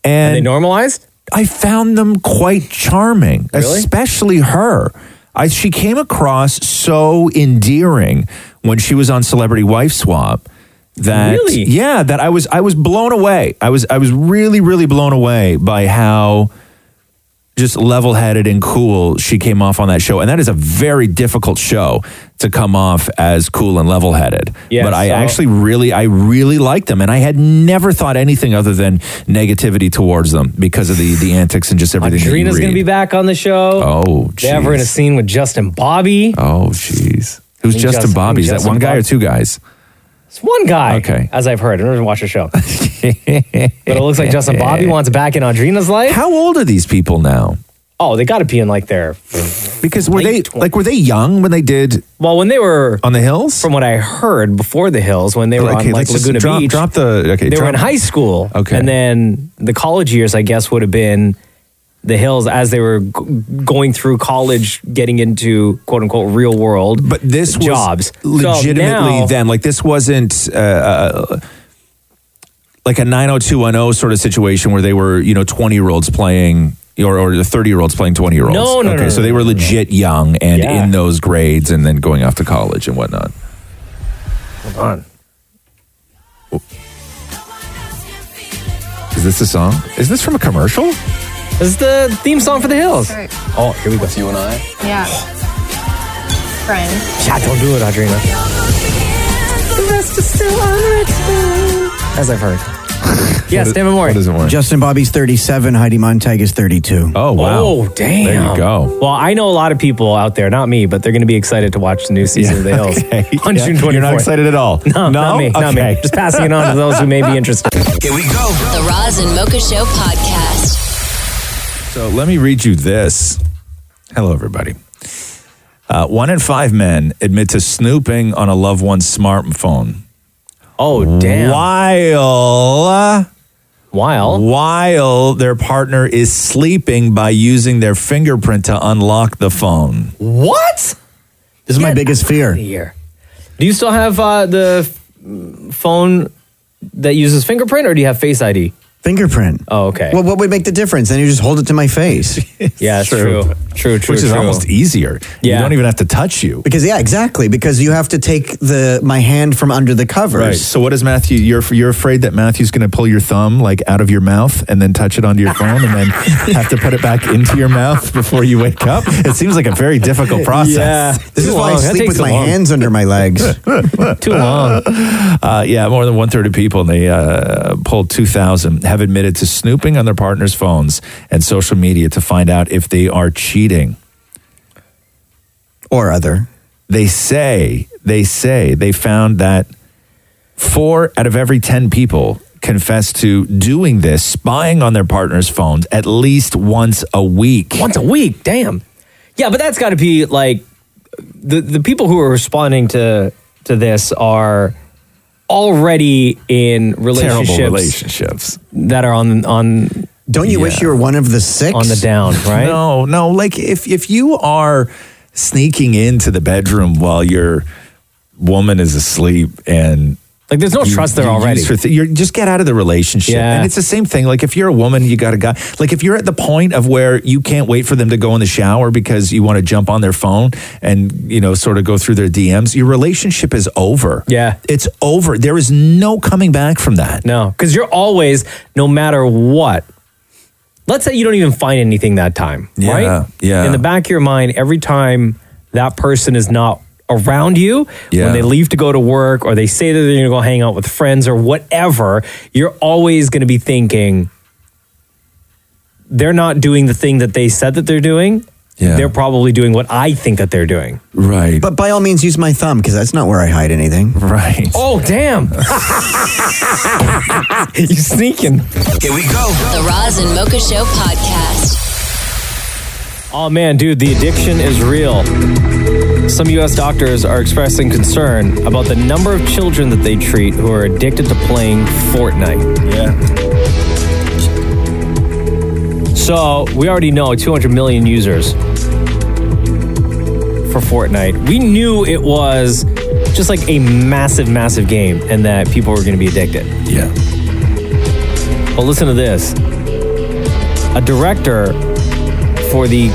And they normalized. I found them quite charming, especially her. I, she came across so endearing when she was on Celebrity Wife Swap that Really? yeah, that I was I was blown away. I was I was really really blown away by how just level headed and cool she came off on that show. And that is a very difficult show to come off as cool and level headed. Yeah, but I so- actually really, I really liked them. And I had never thought anything other than negativity towards them because of the, the antics and just everything. that you Drina's going read. to be back on the show. Oh, They have her in a jeez. scene with Justin Bobby. Oh, I jeez. Who's mean, Justin Justin- Bobby? Is that Justin one guy Bob- or two guys? It's one guy. Okay. As I've heard. I never watched the show. but it looks like Justin Bobby wants back in Audrina's life. How old are these people now? Oh, they got to be in like their Because were they like were they young when they did? Well, when they were on the hills, from what I heard before the hills, when they were Okay, on like let's just Laguna drop- Beach, drop the- okay, they were drop- in high school. Okay. and then the college years, I guess, would have been the hills as they were g- going through college, getting into quote unquote real world. But this was jobs legitimately so now, them. Like this wasn't uh, uh, like a 90210 sort of situation where they were, you know, 20 year olds playing or, or the 30 year olds playing 20 year olds. No, no, Okay. no, so no, they were legit young and Yeah. in those grades and then going off to college and whatnot. Hold on. Is this a song? Is this from a commercial? This is the theme song for the hills. That's right. Oh, here we go. You and I. Yeah. Friends. Chat, don't do it, Audrina. The rest is still unwritten. As I've heard. yes, David Mori. Justin Bobby's 37. Heidi Montag is 32. Oh, wow. Oh, damn. There you go. Well, I know a lot of people out there, not me, but they're going to be excited to watch the new season of The Hills on Yeah. June 24th. You're not excited at all? No, not me. Not me. Okay. Just passing it on to those who may be interested. Here we go. The Roz and Mocha Show podcast. So let me read you this. Hello, everybody. Uh, one in five men admit to snooping on a loved one's smartphone. Oh, damn. While. While. While their partner is sleeping by using their fingerprint to unlock the phone. What? This is my biggest fear. Here. Do you still have uh, the f- phone that uses fingerprint, or do you have Face ID? Fingerprint. Oh, okay. Well, what would make the difference? Then you just hold it to my face. yeah, it's true. True, true, Which is almost easier. Yeah. You don't even have to touch you. Because yeah, exactly. Because you have to take the my hand from under the covers. Right. So what is Matthew? You're you're afraid that Matthew's going to pull your thumb like out of your mouth and then touch it onto your phone and then have to put it back into your mouth before you wake up. It seems like a very difficult process. This is why I sleep with my hands under my legs. Too long. Uh, yeah, more than one third of people, and they uh, polled 2,000, have admitted to snooping on their partner's phones and social media to find out if they are cheating. Or other. They say, they say they found that four out of every 10 people confess to doing this, spying on their partner's phones at least once a week. Once a week, damn. Yeah, but that's got to be like the the people who are responding to to this are already in relationships, Terrible relationships that are on on. Don't you wish you were one of the six on the down? Right? No, no. Like if if you are sneaking into the bedroom while your woman is asleep and like there's no trust there already. you're just get out of the relationship. Yeah. And it's the same thing. Like if you're a woman, you got a guy. Like if you're at the point of where you can't wait for them to go in the shower because you want to jump on their phone and you know sort of go through their DMs, your relationship is over. Yeah, it's over. There is no coming back from that. No, because you're always, no matter what. Let's say you don't even find anything that time, Yeah, right? yeah. In the back of your mind, every time that person is not around you, Yeah. when they leave to go to work or they say that they're going to go hang out with friends or whatever, you're always going to be thinking they're not doing the thing that they said that they're doing. Yeah. They're probably doing what I think that they're doing. Right. But by all means, use my thumb because that's not where I hide anything. Right. Oh, damn. you sneaking. Here we go. The Roz and Mocha Show podcast. Oh man, dude, the addiction is real. Some US doctors are expressing concern about the number of children that they treat who are addicted to playing Fortnite. Yeah. So, we already know 200 million users for Fortnite. We knew it was just like a massive, massive game and that people were going to be addicted. Yeah. But listen to this a director for the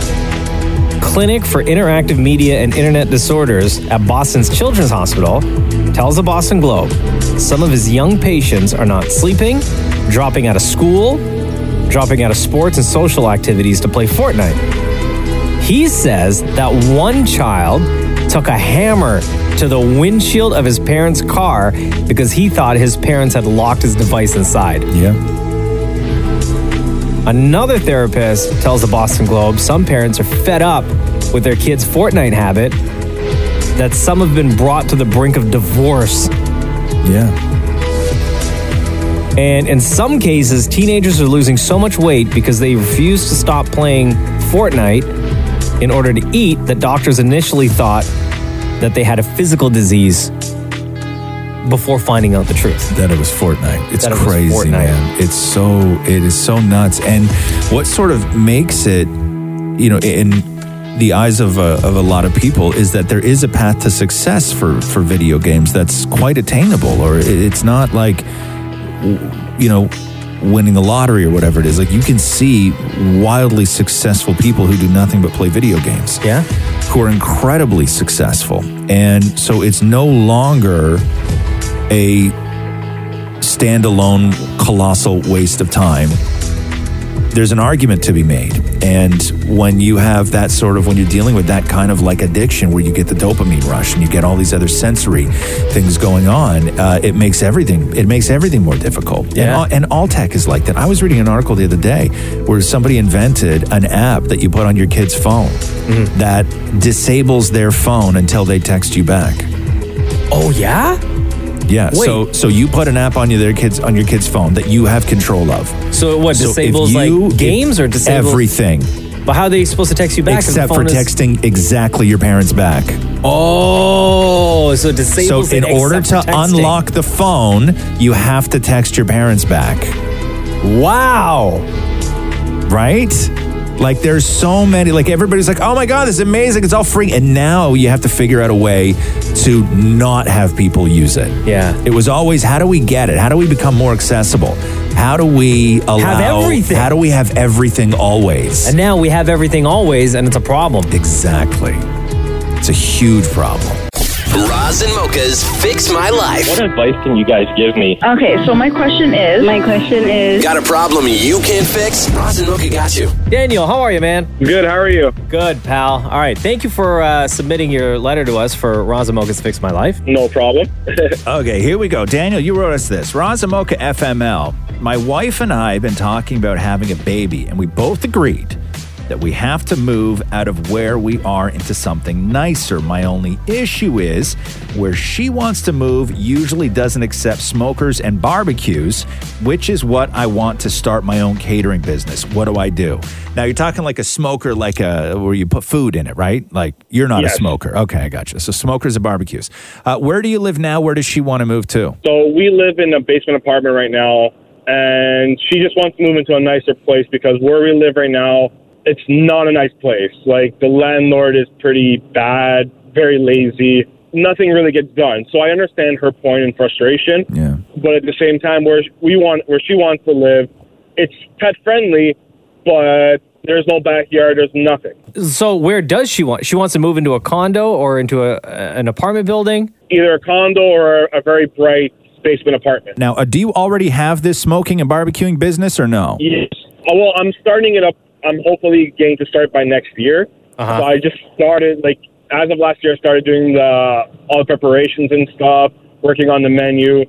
Clinic for Interactive Media and Internet Disorders at Boston's Children's Hospital tells the Boston Globe some of his young patients are not sleeping, dropping out of school, dropping out of sports and social activities to play Fortnite. He says that one child took a hammer to the windshield of his parents' car because he thought his parents had locked his device inside. Yeah. Another therapist tells the Boston Globe some parents are fed up with their kids' Fortnite habit that some have been brought to the brink of divorce. Yeah. And in some cases, teenagers are losing so much weight because they refuse to stop playing Fortnite in order to eat that doctors initially thought that they had a physical disease before finding out the truth. That it was Fortnite. It's That it was crazy, Fortnite. man. It's so it is so nuts. And what sort of makes it, you know, in the eyes of a, of a lot of people, is that there is a path to success for for video games that's quite attainable, or it- it's not like, w- you know. Winning the lottery or whatever it is, like you can see wildly successful people who do nothing but play video games. Yeah. Who are incredibly successful. And so it's no longer a standalone colossal waste of time there's an argument to be made and when you have that sort of when you're dealing with that kind of like addiction where you get the dopamine rush and you get all these other sensory things going on uh, it makes everything it makes everything more difficult Yeah. and, all, and all tech is like that i was reading an article the other day where somebody invented an app that you put on your kid's phone that disables their phone until they text you back oh yeah yeah. Wait. So so you put an app on your their kids on your kid's phone that you have control of. So what So if disables you- like games or disables everything But how are they supposed to text you back? if the except for phone is- texting exactly your parents back. Oh, so it disables. so in it order to except for texting. unlock the phone, you have to text your parents back. Wow. Right? Like there's so many like everybody's like, "Oh my god, this is amazing. It's all free." And now you have to figure out a way to not have people use it. Yeah. It was always how do we get it? How do we become more accessible? How do we allow everything. How do we have everything always? And now we have everything always, and it's a problem. Exactly. It's a huge problem. Roz and Mocha's Fix My Life. What advice can you guys give me? Uh, Okay, so my question is. My question is. Got a problem you can't fix? Roz and Mocha got you. Daniel, how are you, man? Good. How are you? Good, pal. All right. Thank you for uh, submitting your letter to us for Razamoka's Fix My Life. No problem. okay, here we go. Daniel, you wrote us this. Razamoka FML. My wife and I have been talking about having a baby, and we both agreed that we have to move out of where we are into something nicer. My only issue is where she wants to move usually doesn't accept smokers and barbecues, which is what I want to start my own catering business. What do I do? Now you're talking like a smoker, like a where you put food in it, right? Like you're not a Yes. smoker. Okay, I gotcha. So smokers and barbecues. Uh, where do you live now? Where does she want to move to? So we live in a basement apartment right now, and she just wants to move into a nicer place because where we live right now, it's not a nice place. Like the landlord is pretty bad, very lazy. Nothing really gets done. So I understand her point and frustration. Yeah. But at the same time, where we want, where she wants to live, it's pet friendly, but there's no backyard. There's nothing. So where does she want? She wants to move into a condo or into a, an apartment building. Either a condo or a very bright basement apartment. Now, uh, do you already have this smoking and barbecuing business or no? Yes. Oh, well, I'm starting it up. I'm hopefully getting to start by next year. Uh-huh. So I just started, like, as of last year, I started doing the all the preparations and stuff, working on the menu.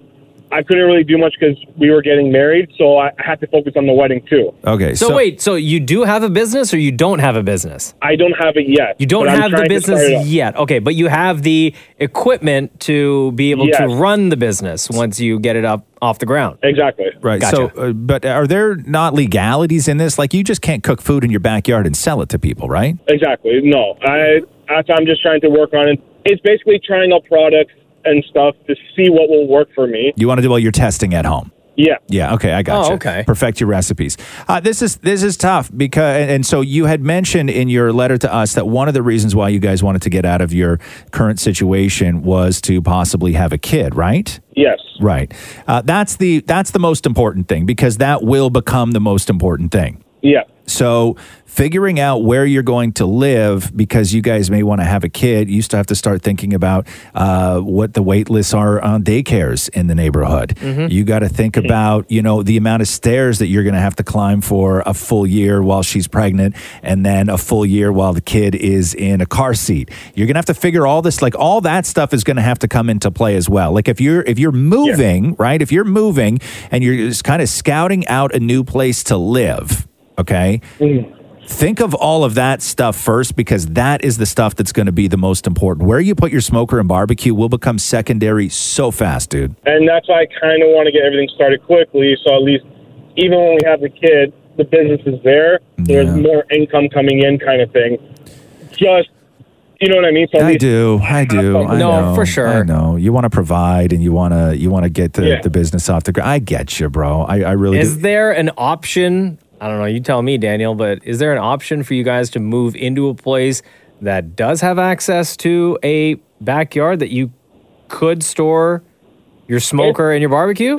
I couldn't really do much because we were getting married, so I I had to focus on the wedding too. Okay. So, wait, so you do have a business or you don't have a business? I don't have it yet. You don't but I'm have the trying to start it up. business yet. Okay, but you have the equipment to be able to Yes. run the business once you get it up off the ground. Exactly. Right. So, uh, but are there not legalities in this? Like, you just can't cook food in your backyard and sell it to people, right? Exactly. No, I that's what I'm just trying to work on it. It's basically trying out products and stuff to see what will work for me. You want to do all your testing at home. Yeah. Yeah. Okay. I got Oh, you. okay. Perfect your recipes. Uh, this is this is tough because, and- and so you had mentioned in your letter to us that one of the reasons why you guys wanted to get out of your current situation was to possibly have a kid, right? Yes. Right. Uh, that's the that's the most important thing because that will become the most important thing. Yeah. So figuring out where you're going to live because you guys may want to have a kid, you still have to start thinking about uh, what the wait lists are on daycares in the neighborhood. You got to think about, you know, the amount of stairs that you're going to have to climb for a full year while she's pregnant and then a full year while the kid is in a car seat. You're going to have to figure all this like all that stuff is going to have to come into play as well. Like if you're if you're moving, right? If you're moving and you're just kind of scouting out a new place to live, okay? Think of all of that stuff first because that is the stuff that's going to be the most important. Where you put your smoker and barbecue will become secondary so fast, dude. And that's why I kind of want to get everything started quickly. So at least, even when we have the kid, the business is there. There's more income coming in, kind of thing. Just, you know what I mean? So at I least- do. I do. I No, know, for sure. I know. You want to provide and you want to you want to get the, Yeah. the business off the ground. I get you, bro. I, I really do. Is there an option? I don't know. You tell me, Daniel, but is there an option for you guys to move into a place that does have access to a backyard that you could store your smoker and your barbecue?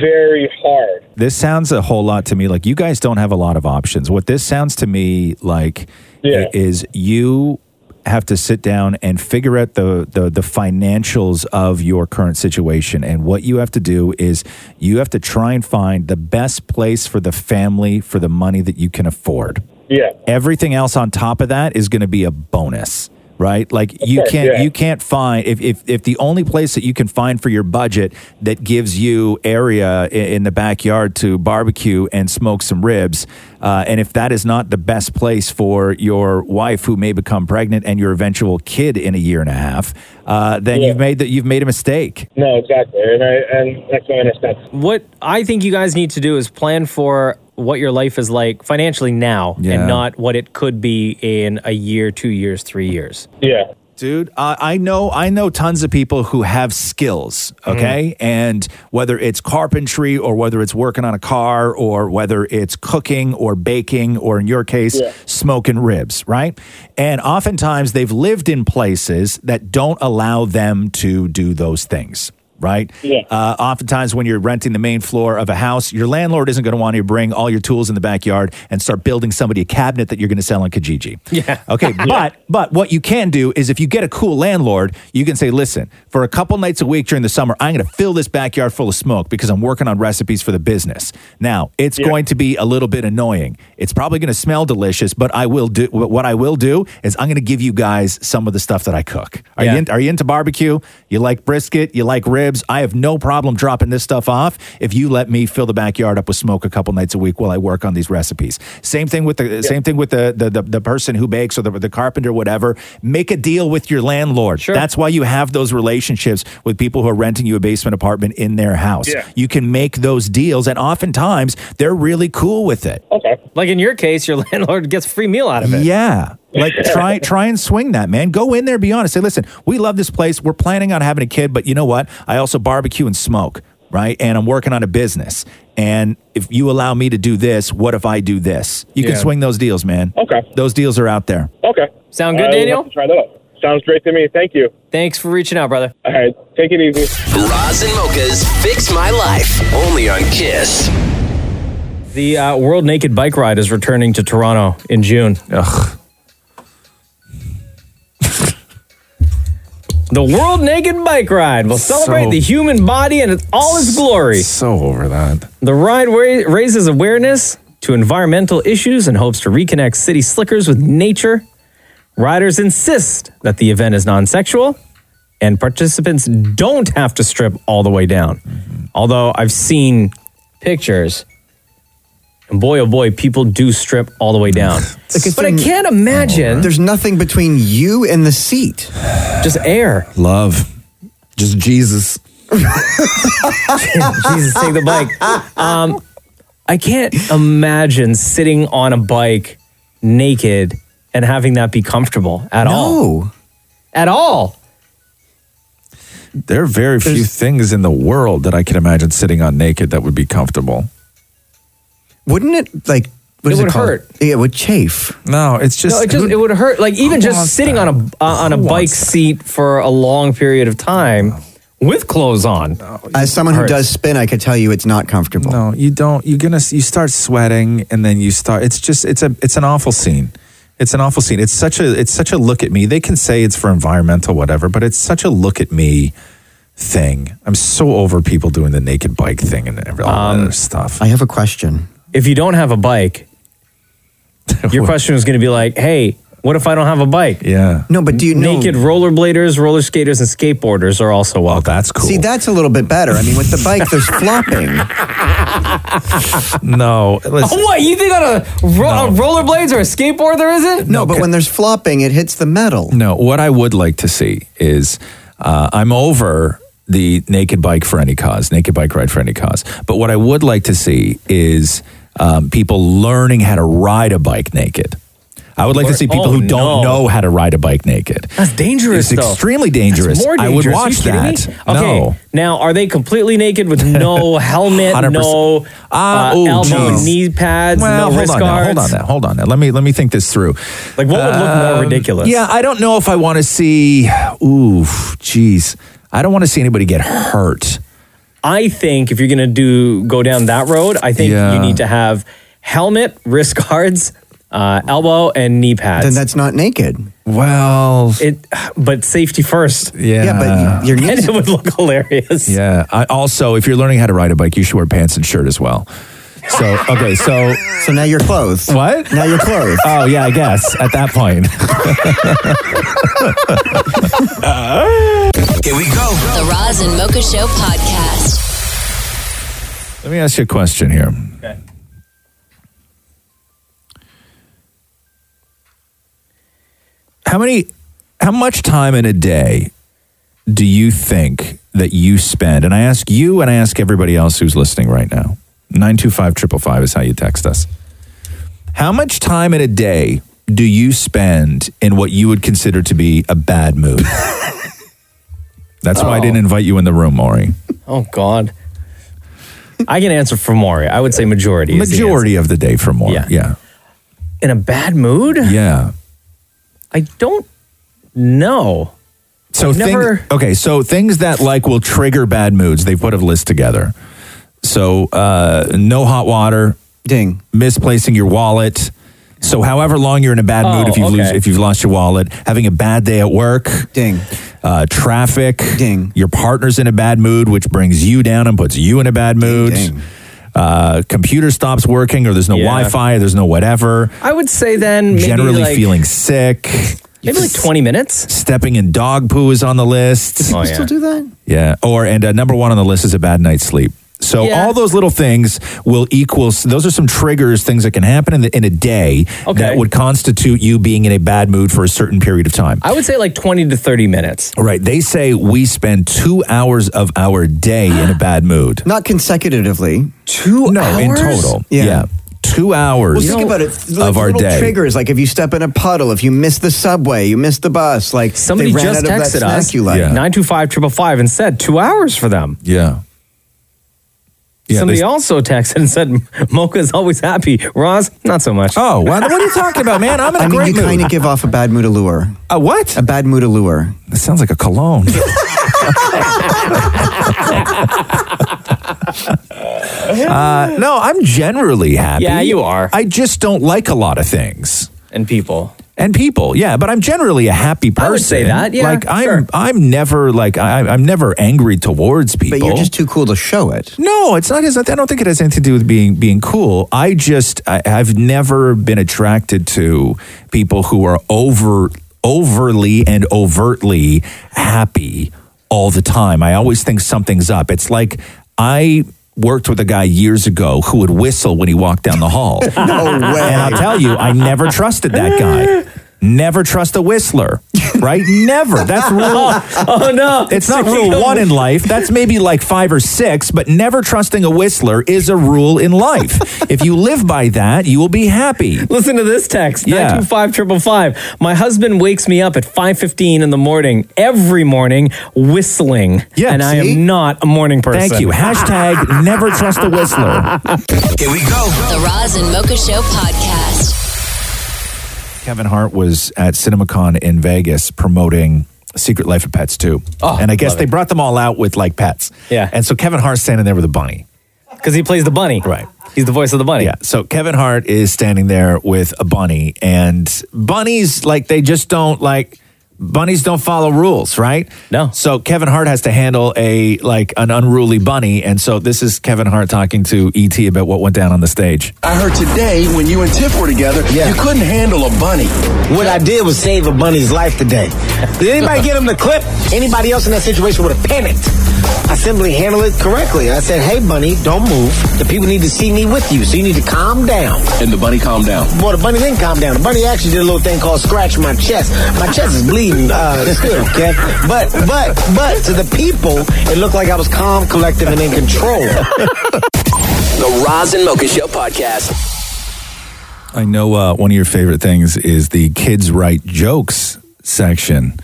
very hard. This sounds a whole lot to me like you guys don't have a lot of options. What this sounds to me like i- is you have to sit down and figure out the, the the financials of your current situation and what you have to do is you have to try and find the best place for the family for the money that you can afford. Yeah. Everything else on top of that is going to be a bonus, right? Like you course, can't yeah. you can't find if, if if the only place that you can find for your budget that gives you area i- in the backyard to barbecue and smoke some ribs, uh, and if that is not the best place for your wife who may become pregnant and your eventual kid in a year and a half, uh, then you've made that you've made a mistake. No, exactly. And, I, and that's what I understand. What I think you guys need to do is plan for what your life is like financially now Yeah. and not what it could be in a year, two years, three years. Yeah. Dude, uh, I know I know tons of people who have skills, okay? And whether it's carpentry or whether it's working on a car or whether it's cooking or baking or in your case Yeah. smoking ribs, right? And oftentimes they've lived in places that don't allow them to do those things. Right. Yeah. Uh, oftentimes, when you're renting the main floor of a house, your landlord isn't going to want you to bring all your tools in the backyard and start building somebody a cabinet that you're going to sell on Kijiji. Yeah. Okay, but but what you can do is if you get a cool landlord, you can say, "Listen, for a couple nights a week during the summer, I'm going to fill this backyard full of smoke because I'm working on recipes for the business." Now, it's going to be a little bit annoying. It's probably going to smell delicious, but I will do wh- what I will do is I'm going to give you guys some of the stuff that I cook. Are you in, are you into barbecue? You like brisket? You like ribs? I have no problem dropping this stuff off if you let me fill the backyard up with smoke a couple nights a week while I work on these recipes. Same thing with the same thing with the the, the the person who bakes or the, the carpenter, whatever. Make a deal with your landlord. That's why you have those relationships with people who are renting you a basement apartment in their house. Yeah. You can make those deals, and oftentimes they're really cool with it. Okay. Like in your case, your landlord gets a free meal out of it. Yeah. Like try try and swing that, man. Go in there, be honest. Say, listen, we love this place. We're planning on having a kid, but you know what? I also barbecue and smoke, right? And I'm working on a business. And if you allow me to do this, what if I do this? You can Yeah. swing those deals, man. Okay. Those deals are out there. Okay. Sound good, I will Daniel? have to Try that out. Sounds great to me. Thank you. Thanks for reaching out, brother. All right. Take it easy. Roz and Mocha's Fix My Life, only on Kiss. The uh, World Naked Bike Ride is returning to Toronto in June. Ugh. the World Naked Bike Ride will celebrate So- the human body and its, all its glory. So over that. The ride wa- raises awareness to environmental issues and hopes to reconnect city slickers with nature. Riders insist that the event is non sexual and participants don't have to strip all the way down. Mm-hmm. Although I've seen pictures, and boy, oh boy, people do strip all the way down. but I can't imagine. There's nothing between you and the seat. Just air. Love. Just Jesus. Jesus, take the bike. Um, I can't imagine sitting on a bike naked and having that be comfortable at all. At all. There are very few things in the world that I can imagine sitting on naked that would be comfortable. Wouldn't it like? What It is would called? hurt. Yeah, it would chafe. No, it's no, it, just, it would hurt. Like even who wants just sitting on a uh, on a bike seat for a long period of time with clothes on. As someone who Hurts. does spin, I could tell you it's not comfortable. No, you don't. You're gonna. You start sweating, and then you start. It's just. It's a. It's an awful scene. It's an awful scene. It's such a. It's such a look at me. They can say it's for environmental whatever, but it's such a look at me thing. I'm so over people doing the naked bike thing and every- all that other stuff. Um, I have a question. If you don't have a bike, your question was going to be like, "Hey, what if I don't have a bike?" Yeah. No, but do you know- naked rollerbladers, roller skaters, and skateboarders are also welcome. that's cool. See, that's a little bit better. I mean, with the bike, there's flopping. No. Oh, what you think on a, ro- a rollerblades or a skateboard there isn't? No, but when there's flopping, it hits the metal. No, what I would like to see is uh, I'm over the naked bike for any cause, naked bike ride for any cause. But what I would like to see is um, people learning how to ride a bike naked. I would like to see people Oh, who no. don't know how to ride a bike naked. That's dangerous. It's though. extremely That's dangerous. more I would dangerous. watch Are you kidding that. me? Okay. No. Now, are they completely naked with no helmet, 100%. no Ah, uh, oh, elbow, geez. knee pads, Well, no hold wrist on now, guards? hold on now, hold on now. Let me let me think this through. Um, Like, what would look more ridiculous? Yeah, I don't know if I want to see. Ooh, jeez, I don't want to see anybody get hurt. I think if you're going to do go down that road, I think Yeah. you need to have helmet, wrist guards, uh, elbow, and knee pads. Then that's not naked. Well, it, but safety first. Yeah. Yeah, but your and it would look hilarious. Yeah. I, also, if you're learning how to ride a bike, you should wear pants and shirt as well. So okay, so so now you're clothed. What? Now you're clothed. Oh yeah, I guess at that point. Here we go. The Roz and Mocha Show podcast. Let me ask you a question here. Okay. How many, how much time in a day do you think that you spend? And I ask you and I ask everybody else who's listening right now 925 555 is how you text us. How much time in a day do you spend in what you would consider to be a bad mood? That's why I didn't invite you in the room, Maury. Oh God. I can answer for Maury. I would say majority. is the Majority of the day for Maury. Yeah. yeah. answer. In a bad mood? Yeah. I don't know. So I've thing- never- okay, so things that like will trigger bad moods. They put a list together. So uh, no hot water, ding, misplacing your wallet. So however long you're in a bad mood, Oh, if you've lose, okay. if you've lost your wallet, having a bad day at work, ding, uh, traffic, ding, your partner's in a bad mood, which brings you down and puts you in a bad mood. Uh, computer stops working, or there's no Yeah. Wi-Fi, or there's no whatever. I would say then maybe Generally like, feeling sick. maybe like twenty minutes. Oh, Stepping in dog poo is on the list. Do people still do that? Yeah. Or, and uh, number one on the list is a bad night's sleep. So all those little things will equal. Those are some triggers, things that can happen in, the, in a day that would constitute you being in a bad mood for a certain period of time. I would say like twenty to thirty minutes. All right. They say we spend two hours of our day in a bad mood. Not consecutively. Two no, in hours? total. Yeah. Yeah. Two hours. Well, think about it. Like of our little day. triggers, like if you step in a puddle, if you miss the subway, you miss the bus. Like Somebody they ran just out of that texted snack us You like. nine two five triple five and said two hours for them. Yeah. Yeah, Somebody they- also texted and said Mocha's always happy. Roz, not so much. Oh, well, what are you talking about, man? I'm in a I mean, great you mood. kind of give off a bad mood allure. A what? A bad mood allure. That sounds like a cologne. Uh, no, I'm generally happy. Yeah, you are. I just don't like a lot of things and people and people. Yeah, but I'm generally a happy person. I would say that, yeah, like I'm, sure. I'm never like I, I'm never angry towards people. But you're just too cool to show it. No, it's not. It's not I don't think it has anything to do with being being cool. I just I, I've never been attracted to people who are over overly and overtly happy all the time. I always think something's up. It's like I worked with a guy years ago who would whistle when he walked down the hall. no way. And I'll tell you, I never trusted that guy. Never trust a whistler, right? Never. That's rule. oh no, it's not rule one in life. That's maybe like five or six. But never trusting a whistler is a rule in life. if you live by that, you will be happy. Listen to this text. Yeah. 925-555. My husband wakes me up at 5.15 in the morning, every morning, whistling. Yeah, and I see? am not a morning person. Thank you. Hashtag never trust a whistler. Here we go. The Roz and Mocha Show podcast. Kevin Hart was at CinemaCon in Vegas promoting Secret Life of Pets too. Oh, and I guess love they brought them all out with like pets. Yeah. And so Kevin Hart's standing there with a bunny. Because he plays the bunny. Right. He's the voice of the bunny. Yeah. So Kevin Hart is standing there with a bunny, and bunnies like they just don't like bunnies don't follow rules, right? No. So Kevin Hart has to handle a like an unruly bunny, and so this is Kevin Hart talking to ET about what went down on the stage. I heard today when you and Tiff were together, you couldn't handle a bunny. What I did was save a bunny's life today. Did anybody get him the clip? Anybody else in that situation would have panicked. I simply handled it correctly. I said, hey, bunny, don't move. The people need to see me with you, so you need to calm down. And the bunny calmed down. Well, the bunny didn't calm down. The bunny actually did a little thing called scratch my chest. My chest is bleeding uh, still, Kev. But, but, but to the people, it looked like I was calm, collective, and in control. The Roz and Mocha Show podcast. I know uh, one of your favorite things is the kids write jokes section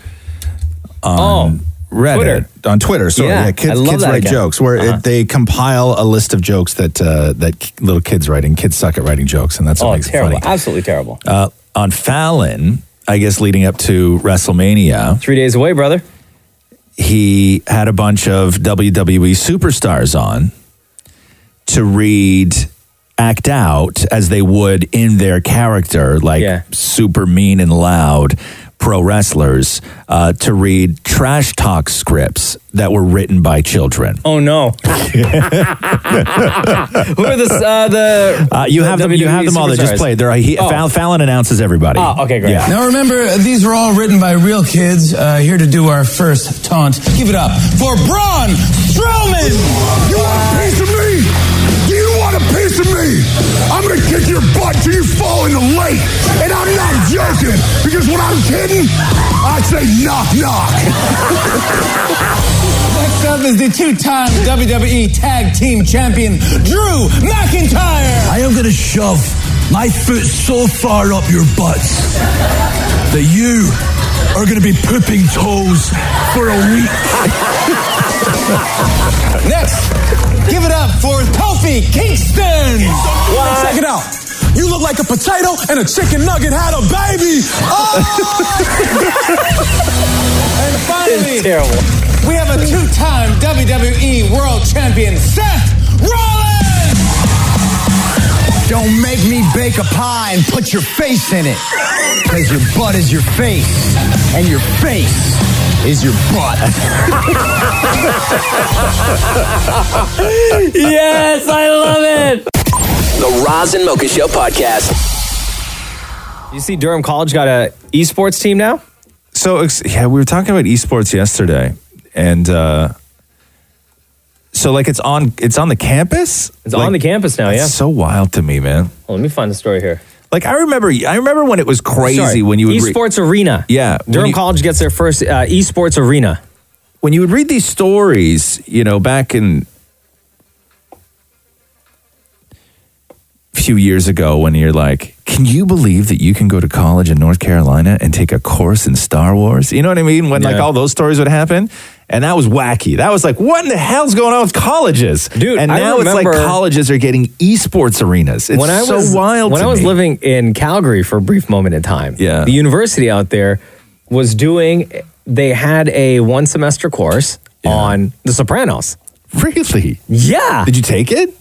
on Reddit Oh, Twitter. on Twitter. Sorry, Yeah, yeah, kids, I love kids that write account. jokes where Uh-huh. it, they compile a list of jokes that uh, that k- little kids write, and kids suck at writing jokes, and that's what Oh, makes terrible. it funny. Absolutely terrible. Uh, on Fallon, I guess leading up to WrestleMania, three days away, brother. He had a bunch of WWE superstars on to read act out as they would in their character, like super mean and loud pro wrestlers, uh, to read trash talk scripts that were written by children. Oh no! Who are the uh, the Uh, you have them. You have them all. They just superstars? played. They're, uh, he, Oh. Fallon, Fallon announces everybody. Oh, okay, great. Yeah. Now remember, these are all written by real kids uh, here to do our first taunt. Give it up for Braun Strowman! You want a piece of me? You want a piece of me? I'm gonna kick your butt till you fall in the lake. And I'm not joking, because when I'm kidding, I say knock knock. Next up is the two-time WWE Tag Team Champion, Drew McIntyre. I am going to shove my foot so far up your butts that you are going to be pooping toes for a week. Next, give it up for Kofi Kingston. What? Check it out. You look like a potato and a chicken nugget had a baby. Oh! and finally, terrible. we have a two-time WWE World Champion, Seth Rollins. Don't make me bake a pie and put your face in it. Because your butt is your face. And your face is your butt. yes, I love it. The Roz and Mocha Show podcast. You see, Durham College got a esports team now. So ex- yeah, we were talking about esports yesterday, and uh, so like it's on it's on the campus. It's on the campus now, that's yeah. so wild to me, man. Well, Oh, let me find the story here. Like I remember, I remember when it was crazy Sorry, when you would re- esports arena. yeah, when Durham you- College gets their first uh, esports arena. When you would read these stories, you know, back in a few years ago, when you're like, can you believe that you can go to college in North Carolina and take a course in Star Wars? You know what I mean? When like Yeah. all those stories would happen. And that was wacky. That was like, what in the hell's going on with colleges? Dude, and I now it's like remember- colleges are getting esports arenas. It's so wild. When to I was me. living in Calgary for a brief moment in time, yeah. the university out there was doing. They had a one semester course on The Sopranos. Really? Yeah. Did you take it?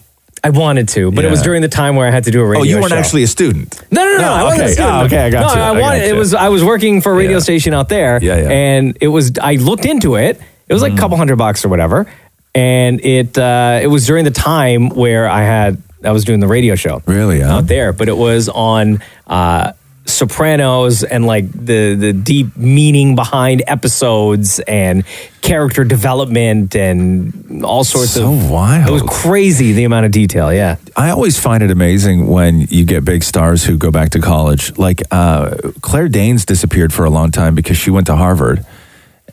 I wanted to, but it was Yeah. during the time where I had to do a radio. oh, you weren't show. actually a student. No, no, no. No, I wasn't okay. a student. Oh, okay, I got no, you. I I got wanted. It you. was. I was working for a radio station out there. Yeah, yeah. And it was. I looked into it. It Mm. was like a couple hundred bucks or whatever. And it. Uh, it was during the time where I had. I was doing the radio show. Really? Out there, but it was on. Uh, Sopranos and like the the deep meaning behind episodes and character development and all sorts So of wild. It was crazy the amount of detail. Yeah, I always find it amazing when you get big stars who go back to college. Like uh, Claire Danes disappeared for a long time because she went to Harvard.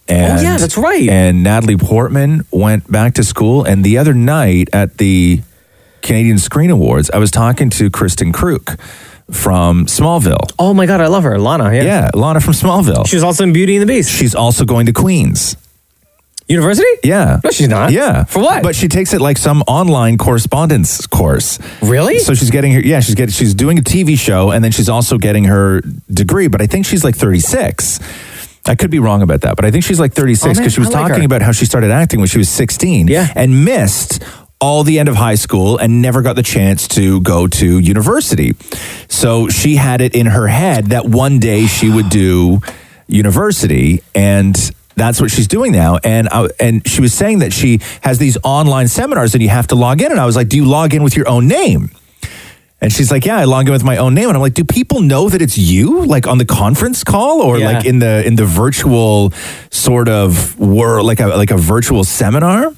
And, Oh, yeah, that's right. And Natalie Portman went back to school. And the other night at the Canadian Screen Awards, I was talking to Kristen Kruk from Smallville. Oh my god, I love her, Lana. Yeah, yeah, Lana from Smallville. She was also in Beauty and the Beast. She's also going to Queens University? Yeah. No, she's not. Yeah. For what? But she takes it like some online correspondence course. Really? So she's getting her yeah, she's getting she's doing a TV show and then she's also getting her degree, but I think she's like 36. I could be wrong about that, but I think she's like 36 Oh, man, because she was I like talking her. about how she started acting when she was 16 yeah. and missed all the end of high school and never got the chance to go to university. So she had it in her head that one day she would do university and that's what she's doing now and I, and she was saying that she has these online seminars and you have to log in and I was like do you log in with your own name? And she's like, "Yeah, I log in with my own name." And I'm like, "Do people know that it's you, like on the conference call, or Yeah. like in the in the virtual sort of world, like a like a virtual seminar?"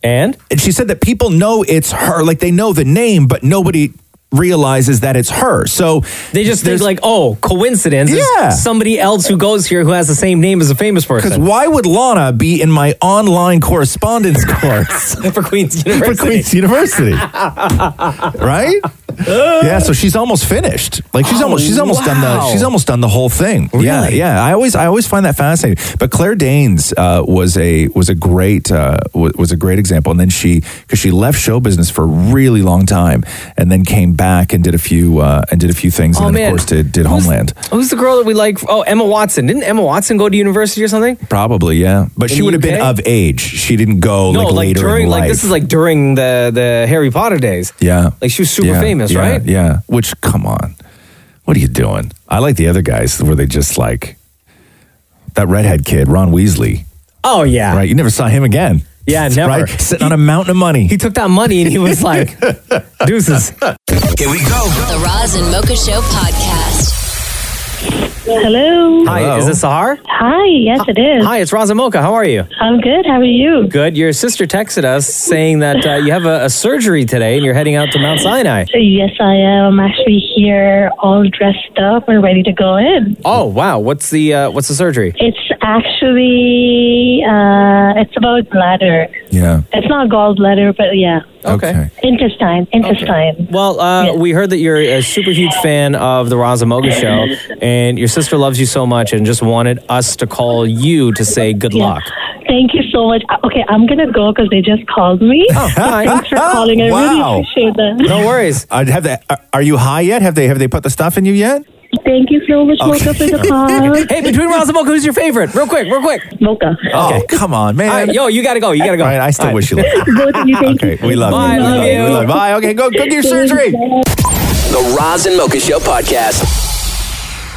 And and she said that people know it's her, like they know the name, but nobody realizes that it's her. So They just think there's- like, oh, coincidence. There's Yeah. somebody else who goes here who has the same name as a famous person. Because why would Lana be in my online correspondence course for Queen's University? For Queen's University, right? yeah, so she's almost finished. Like she's Oh, almost she's almost done the wow. she's almost done the whole thing. Yeah, Really? yeah. I always I always find that fascinating. But Claire Danes uh, was a was a great uh, wa- was a great example. And then she because she left show business for a really long time, and then came back and did a few uh, and did a few things, and Oh, then man. of course did did Homeland. Who's the girl that we like? Oh, Emma Watson. Didn't Emma Watson go to university or something? Probably, yeah. But In she the would have been UK? of age. She didn't go no, Oh, like, like, later during in life. like this is like during the the Harry Potter days. yeah, Like she was super Yeah, famous, yeah, right? Yeah. Which come on, what are you doing? I like the other guys where they just like that redhead kid, Ron Weasley. Oh yeah, right. You never saw him again. Yeah, never. Right, sitting on a mountain of money. He took that money and he was like, deuces. Here we go. The Roz and Mocha Show podcast. Hello. Hi, is this Sahar? Hi, yes, it is. Uh, Hi, it's Raza Mocha. How are you? I'm good. How are you? Good. Your sister texted us saying that uh, you have a, a surgery today and you're heading out to Mount Sinai. Yes, I am. I'm actually here all dressed up and ready to go in. Oh wow, what's the uh, what's the surgery? It's actually, uh, it's about bladder. Yeah. It's not gallbladder, but yeah. Okay. Intestine. Intestine. Well, uh, we heard that you're a super huge fan of the Raza Moga show, and your sister loves you so much, and just wanted us to call you to say good luck. Thank you so much. Uh, Okay, I'm going to go because they just called me. Oh, Thanks for calling. I Wow. really appreciate that. worries. I have that. uh, Are, are you high yet? Have they have they put the stuff in you yet? Thank you so much, Okay. Mocha, for the call. hey, between Raza Mocha, who's your favorite? Real quick, real quick. Mocha. Oh come on, man! All right, yo, you gotta go. You gotta go. All right, I still wish you luck. Both of you, thank Okay, we love Bye, you. love we you. We love Bye. Okay, go go get your surgery. The Roz and Mocha Show podcast.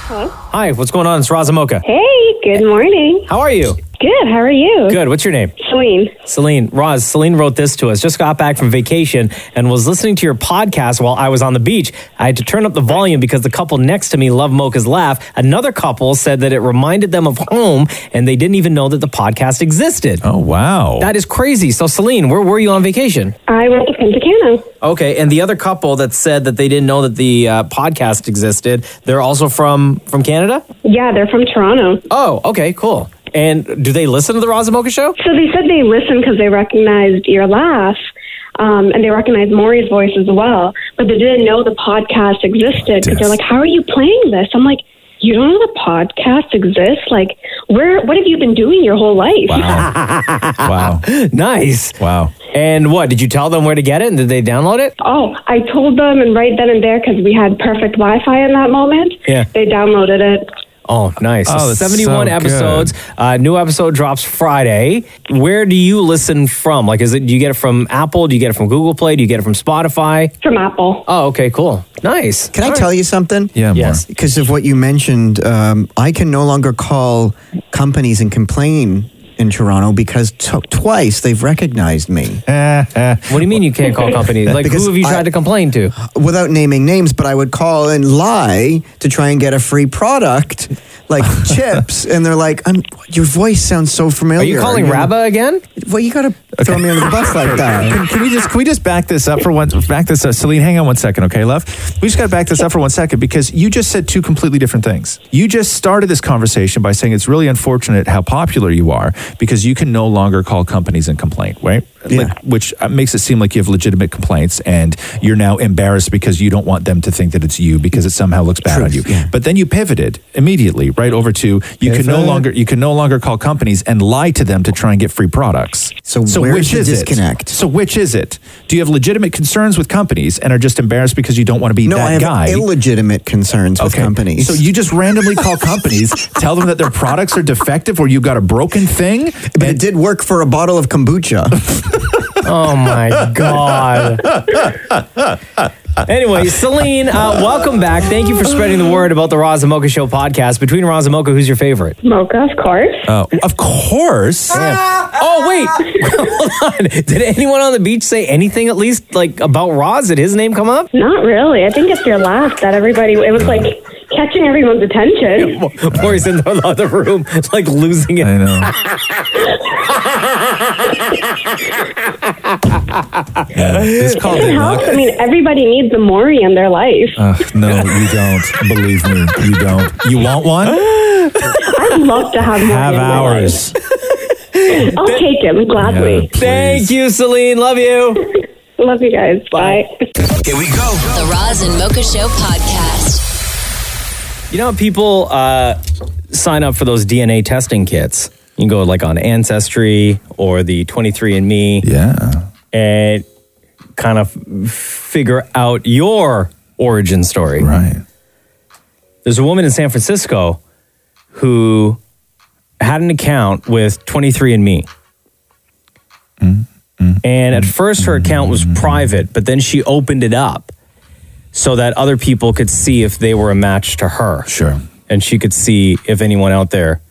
Hi, what's going on? It's Raza Mocha. Hey, good morning. How are you? Good. How are you? Good. What's your name? Celine. Celine, Roz, Celine wrote this to us. Just got back from vacation and was listening to your podcast while I was on the beach. I had to turn up the volume because the couple next to me loved Mocha's laugh. Another couple said that it reminded them of home and they didn't even know that the podcast existed. Oh, wow. That is crazy. So, Celine, where were you on vacation? I went to Punta Okay. And the other couple that said that they didn't know that the uh, podcast existed, they're also from, from Canada? Yeah, they're from Toronto. Oh, okay, cool. And do they listen to the Roz and Mocha show? So they said they listened because they recognized your laugh. Um, and they recognized Maury's voice as well, but they didn't know the podcast existed. 'cause They're like, "How are you playing this?" I'm like, "You don't know the podcast exists? Like, where? What have you been doing your whole life?" wow. Nice. Wow. And what? Did you tell them where to get it and did they download it? Oh, I told them, and right then and there, because we had perfect Wi-Fi in that moment. Yeah. They downloaded it. Oh, nice. Oh, So that's 71 so episodes. Uh, new episode drops Friday. Where do you listen from? Like, is it, do you get it from Apple? Do you get it from Google Play? Do you get it from Spotify? From Apple. Oh, okay, cool. Nice. Can I tell you something? Yeah, yes. Because of what you mentioned, um, I can no longer call companies and complain in Toronto because t- twice they've recognized me. Eh, what do you mean you can't call companies? Like, who have you tried to complain to? Without naming names, but I would call and lie to try and get a free product like chips, and they're like, I'm, "Your voice sounds so familiar." Are you calling And- Rabba again? Well, you gotta throw me under the bus like that. Can, can we just can we just back this up for one? Back this up, Celine. Hang on one second, okay, love. We just got to back this up for one second because you just said two completely different things. You just started this conversation by saying it's really unfortunate how popular you are because you can no longer call companies and complain, right? Like, which uh, makes it seem like you have legitimate complaints and you're now embarrassed because you don't want them to think that it's you because it somehow looks bad on you. But then you pivoted immediately right over to you can no Pivot. longer you can no longer call companies and lie to them to try and get free products. So, Where which is the it? disconnect? So which is it? Do you have legitimate concerns with companies and are just embarrassed because you don't want to be no, that I have guy? illegitimate concerns with companies. So you just randomly call companies, tell them that their products are defective or you got a broken thing. But it did work for a bottle of kombucha. oh my god. Anyway, Celine, uh, welcome back. Thank you for spreading the word about the Roz and Mocha Show podcast. Between Roz and Mocha, who's your favorite? Mocha, of course. Oh, of course. Oh, wait. Hold on. Did anyone on the beach say anything at least like about Roz? Did his name come up? Not really. I think it's your laugh that everybody, it was like catching everyone's attention. Maury's in the other room, like losing it. I know. It call didn't did help. I mean, everybody needs a Maury in their life. Ugh, no, you don't. Believe me, you don't. You want one? I'd love to have Maury. Have in my life. ours. I'll take him gladly. Thank you, Celine. Love you. love you guys. Bye. Here we go. The Roz and Mocha Show podcast. You know, how people uh, sign up for those DNA testing kits. You can go like on Ancestry or the 23andMe. Yeah. And kind of figure out your origin story. Right. There's a woman in San Francisco who had an account with 23andMe. Mm, And at first, her account was private, but then she opened it up so that other people could see if they were a match to her. Sure. And she could see if anyone out there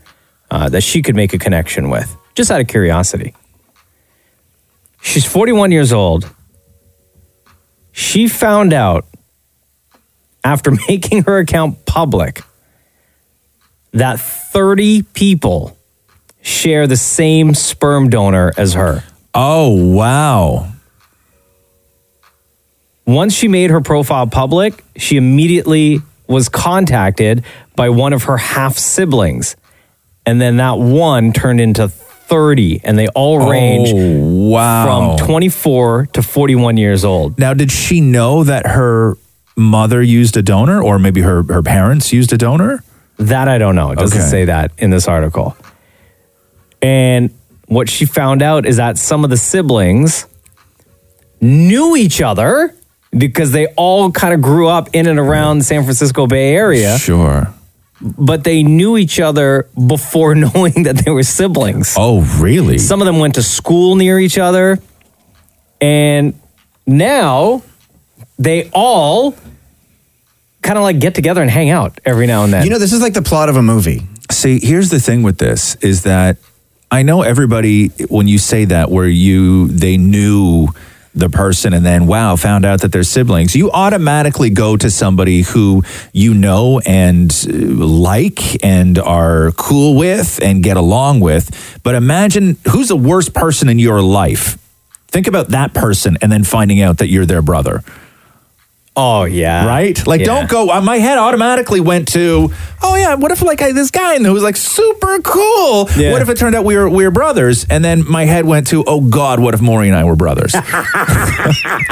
uh, that she could make a connection with, just out of curiosity. She's 41 years old. She found out after making her account public that 30 people share the same sperm donor as her. Oh, wow. Once she made her profile public, she immediately was contacted by one of her half siblings. And then that one turned into 30, and they all range Oh, wow. from 24 to 41 years old. Now, did she know that her mother used a donor or maybe her, her parents used a donor? That I don't know. It doesn't Okay. say that in this article. And what she found out is that some of the siblings knew each other because they all kind of grew up in and around the San Francisco Bay Area. Sure. But they knew each other before knowing that they were siblings. Oh, really? Some of them went to school near each other. And now they all kind of like get together and hang out every now and then. You know, this is like the plot of a movie. See, here's the thing with this is that I know everybody when you say that where you they knew the person and then wow found out that they're siblings you automatically go to somebody who you know and uh, like and are cool with and get along with but imagine who's the worst person in your life think about that person and then finding out that you're their brother Oh yeah. Right? Like Yeah. don't go uh, my head automatically went to, oh yeah, what if like I, this guy and who was like super cool? Yeah. What if it turned out we were we were brothers? And then my head went to, oh god, what if Maury and I were brothers?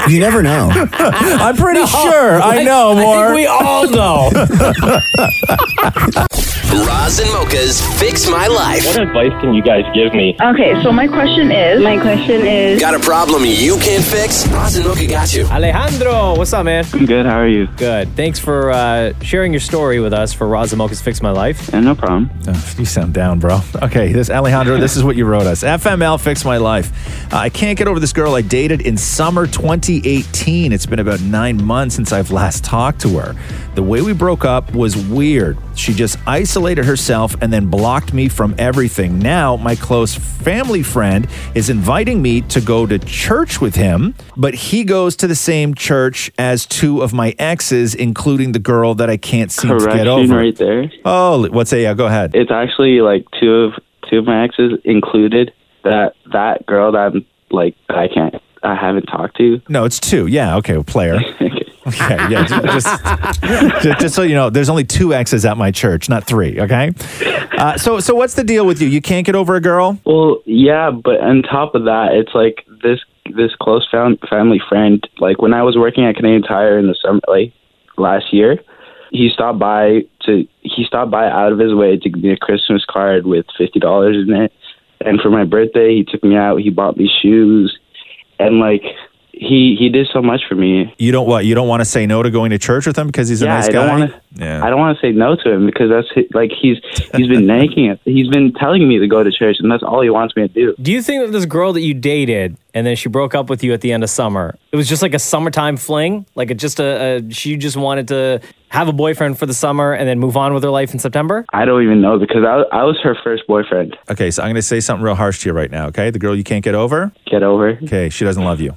you never know. I'm pretty No, sure. I, I- know I think more. we all know. Roz and Mocha's Fix My Life. What advice can you guys give me? Okay, so my question is. My question is. Got a problem you can't fix? Roz and Mocha got you. Alejandro, what's up, man? I'm good. How are you? Good. Thanks for uh, sharing your story with us for Razamoka's Fix My Life. Yeah, no problem. Oh, you sound down, bro. Okay, this Alejandro, this is what you wrote us. FML fixed my life. Uh, I can't get over this girl I dated in summer 2018. It's been about nine months since I've last talked to her. The way we broke up was weird. She just isolated herself and then blocked me from everything. Now, my close family friend is inviting me to go to church with him, but he goes to the same church as two of my exes, including the girl that I can't seem to get Correction over. right there. Oh, what's that? Yeah, go ahead. It's actually like two of two of my exes included that that girl that I'm like that I can't I haven't talked to. No, it's two. Yeah, okay, player. okay, yeah. ju- Just, just, just so you know, there's only two exes at my church, not three. Okay. Uh, so, so what's the deal with you? You can't get over a girl. Well, yeah, but on top of that, it's like this this close fam- family friend. Like when I was working at Canadian Tire in the summer, like last year, he stopped by to he stopped by out of his way to give me a Christmas card with fifty dollars in it, And for my birthday, he took me out. He bought me shoes, and like he he did so much for me. You don't what? You don't want to say no to going to church with him because he's a yeah, nice I guy. don't want to. I don't want to say no to him because that's hi- like he's he's been nagging it. He's been telling me to go to church, and that's all he wants me to do. Do you think that this girl that you dated and then she broke up with you at the end of summer, it was just like a summertime fling? Like it just a, a she just wanted to have a boyfriend for the summer and then move on with her life in September? I don't even know because I I was her first boyfriend. Okay, so I'm going to say something real harsh to you right now. Okay, the girl you can't get over. Get over. Okay, she doesn't love you.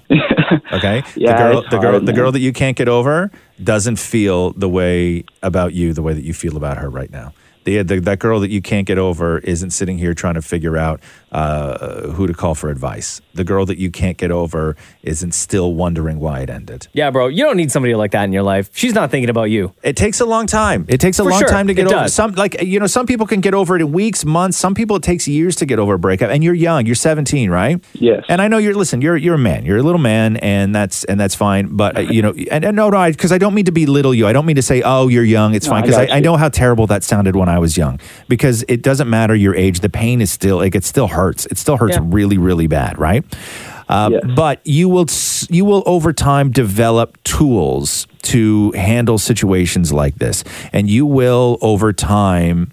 Okay, Yeah, the girl, it's the girl, hard, the girl man. that you can't get over doesn't feel the way about you the way that you feel about her right now. The, the, that girl that you can't get over isn't sitting here trying to figure out uh, who to call for advice. The girl that you can't get over isn't still wondering why it ended. Yeah, bro, you don't need somebody like that in your life. She's not thinking about you. It takes a long time. It takes a long time to get over some like you know some people can get over it in weeks, months. Some people it takes years to get over a breakup. And you're young. You're 17, right? Yes. And I know you're listen, you're you're a man. You're a little man and that's and that's fine, but uh, you know and, and no no, cuz I don't mean to belittle you. I don't mean to say, "Oh, you're young. It's No, fine." I Cuz I, got I know how terrible that sounded when I was young. Because it doesn't matter your age. The pain is still like it still hurts. It still hurts Yeah. really really bad, right? Uh, But you will s- you will over time develop tools to handle situations like this, and you will over time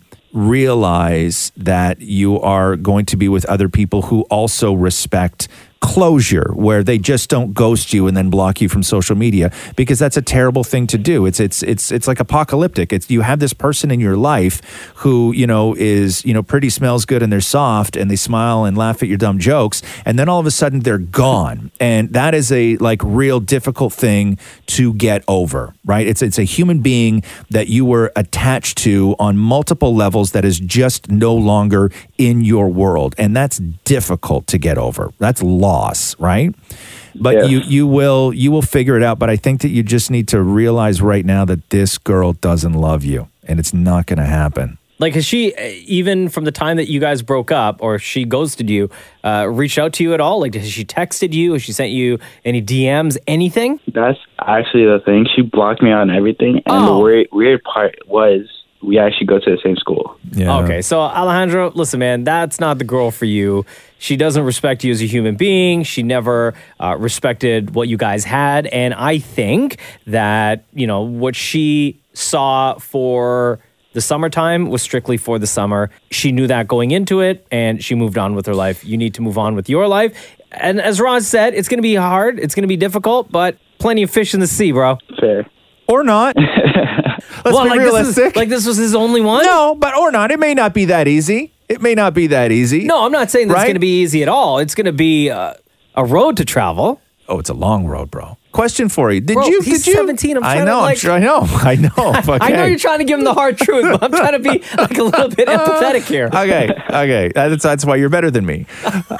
realize that you are going to be with other people who also respect closure where they just don't ghost you and then block you from social media because that's a terrible thing to do it's it's it's it's like apocalyptic it's you have this person in your life who you know is you know pretty smells good and they're soft and they smile and laugh at your dumb jokes and then all of a sudden they're gone and that is a like real difficult thing to get over right it's it's a human being that you were attached to on multiple levels that is just no longer in your world and that's difficult to get over that's loss right but you you will you will figure it out but i think that you just need to realize right now that this girl doesn't love you and it's not going to happen Like, has she, uh, even from the time that you guys broke up or she ghosted you, uh, reached out to you at all? Like, has she texted you? Has she sent you any DMs, anything? That's actually the thing. She blocked me on everything, and Oh. the weird, weird part was we actually go to the same school. Yeah. Okay, so Alejandro, listen, man, that's not the girl for you. She doesn't respect you as a human being. She never uh, respected what you guys had. And I think that, you know, what she saw for the summertime was strictly for the summer. She knew that going into it and she moved on with her life. You need to move on with your life. And as Roz said, it's going to be hard, it's going to be difficult, but plenty of fish in the sea, bro. Fair. Or not. Let's Well, be like, this is- realistic. like this was his only one. No, but or not. It may not be that easy. It may not be that easy. No, I'm not saying that's Right? going to be easy at all. It's going to be uh, a road to travel. Oh, it's a long road, bro. Question for you: Did Bro, you? he's did you? 17. I'm I trying know. to, I'm like- sure. I know. I know. I know you're trying to give him the hard truth, but I'm trying to be like a little bit empathetic here. okay. Okay. That's that's why you're better than me.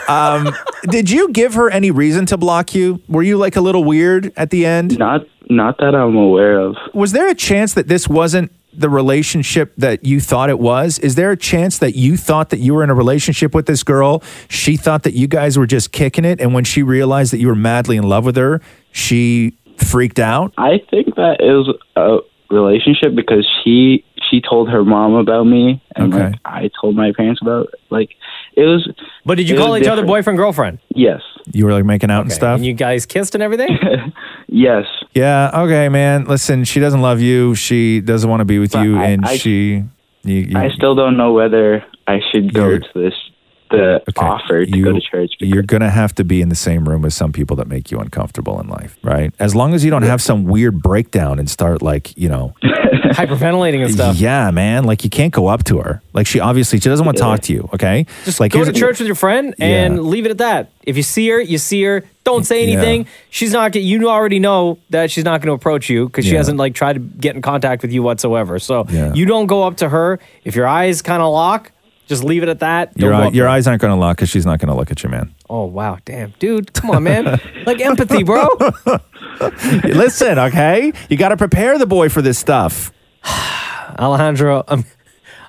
Um, did you give her any reason to block you? Were you like a little weird at the end? Not not that I'm aware of. Was there a chance that this wasn't the relationship that you thought it was? Is there a chance that you thought that you were in a relationship with this girl? She thought that you guys were just kicking it, and when she realized that you were madly in love with her, she freaked out. I think that it was a relationship because she she told her mom about me, and like I told my parents about like it was. But did you it call was each other different. boyfriend girlfriend? Yes. You were like making out and Okay, stuff. And you guys kissed and everything? Yes. Yeah. Okay, man. Listen, she doesn't love you. She doesn't want to be with you, and I- she. You, you, I still don't know whether I should go to this the offer to go to church. you're gonna have to be in the same room as some people that make you uncomfortable in life, right? As long as you don't have some weird breakdown and start like, you know, Hyperventilating and stuff. yeah, man. Like you can't go up to her. Like she obviously she doesn't want to talk to you. Okay, Just like go here's- to church with your friend and leave it at that. If you see her, you see her. Don't say Yeah. anything. She's not. get- You already know that she's not going to approach you because she Yeah. hasn't like tried to get in contact with you whatsoever. So Yeah. you don't go up to her. If your eyes kind of lock, just leave it at that. Don't Your, go eye, up to your eyes aren't gonna lock because she's not gonna look at you, man. Oh wow, damn, dude, come on, man, like empathy, bro. Listen, okay, you got to prepare the boy for this stuff. Alejandro, I'm,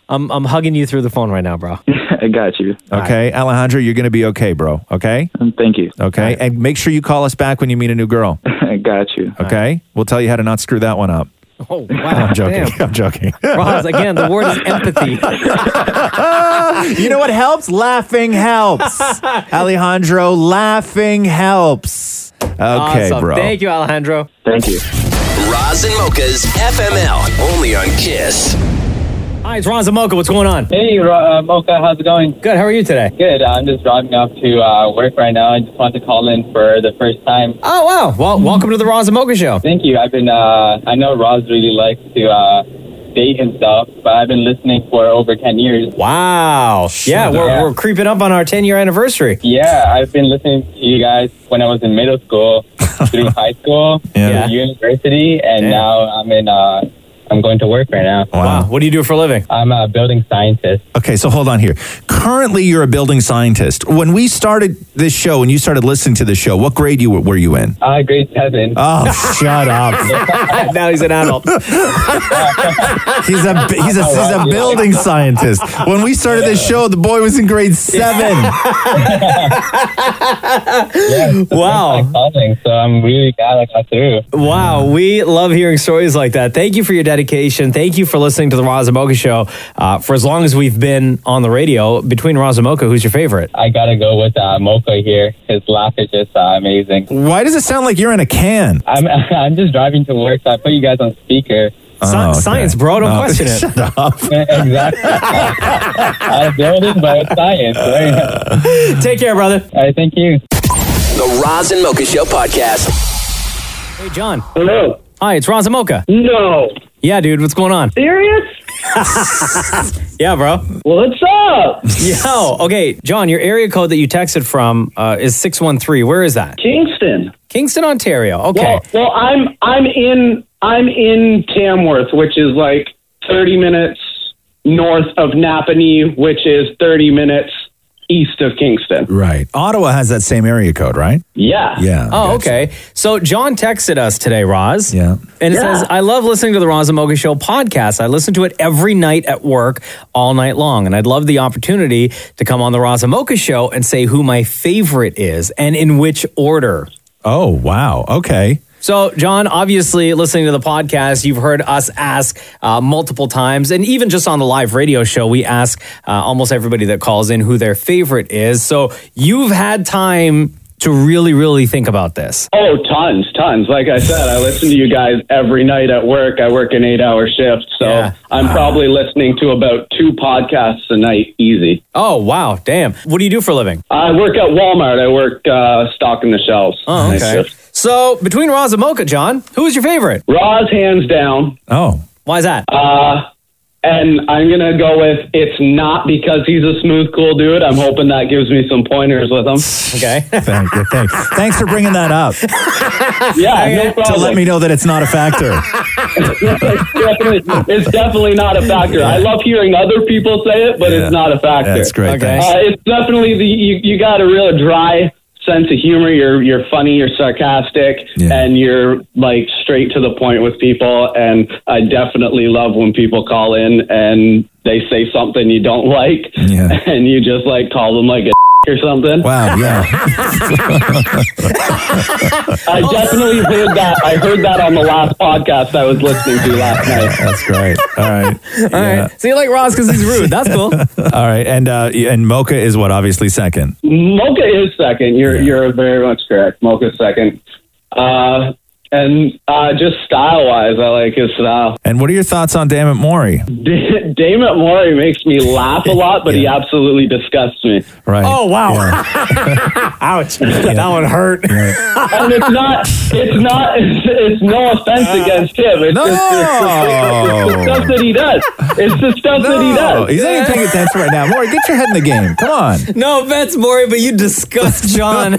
I'm, I'm hugging you through the phone right now, bro. I got you. Mm, Okay, Alejandro, you're going to be okay, bro. Okay? Thank you. Okay. And make sure you call us back when you meet a new girl. got you. Okay? We'll tell you how to not screw that one up. Oh wow! I'm joking. I'm joking. Roz, again, the word is empathy. you know what helps? Laughing helps. Alejandro, laughing helps. Okay, Awesome. bro. Thank you, Alejandro. Thank you. Roz and Mocha's FML, only on Kiss. Hi, it's Ron Zamoka. What's going on? Hey, Ro- uh, Mocha, how's it going? Good. How are you today? Good. I'm just driving up to uh, work right now. I just wanted to call in for the first time. Mm-hmm. Oh wow! Well, welcome to the Roz and Mocha Show. Thank you. I've been. Uh, I know Roz really likes to uh, date and stuff, but I've been listening for over ten years. Wow! yeah, we're, up. we're creeping up on our 10 year anniversary. Yeah, I've been listening to you guys when I was in middle school, through high school, Yeah. through university, and now I'm in. Uh, I'm going to work right now. Wow. What do you do for a living? I'm a building scientist. Okay, so hold on here. Currently, you're a building scientist. When we started this show, and you started listening to this show, what grade you were you in? Uh, grade seven. Oh, shut up! now he's an adult. He's a he's a he's a building scientist. When we started this show, the boy was in grade seven. wow. So I'm really glad I got through. Wow, we love hearing stories like that. Thank you for your dedication. Thank you for listening to the Roz and Mocha Show uh, for as long as we've been on the radio. Between Roz and Mocha, who's your favorite? I gotta go with uh, Mocha here. His laugh is just uh, amazing. Why does it sound like you're in a can? I'm I'm just driving to work, so I put you guys on speaker. Oh, Sci- okay. science, bro. Don't No, question it. shut up. exactly. I build it, but it's science. right? Take care, brother. All right, thank you. The Roz and Mocha Show podcast. Hey, John. Hello. Hi, it's Roz and Mocha. No. Yeah, dude, what's going on? Serious? Yeah, bro. What's up? Yo, okay, John, your area code that you texted from uh, is 613. Where is that? Kingston. Kingston, Ontario. Okay. Well, well, I'm I'm in I'm in Tamworth, which is like 30 minutes north of Napanee, which is 30 minutes east of Kingston. Right. Ottawa has that same area code, right? Yeah. Yeah. Oh, okay. So John texted us today, Roz. Yeah. And it Yeah. says, I love listening to the Roz and Mocha Show podcast. I listen to it every night at work, all night long. And I'd love the opportunity to come on the Roz and Mocha Show and say who my favorite is and in which order. Oh, wow. Okay. So, John, obviously, listening to the podcast, you've heard us ask uh, multiple times, and even just on the live radio show, we ask uh, almost everybody that calls in who their favorite is. So, you've had time to really, really think about this. Oh, tons, tons. Like I said, I listen to you guys every night at work. I work an eight-hour shift, so I'm probably listening to about two podcasts a night, easy. Oh, wow. Damn. What do you do for a living? I work at Walmart. I work uh, stocking the shelves. Oh, okay. So between Roz and Mocha, John, who is your favorite? Roz, hands down. Oh. Why is that? Uh, and I'm going to go with it's not because he's a smooth, cool dude. I'm hoping that gives me some pointers with him. Okay. Thank you. Thanks. Thanks for bringing that up. yeah, no to problem. let me know that it's not a factor. it's, definitely, it's definitely not a factor. I love hearing other people say it, but Yeah. it's not a factor. That's great. Okay. Uh, it's definitely the you, you got a real dry sense of humor. You're you're funny, you're sarcastic, and you're like straight to the point with people. And I definitely love when people call in and they say something you don't like, and you just like call them like a or something. Wow, yeah. I definitely heard that. I heard that on the last podcast I was listening to last night. That's great. All right. All right. So you like Roz because he's rude. That's cool. All right. And uh, and Mocha is what? Obviously second. Mocha is second. You're you're very much correct. Mocha's second. Uh, and uh, just style wise, I like his style. And what are your thoughts on Damn It Maury? D- Damon Mori makes me laugh a lot, but he absolutely disgusts me. Right. Oh wow! Ouch! That one hurt. and it's not. It's not. It's, it's no offense Uh, against him. It's just it's the stuff that he does. It's the stuff that he Oh, does. he's not even paying attention right now. Maury, get your head in the game. Come on. No offense, Maury, but you disgust John.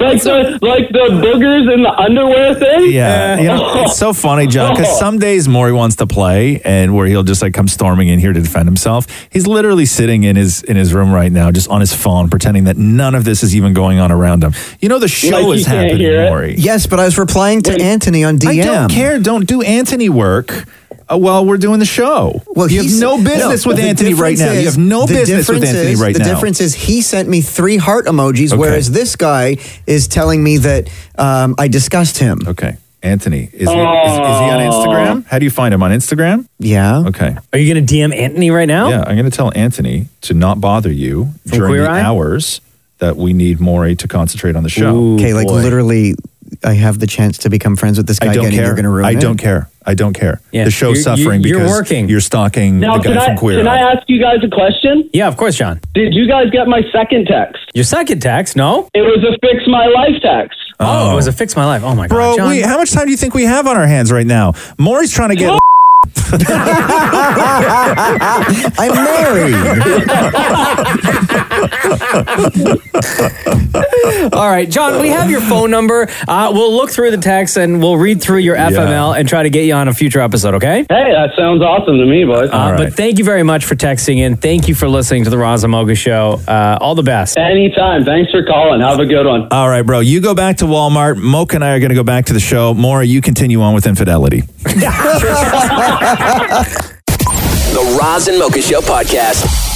Like the like the boogers in the underwear thing. Yeah, Uh, you Oh. know, it's so funny, John. Because some days Maury wants to play, and where he'll just like come storming in here to defend himself. He's literally sitting in his in his room right now, just on his phone, pretending that none of this is even going on around him. You know, the show is happening, Maury. Yes, but I was replying to Anthony on DM. I don't care. Don't do Anthony work. Uh, while we're doing the show, well, you have he's- no business no, with the Anthony right difference now. you is- have no the business with difference Anthony is- right the now. difference is he sent me three heart emojis, Okay. whereas this guy is telling me that um, I discussed him. Okay. Anthony, is, he, is, is he on Instagram? How do you find him on Instagram? Yeah. Okay. Are you going to DM Anthony right now? Yeah, I'm going to tell Anthony to not bother you From during Queer the Eye? hours that we need Maury to concentrate on the show. okay, like literally, I have the chance to become friends with this guy I don't again, and care. you're going to ruin I it. don't care. I don't care. Yeah. The show's You're- you- suffering you're because working. you're stalking Now, the guy can, from I, Queer can Eye. I ask you guys a question? Yeah, of course, John. Did you guys get my second text? Your second text? No. It was a fix my life text. Oh, it was a fix my life. Oh my Bro, god, John. wait, how much time do you think we have on our hands right now? Maury's trying to get. I'm All right, John, we have your phone number. Uh, we'll look through the text and we'll read through your FML and try to get you on a future episode, okay? Hey, that sounds awesome to me, boys. Uh, But thank you very much for texting in. Thank you for listening to the Razamoga Show. Uh, all the best. Anytime. Thanks for calling. Have a good one. All right, bro. You go back to Walmart. Moke and I are going to go back to the show. Maury, you continue on with infidelity. The Roz and Mocha Show podcast.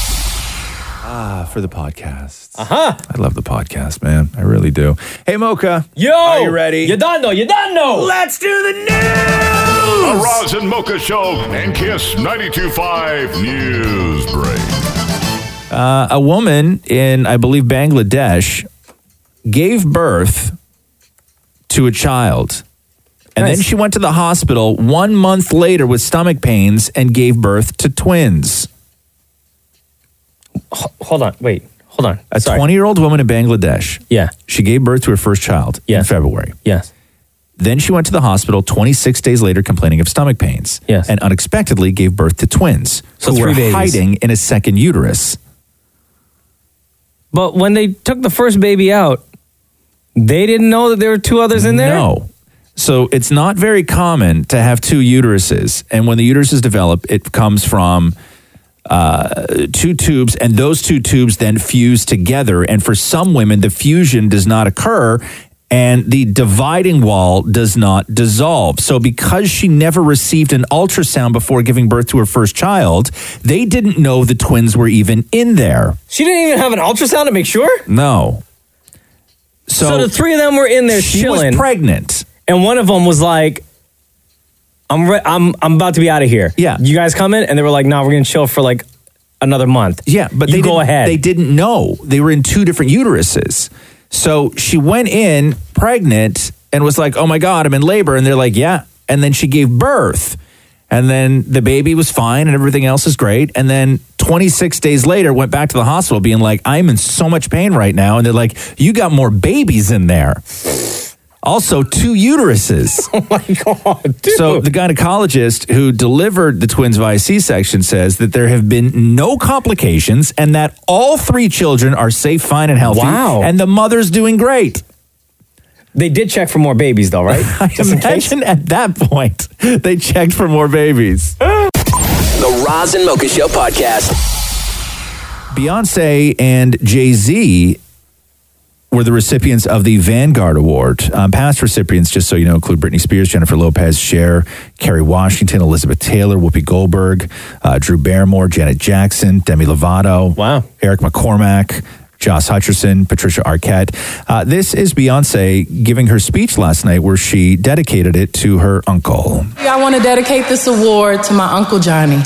Ah, for the podcast. Uh Uh-huh. huh. I love the podcast, man. I really do. Hey, Mocha. Yo. Are you ready? You done know. You done know. Let's do the news. The Roz and Mocha Show and Kiss 92.5 News Break. Uh, a woman in, I believe, Bangladesh gave birth to a child. And then she went to the hospital one month later with stomach pains and gave birth to twins. Hold on. Wait. Hold on. A 20 year old woman in Bangladesh. Yeah. She gave birth to her first child in February. Yes. Then she went to the hospital 26 days later complaining of stomach pains. Yes. And unexpectedly gave birth to twins So who three were babies. hiding in a second uterus. But when they took the first baby out, they didn't know that there were two others in there? No. So it's not very common to have two uteruses. And when the uteruses develop, it comes from uh, two tubes, and those two tubes then fuse together. And for some women, the fusion does not occur. And the dividing wall does not dissolve. So, because she never received an ultrasound before giving birth to her first child, they didn't know the twins were even in there. She didn't even have an ultrasound to make sure? No. So, So, the three of them were in there She was chilling. pregnant. And one of them was like, I'm, re- I'm, I'm about to be out of here. Yeah. You guys come in? And they were like, no, nah, we're going to chill for like another month. Yeah, but You they go didn't- ahead. They didn't know they were in two different uteruses. So she went in pregnant and was like, "Oh my god, I'm in labor," and they're like, "Yeah." And then she gave birth, and then the baby was fine, and everything else is great. And then 26 days later, went back to the hospital, being like, "I'm in so much pain right now," and they're like, "You got more babies in there." Also, two uteruses. Oh my God. So, the gynecologist who delivered the twins via C section says that there have been no complications and that all three children are safe, fine, and healthy. Wow. And the mother's doing great. They did check for more babies, though, right? I imagine at that point, they checked for more babies. The Roz and Mocha Show podcast. Beyonce and Jay Z were the recipients of the Vanguard Award. Um, past recipients, just so you know, include Britney Spears, Jennifer Lopez, Cher, Kerry Washington, Elizabeth Taylor, Whoopi Goldberg, uh, Drew Barrymore, Janet Jackson, Demi Lovato, wow, Eric McCormack. Joss Hutcherson, Patricia Arquette. Uh, this is Beyonce giving her speech last night where she dedicated it to her uncle. I want to dedicate this award to my Uncle Johnny,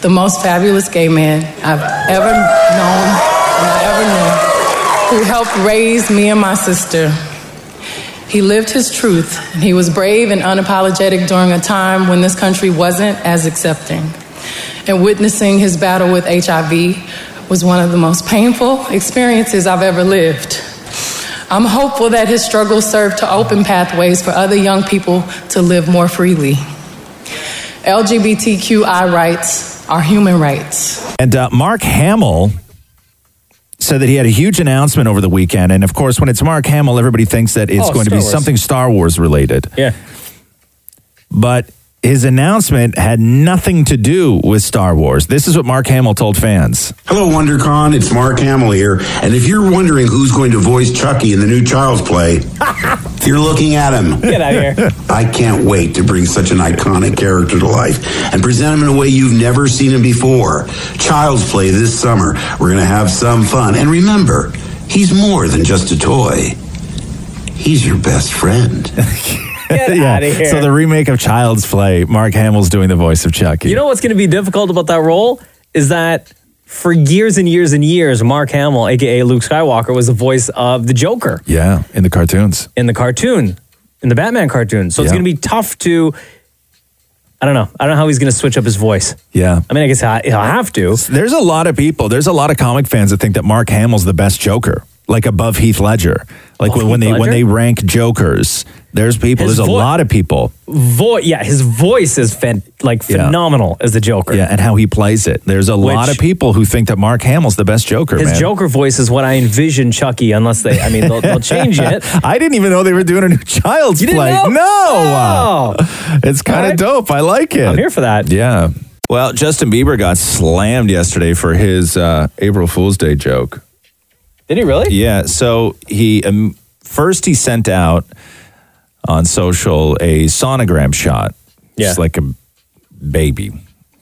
the most fabulous gay man I've ever known and I ever knew, who helped raise me and my sister. He lived his truth, and he was brave and unapologetic during a time when this country wasn't as accepting. And witnessing his battle with HIV was one of the most painful experiences I've ever lived. I'm hopeful that his struggles serve to open pathways for other young people to live more freely. LGBTQI rights are human rights. And uh, Mark Hamill said that he had a huge announcement over the weekend. And of course, when it's Mark Hamill, everybody thinks that it's Oh, going to Star be Wars. something Star Wars related. Yeah. But his announcement had nothing to do with Star Wars. This is what Mark Hamill told fans. Hello, WonderCon. It's Mark Hamill here. And if you're wondering who's going to voice Chucky in the new Child's Play, you're looking at him. Get out of here. I can't wait to bring such an iconic character to life and present him in a way you've never seen him before. Child's Play this summer. We're going to have some fun. And remember, he's more than just a toy, he's your best friend. Get outta here. So the remake of Child's Play, Mark Hamill's doing the voice of Chucky. You know what's going to be difficult about that role is that for years and years and years, Mark Hamill, aka Luke Skywalker, was the voice of the Joker yeah, in the cartoons. in the cartoon, in the Batman cartoon. So it's Yeah. going to be tough to. I don't know. I don't know how he's going to switch up his voice. Yeah. I mean, I guess I, he'll have to. There's a lot of people, there's a lot of comic fans that think that Mark Hamill's the best Joker, like above Heath Ledger. Like when, when they when they rank Jokers, there's people, His there's voi- a lot of people. Vo- yeah, his voice is fan- like phenomenal as the Joker. Yeah, and how he plays it. There's a lot Which- of people who think that Mark Hamill's the best Joker. His man. Joker voice is what I envision Chucky, unless they, I mean, they'll, they'll change it. I didn't even know they were doing a new Child's You didn't Play. know? Oh No, it's kind of dope. I like it. I'm here for that. Yeah. Well, Justin Bieber got slammed yesterday for his uh, April Fool's Day joke. Did he really? Yeah. So he um, first he sent out on social a sonogram shot. Yeah. It's like a baby.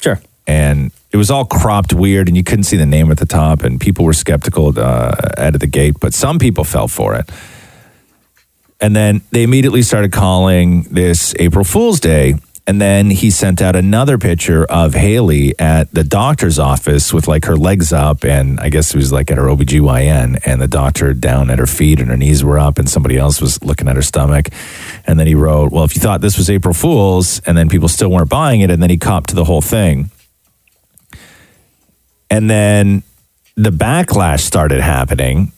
Sure. And it was all cropped weird, and you couldn't see the name at the top, and people were skeptical uh, out of the gate, but some people fell for it. And then they immediately started calling this April Fool's Day. And then he sent out another picture of Haley at the doctor's office with like her legs up. And I guess it was like at her OBGYN and the doctor down at her feet and her knees were up and somebody else was looking at her stomach. And then he wrote, Well, if you thought this was April Fool's and then people still weren't buying it. And then he copped to the whole thing. And then the backlash started happening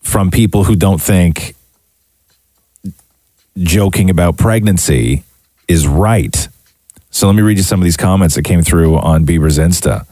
from people who don't think joking about pregnancy is right. So let me read you some of these comments that came through on Bieber's Insta.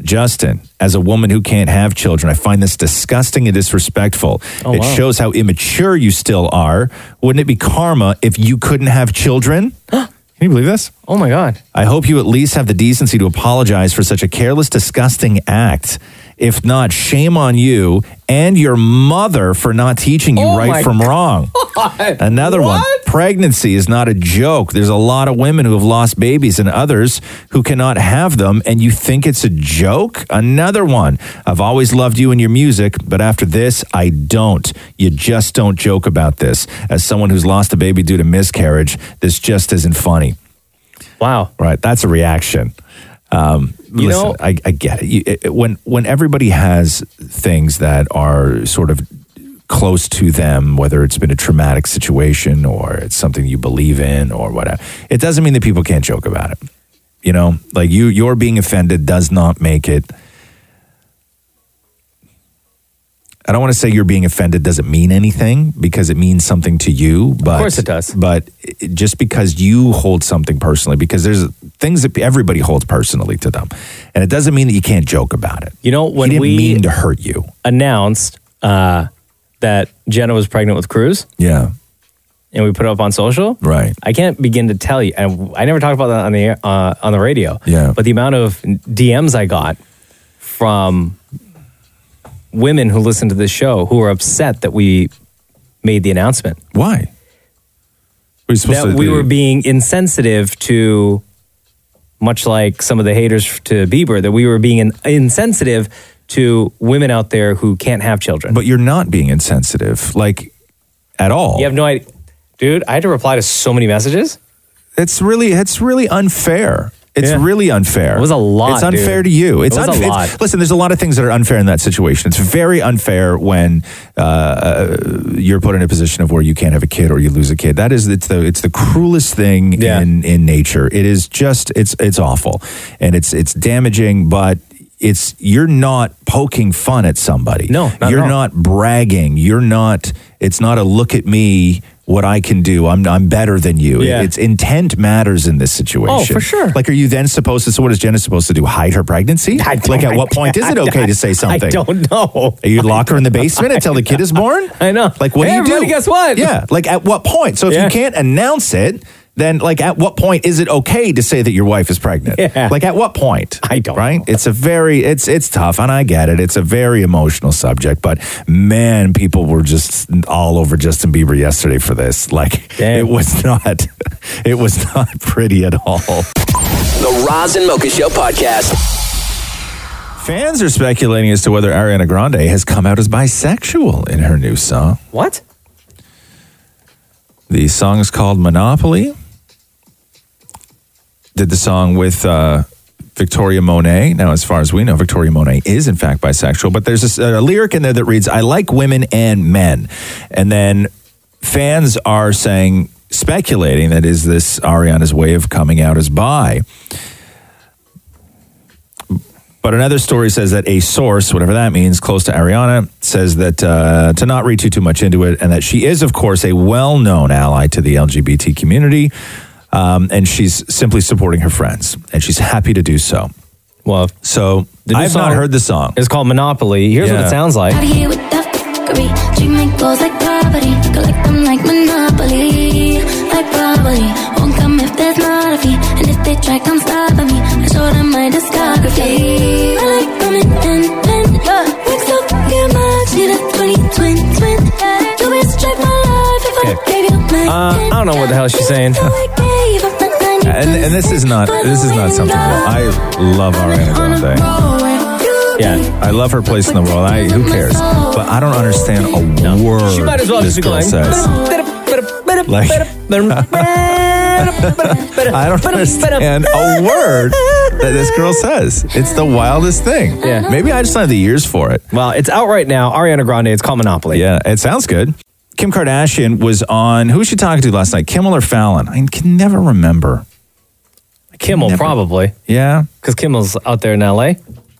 Justin, as a woman who can't have children, I find this disgusting and disrespectful. Oh, it wow. shows how immature you still are. Wouldn't it be karma if you couldn't have children? Can you believe this? Oh my God. I hope you at least have the decency to apologize for such a careless, disgusting act. If not, shame on you and your mother for not teaching you Oh my right from wrong. Another one. Pregnancy is not a joke. There's a lot of women who have lost babies and others who cannot have them, and you think it's a joke? Another one. I've always loved you and your music, but after this, I don't. You just don't joke about this. As someone who's lost a baby due to miscarriage, this just isn't funny. Wow. Right. That's a reaction. Um, You listen, know- I, I get it. You, it- it- When when everybody has things that are sort of close to them, whether it's been a traumatic situation or it's something you believe in or whatever, it doesn't mean that people can't joke about it. You know, like you you're being offended does not make it. I don't want to say you're being offended doesn't mean anything because it means something to you. But of course it does. But it- just because you hold something personally, because there's things that everybody holds personally to them, and it doesn't mean that you can't joke about it. You know, when he didn't we mean to hurt you, announced uh, that Jenna was pregnant with Cruz yeah, and we put it up on social, right. I can't begin to tell you. And I never talked about that on the air- uh, on the radio. Yeah. But the amount of DMs I got from women who listen to this show who were upset that we made the announcement. Why? Were you supposed that to we do- were being insensitive to, much like some of the haters to Bieber, that we were being in- insensitive to women out there who can't have children. But you're not being insensitive, like at all. You have no idea, dude. I had to reply to so many messages. It's really it's really unfair. It's Yeah. really unfair. It was a lot, It's unfair dude. to you. It It's was a unfair. lot. Listen, there's a lot of things that are unfair in that situation. It's very unfair when uh, uh, you're put in a position of where you can't have a kid or you lose a kid. That is it's the it's the cruelest thing in in nature. It is just it's it's awful and it's it's damaging, but. It's you're not poking fun at somebody. No, not at you're all. not bragging. You're not. It's not a look at me what I can do. I'm I'm better than you. Yeah. It's intent matters in this situation. Oh, for sure. Like, are you then supposed to? So, what is Jenna supposed to do? Hide her pregnancy? like, at what point is it okay to say something? Oh I don't know. Are you lock her in the basement until the kid is born? I know. Like, what Hey, do you do? everybody, guess what? Yeah. Like, at what point? So, if Yeah. you can't announce it, then like, at what point is it okay to say that your wife is pregnant? Yeah. Like, at what point? I don't. Right? It's a very it's it's tough, and I get it. It's a very emotional subject, but man, people were just all over Justin Bieber yesterday for this. Like, it was not it was not pretty at all. The Roz and Mocha Show podcast. Fans are speculating as to whether Ariana Grande has come out as bisexual in her new song. What? The song is called Monopoly. Did the song with uh, Victoria Monet. Now, as far as we know, Victoria Monet is in fact bisexual, but there's this, a lyric in there that reads, I like women and men. And then fans are saying, speculating that is this Ariana's way of coming out as bi. But another story says that a source, whatever that means, close to Ariana, says that uh, to not read too too much into it, and that she is, of course, a well known ally to the LGBT community, um, and she's simply supporting her friends, and she's happy to do so. Well, so the new I've not song heard the song. It's called Monopoly. Here's what Yeah. it sounds like. Out of here with the fuckery. Treat me close like property. Collect them like Monopoly. Like robbery. Won't come if there's not a fee. And if they try, come stopping me. I show them my discography. I like women and men. Look so fucking much. Need a 20, twin, twin. You will strike my life if I gave you my Uh, I don't know what the hell she's saying. gave up my mind. And, and this is not this is not something that I love Ariana Grande. Yeah, I love her place in the world. I who cares? But I don't understand a word She might as well this just be girl going, says. Like, I don't understand a word that this girl says. It's the wildest thing. Yeah. Maybe I just don't have the ears for it. Well, it's out right now. Ariana Grande. It's called Monopoly. Yeah, it sounds good. Kim Kardashian was on, who was she talking to last night? Kimmel or Fallon? I can never remember. Kimmel, Never- probably. Yeah. Because Kimmel's out there in LA.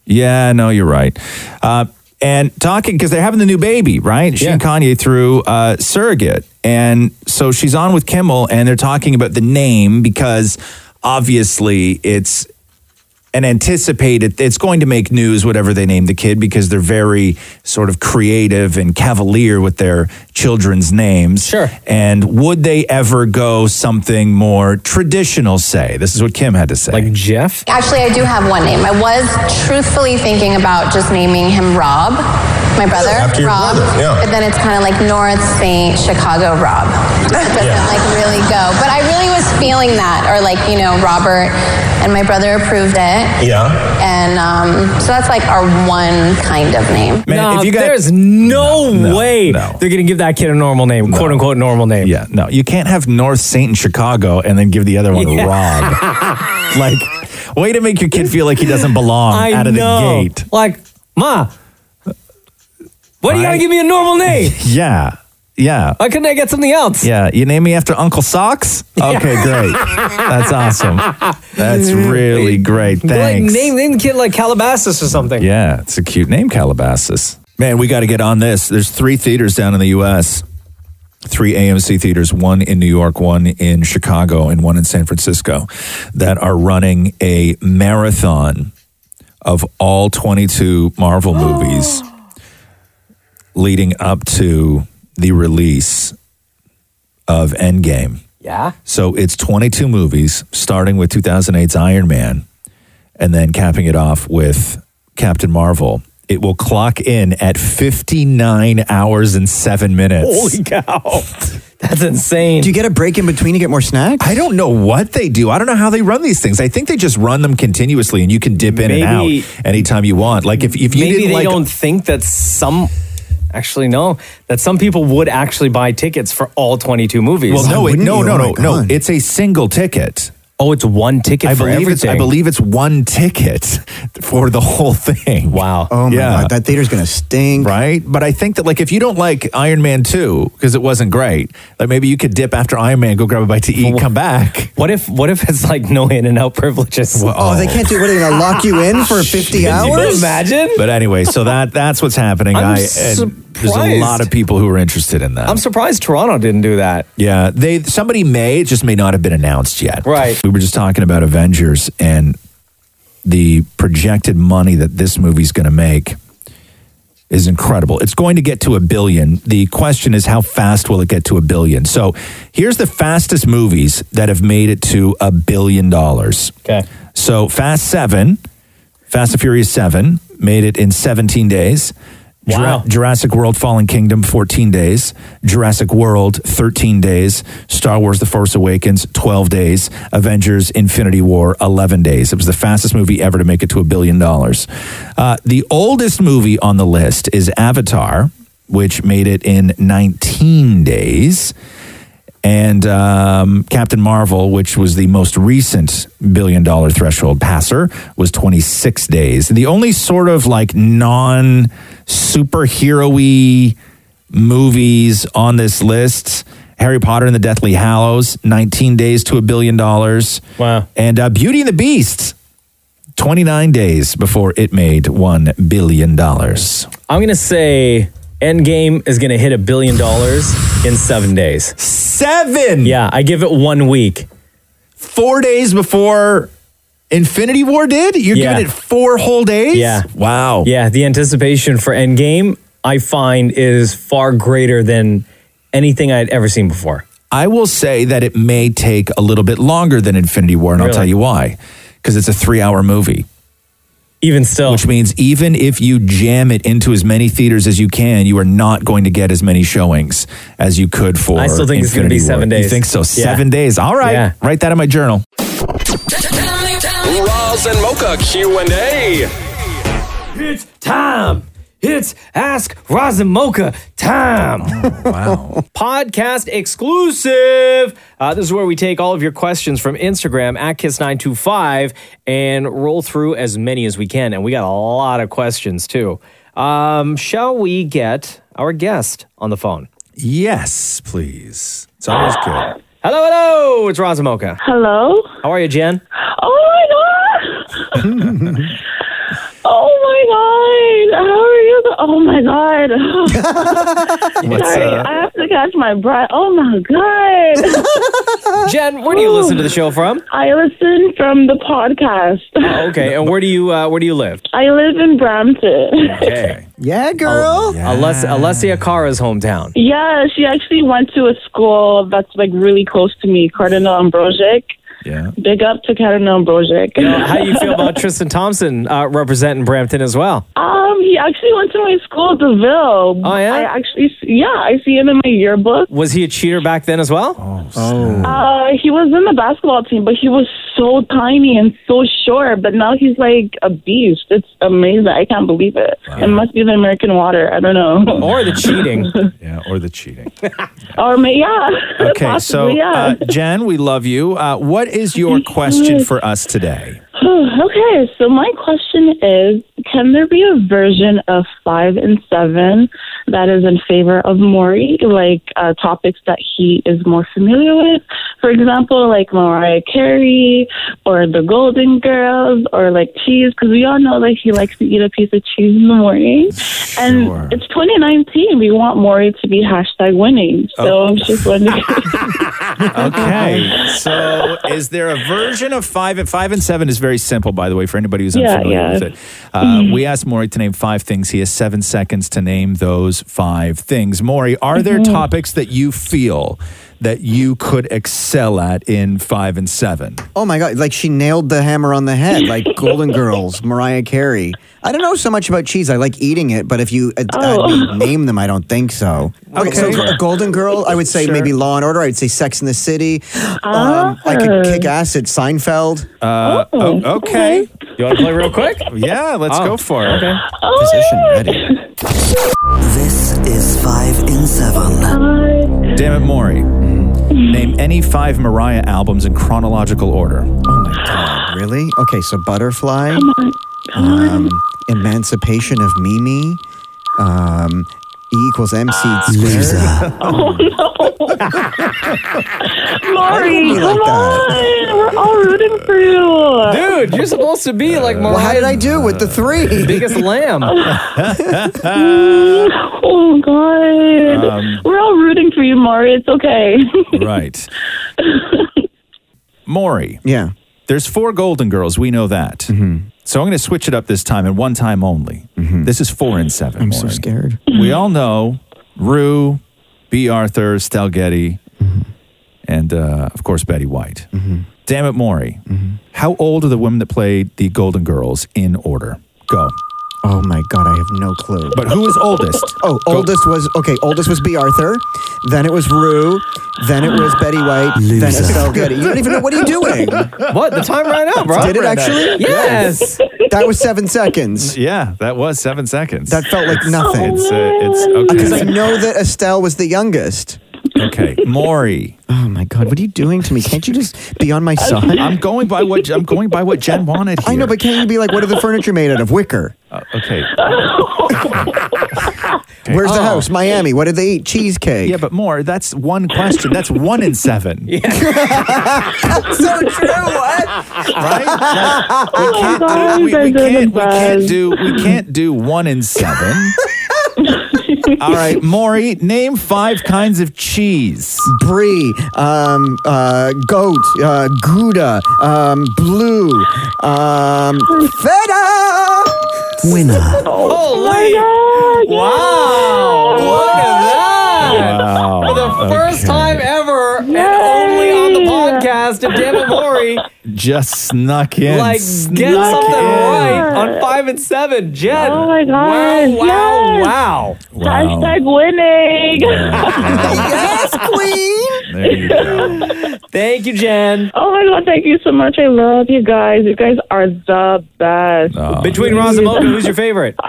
Yeah, no, you're right. Uh, and talking because they're having the new baby, right? She and Kanye through uh, surrogate, and so she's on with Kimmel, and they're talking about the name because obviously it's an anticipated. It's going to make news, whatever they name the kid, because they're very sort of creative and cavalier with their children's names. Sure. And would they ever go something more traditional? Say this is what Kim had to say, like Jeff. Actually, I do have one name. I was truthfully thinking about just naming him Rob, my brother, after your Rob. brother, yeah. But then it's kind of like North St. Chicago Rob. It doesn't like really go. But I really was feeling that, or like, you know, Robert, and my brother approved it. Yeah. And um, so that's like our one kind of name. no, there's no, way they're going to give that kid a normal name, quote unquote normal name. Yeah, no, you can't have North Saint in Chicago and then give the other one Rob. like, way to make your kid feel like he doesn't belong I out of know. the gate. Like, ma, what do you got to give me a normal name? Yeah, yeah. Why couldn't I get something else? Yeah, you name me after Uncle Socks? Okay, great. That's awesome. That's really great. Like, Thanks. name, name the kid like Calabasas or something. Yeah, it's a cute name, Calabasas. Man, we got to get on this. There's three theaters down in the U.S. Three AMC theaters, one in New York, one in Chicago, and one in San Francisco, that are running a marathon of all 22 Marvel movies leading up to the release of Endgame. Yeah. So it's 22 movies, starting with 2008's Iron Man and then capping it off with Captain Marvel. It will clock in at 59 hours and seven minutes. Holy cow. That's insane. Do you get a break in between to get more snacks? I don't know what they do. I don't know how they run these things. I think they just run them continuously and you can dip in Maybe- and out anytime you want. Like if, if you Maybe didn't they like don't think that some. Actually, no. That some people would actually buy tickets for all 22 movies. Well, no, it, no, no, no, no. It's a single ticket. Oh, it's one ticket I for believe it's I everything. believe it's one ticket for the whole thing. Wow. Oh my God, that theater's gonna stink. Right? But I think that like if you don't like Iron Man 2 because it wasn't great, like maybe you could dip after Iron Man, go grab a bite to eat, come back. What if what if it's like no in and out privileges? Oh, they can't do. What are they gonna lock you in for fifty hours? Oh. But anyway, so that that's what's happening. I'm I- and there's a lot of surprised. people who are interested in that. I'm surprised Toronto didn't do that. Yeah, they somebody may it just may not have been announced yet. Right. We were just talking about Avengers and the projected money that this movie's going to make is incredible. It's going to get to a billion. The question is how fast will it get to a billion? So, here's the fastest movies that have made it to a billion dollars. Okay. So, Fast 7, Fast and Furious 7 made it in 17 days. Wow. Jurassic World Fallen Kingdom, 14 days. Jurassic World, 13 days. Star Wars The Force Awakens, 12 days. Avengers Infinity War, 11 days. It was the fastest movie ever to make it to a billion dollars. Uh, the oldest movie on the list is Avatar, which made it in 19 days. and um, Captain Marvel, which was the most recent billion dollar threshold passer, was 26 days. The only sort of like non superhero y movies on this list Harry Potter and the Deathly Hallows, 19 days to a billion dollars. Wow. And uh, Beauty and the Beast, 29 days before it made $1 billion. I'm going to say Endgame is going to hit a billion dollars in seven days. Seven? Yeah, I give it one week. Four days before Infinity War did? You're Yeah. giving it four whole days? Yeah. Wow. Yeah, the anticipation for Endgame, I find, is far greater than anything I'd ever seen before. I will say that it may take a little bit longer than Infinity War, and I'll Really? tell you why. Because it's a three hour movie. Even still. Which means even if you jam it into as many theaters as you can, you are not going to get as many showings as you could for I still think it's gonna be Infinity War. seven You days. think so? Yeah. Seven days. All right. Yeah. Write that in my journal. Roz and Mocha Q&A. It's time. It's Ask Roz and Mocha time. Oh, wow. Podcast exclusive. Uh, this is where we take all of your questions from Instagram at Kiss925 and roll through as many as we can. And we got a lot of questions too. Um, shall we get our guest on the phone? Yes, please. It's always good. Hello, hello. It's Roz and Mocha. Hello. How are you, Jen? Oh my god. oh my god. How are you? Oh my god. What's Sorry, up? I have to catch my breath. Oh my god. Jen, where do you listen to the show from? I listen from the podcast. Oh, okay. And where do you uh, where do you live? I live in Brampton. Okay. Yeah, girl. Aless- Alessia Cara's hometown. Yeah, she actually went to a school that's like really close to me, Cardinal Ambrosic. Yeah. Big up to Cardinal Ambrosic. How do you feel about Tristan Thompson uh, representing Brampton as well? Um, he actually went to my school, DeVille. Oh yeah, I actually, yeah, I see him in my yearbook. Was he a cheater back then as well? Oh, Hmm. Uh, he was in the basketball team, but he was so tiny and so short. But now he's like a beast. It's amazing. I can't believe it. It must be the American water. I don't know. Or the cheating. yeah, or the cheating. or ma- yeah. Okay, so Possibly, yeah. uh, Jen, we love you. Uh, what is your question for us today? okay, so my question is: Can there be a version of five and seven that is in favor of Maury, like uh, topics that he is more familiar with? For example, like Mariah Carey or the Golden Girls or like cheese, because we all know that he likes to eat a piece of cheese in the morning. And it's 2019. We want Maury to be hashtag winning. So I'm just wondering. Okay, so is there a version of five? and Five and seven is very simple, by the way, for anybody who's Yeah, unfamiliar yeah. Mm-hmm. with it. Uh, we asked Maury to name five things. He has seven seconds to name those five things. Maury, are there Mhm. topics that you feel that you could excel at in five and seven? Oh my God. Like she nailed the hammer on the head, like Golden Girls, Mariah Carey. I don't know so much about cheese. I like eating it, but if you uh, uh, name them, I don't think so. Okay. So a Golden Girl, I would say maybe Law and Order. I would say Sex in the City. Um, I could kick ass at Seinfeld. Uh, Ah. oh, okay. You want to play real quick? yeah, Oh. let's go for it. Okay. Oh, Position ready. This is five in seven. Damn it, Maury. Mm-hmm. Name any five Mariah albums in chronological order. Oh my God, really? Okay, so Butterfly, Come on. um, Emancipation of Mimi, um, E equals MC squared. Oh no, Maury, come on! We're all rooting for you, dude. You're supposed to be like Well, how did I do with the three? Biggest lamb. oh god, Um, we're all rooting for you, Maury. It's okay. Right. Maury. Yeah. Mm-hmm. There's four Golden Girls. We know that. So I'm going to switch it up this time and one time only. This is four and seven. I'm so scared. We all know Rue, B. Arthur, Stalgetti, Mm-hmm. and uh, of course Betty White. Mm-hmm. Damn it, Maury. Mm-hmm. How old are the women that played the Golden Girls in order? Go. Oh my God, I have no clue. But who is oldest? Oh, oldest was okay. Oldest was B. Arthur, then it was Rue, then it was Betty White, then Loser. Estelle Getty. You don't even know what are you doing. What? The time ran out, bro. Did it actually? Yes. That was seven seconds. Yeah, that was seven seconds. That felt like nothing. It's, uh, it's okay. Because I know that Estelle was the youngest. Okay, Maury. Oh my God, what are you doing to me? Can't you just be on my side? I'm going by what I'm going by what Jen wanted. Here. I know, but can't you be like, what are the furniture made out of? Wicker. Uh, okay. Oh. Where's the house? Miami. What did they eat? Cheesecake. Yeah, but more. That's one question. That's one in seven. so true. What? Right? Like, we Oh can't, do, we, we can't, we can't do we can't do one in seven. All right, Maury, name five kinds of cheese. Brie, um, uh, goat, uh, Gouda, um, blue, um, feta. Winner. Holy! Wow! Look at that! Wow. Uh, For the first time ever, and only on the podcast, of Dan and Maury, Just snuck in. like, get Snuck something in. right on five and seven. Jen. Oh my Wow! gosh, Wow! yes. Wow! Hashtag winning. yes, queen. There you go. Thank you, Jen. Oh my god, thank you so much. I love you guys. You guys are the best. Oh, Between Roz and Mocha, who's your favorite?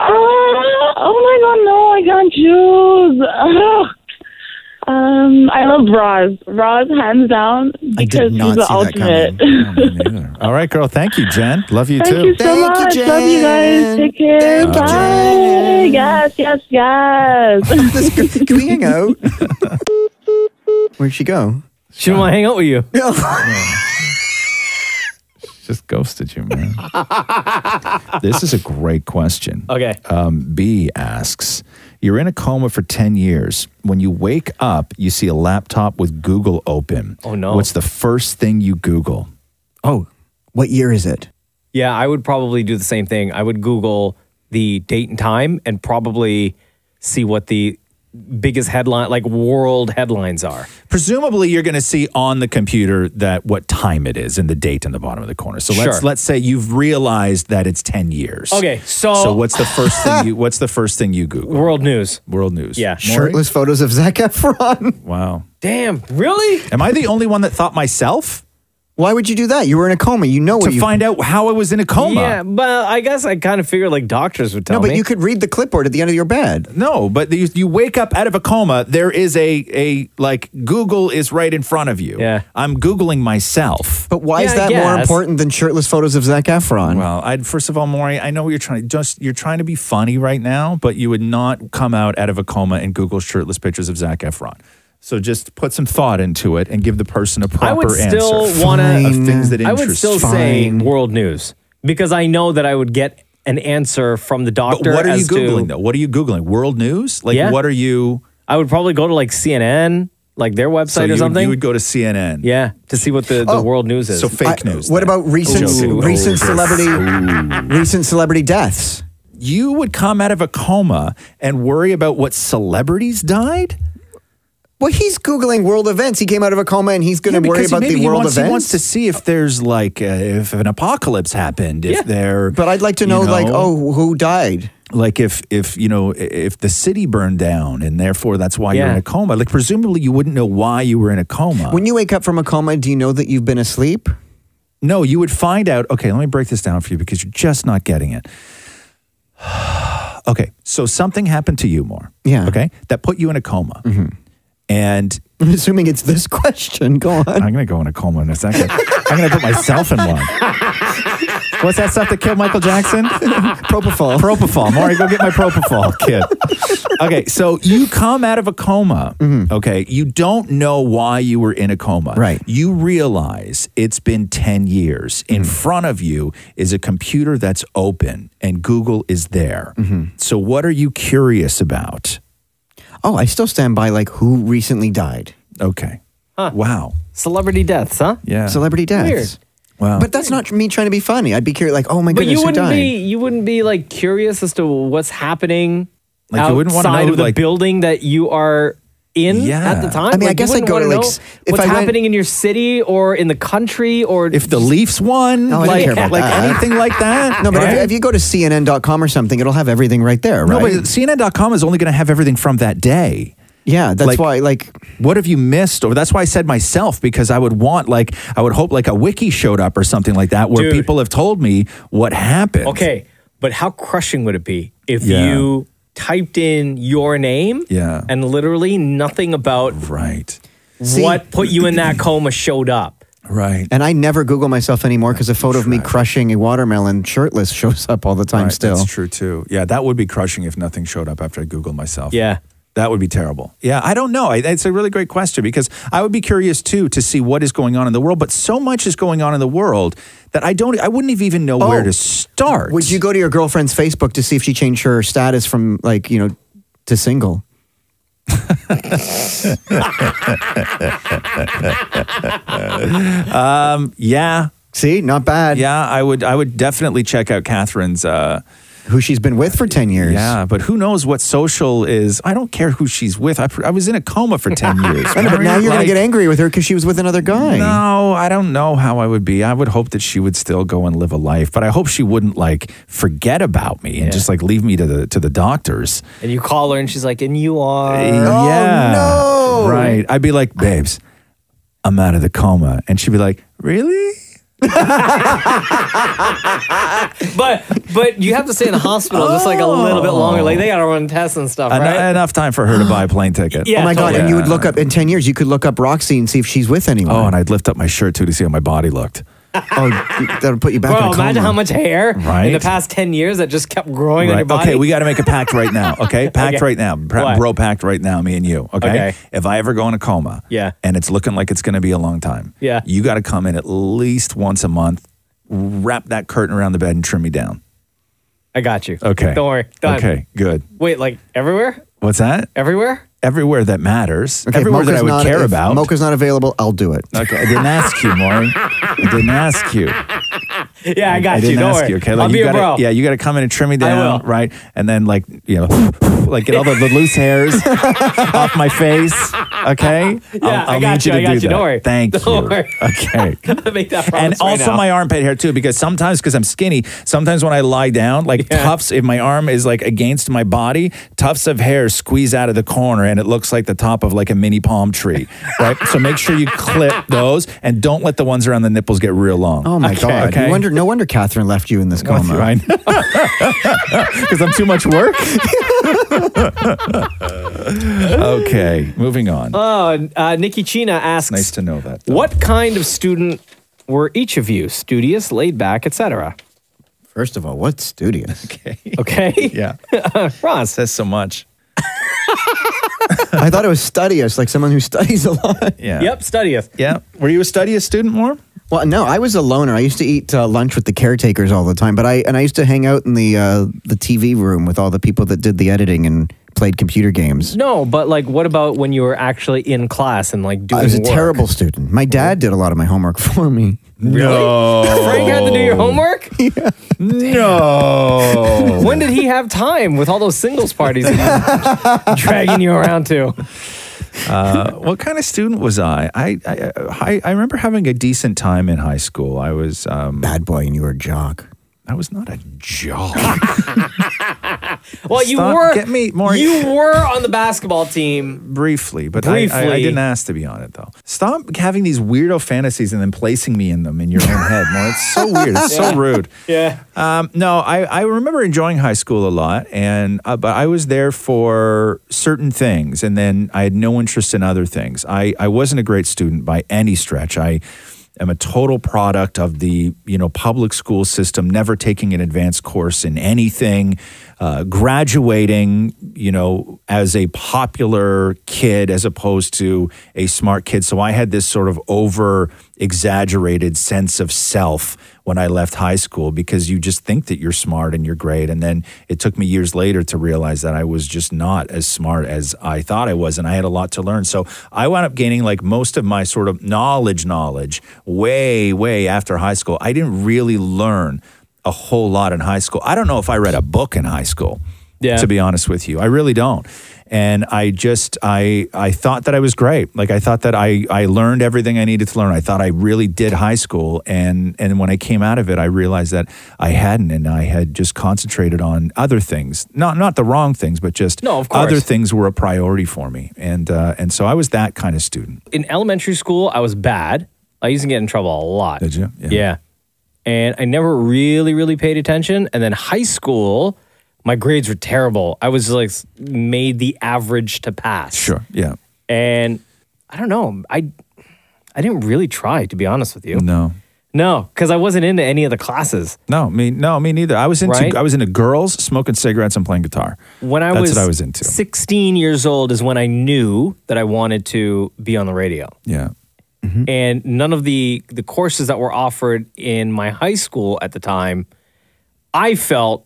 Ah, oh my god, no, I can't choose. Ah. Um, I love Roz. Roz, hands down, I did because not he's the see that ultimate. All right, girl. Thank you, Jen. Love you Thank too. you so Thank you, much. love you Jen. guys. Take care. Thank you, Bye. Jen. yes, yes, yes. This girl- Can we hang out? Where'd she go? She don't want to hang out with you. Just ghosted you, man. this is a great question. Okay. Um, B asks, you're in a coma for 10 years. When you wake up, you see a laptop with Google open. Oh, no. What's the first thing you Google? Oh, what year is it? Yeah, I would probably do the same thing. I would Google the date and time and probably see what the biggest headline, like world headlines are. Presumably, you're going to see on the computer that what time it is and the date in the bottom of the corner. So let's Sure. let's say you've realized that it's 10 years. Okay, so, So what's the first thing you what's the first thing you Google? world news? World news. Yeah. Maury? Shirtless photos of Zac Efron. Wow. Damn, really? Am I the only one that thought myself Why would you do that? You were in a coma. You know to what you find out how I was in a coma? Yeah, but I guess I kind of figured like doctors would tell No, but me. you could read the clipboard at the end of your bed. No, but you, you wake up out of a coma. There is a a like Google is right in front of you. Yeah. I'm googling myself. But why Yeah, is I that more guess. important than shirtless photos of Zac Efron? Well, I'd first of all, Maury, I know what you're trying to just you're trying to be funny right now, but you would not come out out of a coma and Google shirtless pictures of Zach Efron. So just put some thought into it and give the person a proper I would still answer wanna- of things that I interest. would still you. say world news because I know that I would get an answer from the But doctor. what are you as to- googling though? What are you googling? World news? Like Yeah. what are you? I would probably go to like CNN, like their website So or you, something. you would go to CNN. yeah, to see what the, the Oh, world news is. So fake I- news. What then. about recent Joking. recent Oh, celebrity recent celebrity deaths? you would come out of a coma and worry about what celebrities died? Well, he's googling world events. He came out of a coma and he's going to worry because about maybe the he world wants, events. He wants to see if there's like uh, if an apocalypse happened, if Yeah. there. but I'd like to you know, like, oh, who died? like if if you know i- if the city burned down and therefore that's why you're Yeah. in a coma. Like presumably you wouldn't know why you were in a coma. When you wake up from a coma, do you know that you've been asleep? no, you would find out. Okay, let me break this down for you because you're just not getting it. okay, so something happened to you, more. Yeah. Okay, that put you in a coma, and I'm assuming it's this question. Go on. I'm gonna go in a coma in a second. I'm gonna put myself in one. What's that stuff that killed Michael Jackson? Propofol. propofol. Maury, go get my propofol, kid. Okay, so you come out of a coma. Okay, you don't know why you were in a coma. Mm-hmm. Right. You realize it's been 10 years. In Mm-hmm. front of you is a computer that's open and Google is there. Mm-hmm. So, what are you curious about? oh, I still stand by like who recently died. Okay. Wow. Celebrity deaths, huh? Yeah. Celebrity deaths. Weird. wow. But that's not me trying to be funny. I'd be curious, like, oh my But goodness, you who wouldn't died? be you wouldn't be like curious as to what's happening Like, outside you wouldn't wanna know, of the like- building that you are in Yeah. at the time. I mean, I Like, you guess I'd wouldn't go wanna to, like, know s- if what's I went- happening in your city or in the country or if the Leafs won, No, I don't like, care about like that. anything like that. No, but right? if, if you go to CNN.com or something, it'll have everything right there, No, right? but CNN.com is only going to have everything from that day. yeah, that's like- why, like, What have you missed? Or that's why I said myself because I would want, like, I would hope like a wiki showed up or something like that where Dude. people have told me what happened. Okay, but how crushing would it be if Yeah. you typed in your name. Yeah. And literally nothing about right what put you in that coma showed up. Right. And I never Google myself anymore because a photo of me crushing a watermelon shirtless shows up all the time Right, still. That's true too. Yeah, that would be crushing if nothing showed up after I Googled myself. Yeah. That would be terrible. Yeah, I don't know. I- It's a really great question because I would be curious too to see what is going on in the world, but so much is going on in the world that I don't I wouldn't have even know where to start. Would you go to your girlfriend's Facebook to see if she changed her status from like, you know, to single? um, yeah. See, not bad. Yeah, I would. I would definitely check out Catherine's. Uh, who she's been with for ten years. Yeah, but who knows what social is? I don't care who she's with. I, pr- I was in a coma for ten years. I know, but now you're going to get angry with her because she was with another guy. No, I don't know how I would be. I would hope that she would still go and live a life, but I hope she wouldn't like forget about me and just like leave me to the to the doctors. And you call her and she's like, and you are. yeah. Oh. Right. I'd be like, babes, I'm out of the coma, and she'd be like, really? But but you have to stay in the hospital just like a little bit longer. Like they gotta run tests and stuff, Eno- right? enough time for her to buy a plane ticket. oh my god! And you would look up in ten years. You could look up Roxy and see if she's with anyone. Oh, and I'd lift up my shirt too to see how my body looked. oh, that'll put you back. Bro, in a imagine coma. how much hair in the Right. past ten years that just kept growing on Right. your body. Okay, we got to make a pact right now. Okay, pact Okay. right now, Pra- What? bro, pact right now, me and you. Okay? Okay. if I ever go in a coma, Yeah. and it's looking like it's going to be a long time, Yeah. you got to come in at least once a month, wrap that curtain around the bed and trim me down. I got you. Okay, Don't worry. Done. Okay, good. Wait, like everywhere? What's that? Everywhere? Everywhere that matters. Okay, if Everywhere that Mocha's I would not- care if about. Mocha's not available. I'll do it. Okay, I didn't ask you, Maury. I didn't ask you. Ah, Yeah, I got didn't you. Don't ask worry. you. Okay, like I'll you be your gotta, bro. Yeah, you got to come in and trim me down, will. right? And then like you know, like get all the, the loose hairs off my face. Okay. Yeah, I got you, I got you. Don't worry. Thank Don't you. worry. Okay. Make that And promise right also now. my armpit hair too, because sometimes because I'm skinny, sometimes when I lie down, like tufts, if my arm is like against my body, tufts of hair squeeze out of the corner, and it looks like the top of like a mini palm tree, right? so make sure you clip those, and don't let the ones around the nipples get real long. Oh my Okay, god! okay? You wonder, no wonder Catherine left you in this coma. Right? Because I'm too much work. okay, moving on. Oh, uh, Nikki Chena asks. Nice to know that. What kind of student were each of you? Studious, laid back, etc. First of all, what studious? Okay. Okay. Yeah. Ross says so much. I thought it was studious, like someone who studies a lot. Yeah. Yep, studious. Yeah. Were you a studious student more? Well, no, I was a loner. I used to eat uh, lunch with the caretakers all the time, but I and I used to hang out in the uh, the TV room with all the people that did the editing and played computer games. No, but like, what about when you were actually in class and like doing I was a work? terrible student. My dad did a lot of my homework for me. No. Frank had to do your homework? No. When did he have time with all those singles parties he was dragging you around to? Uh, what kind of student was I? I, I? I I remember having a decent time in high school. I was um, Bad boy, and you were a jock. I was not a jock. Well, you Stop. were Get me, Maury. You were on the basketball team. briefly, but I- I, I, Briefly. didn't ask to be on it though. Stop having these weirdo fantasies and then placing me in them in your own head. More, it's so weird. It's so rude. Yeah. Um, no, I, I remember enjoying high school a lot, and uh, but I was there for certain things, and then I had no interest in other things. I, I wasn't a great student by any stretch. I am a total product of the you know public school system, never taking an advanced course in anything, uh, graduating you know as a popular kid as opposed to a smart kid. So I had this sort of over exaggerated sense of self when I left high school because you just think that you're smart and you're great. And then it took me years later to realize that I was just not as smart as I thought I was. And I had a lot to learn. So I wound up gaining like most of my sort of knowledge, knowledge way, way after high school. I didn't really learn a whole lot in high school. I don't know if I read a book in high school Yeah. to be honest with you. I really don't. And I just I I thought that I was great. Like I thought that I I learned everything I needed to learn. I thought I really did high school and and when I came out of it I realized that I hadn't and I had just concentrated on other things. Not not the wrong things, but just No, of course. other things were a priority for me. And uh and so I was that kind of student. In elementary school, I was bad. I used to get in trouble a lot. Did you? Yeah. And I never really, really paid attention. And then high school, my grades were terrible. I was like made the average to pass. Sure. Yeah. And I don't know. I I didn't really try to be honest with you. No. No, because I wasn't into any of the classes. No, me no, me neither. I was into Right? I was into girls, smoking cigarettes and playing guitar. When I That's was what I was into. 16 years old is when I knew that I wanted to be on the radio. Yeah. Mm-hmm. and none of the the courses that were offered in my high school at the time i felt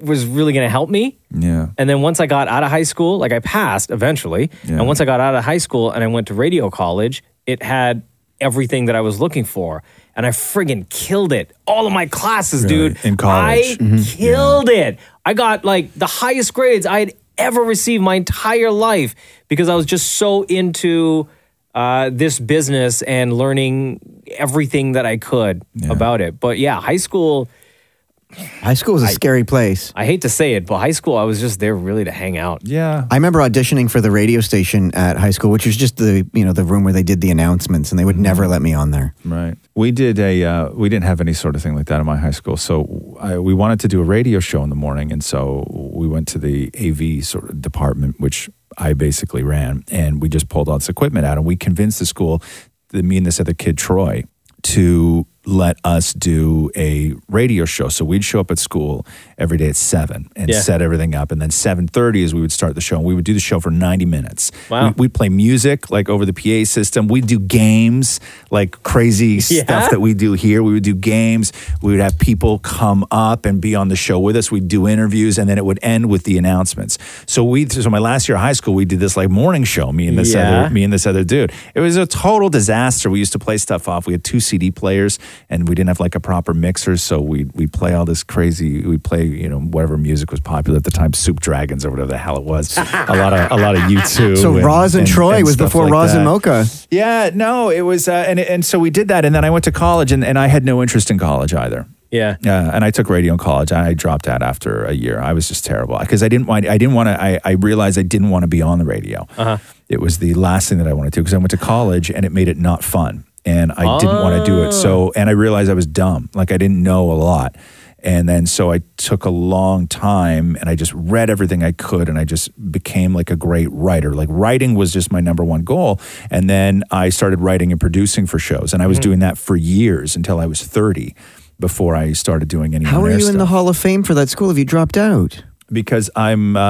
was really going to help me Yeah. and then once i got out of high school like i passed eventually and once i got out of high school and i went to radio college it had everything that i was looking for and i friggin killed it all of my classes Really? dude In college. Mm-hmm. i killed it i got like the highest grades i had ever received my entire life because i was just so into uh, this business and learning everything that I could about it. But yeah, high school, High school was a scary place. I hate to say it, but high school, I was just there really to hang out. Yeah. I remember auditioning for the radio station at high school, which was just the you know the room where they did the announcements, and they would Mm. never let me on there. Right. We did a uh, we didn't have any sort of thing like that in my high school. So I, we wanted to do a radio show in the morning, and so we went to the AV sort of department, which I basically ran, and we just pulled all this equipment out, and we convinced the school, the, me and this other kid Troy, to let us do a radio show. So we'd show up at school every day at seven and Yeah. set everything up, and then seven thirty is we would start the show, and we would do the show for ninety minutes. Wow. We, we'd play music like over the PA system. We'd do games like crazy Yeah. stuff that we do here. We would do games. We would have people come up and be on the show with us. We'd do interviews, and then it would end with the announcements. So we, so my last year of high school, we did this like morning show. Me and this Yeah. other, me and this other dude. It was a total disaster. We used to play stuff off. We had two CD players, and we didn't have like a proper mixer, so we we play all this crazy. We play you know whatever music was popular at the time, Soup Dragons or whatever the hell it was. a lot of a lot of U two. So Roz and Troy was before Roz and Mocha. Yeah, no, it was, uh, and and so we did that, and then I went to college, and, and I had no interest in college either. Yeah. Yeah, and I took radio in college. I dropped out after a year. I was just terrible because I didn't want. I didn't want to. I, I realized I didn't want to be on the radio. Uh-huh. It was the last thing that I wanted to because I went to college and it made it not fun, and I didn't want to do it. So, Ah. and I realized I was dumb. Like I didn't know a lot, and then so I took a long time and I just read everything I could, and I just became like a great writer. Like writing was just my number one goal, and then I started writing and producing for shows, and I was Mhm. doing that for years until I was thirty before I started doing any. How on-air are you in stuff. the Hall of Fame for that school if you dropped out? Because I'm, uh,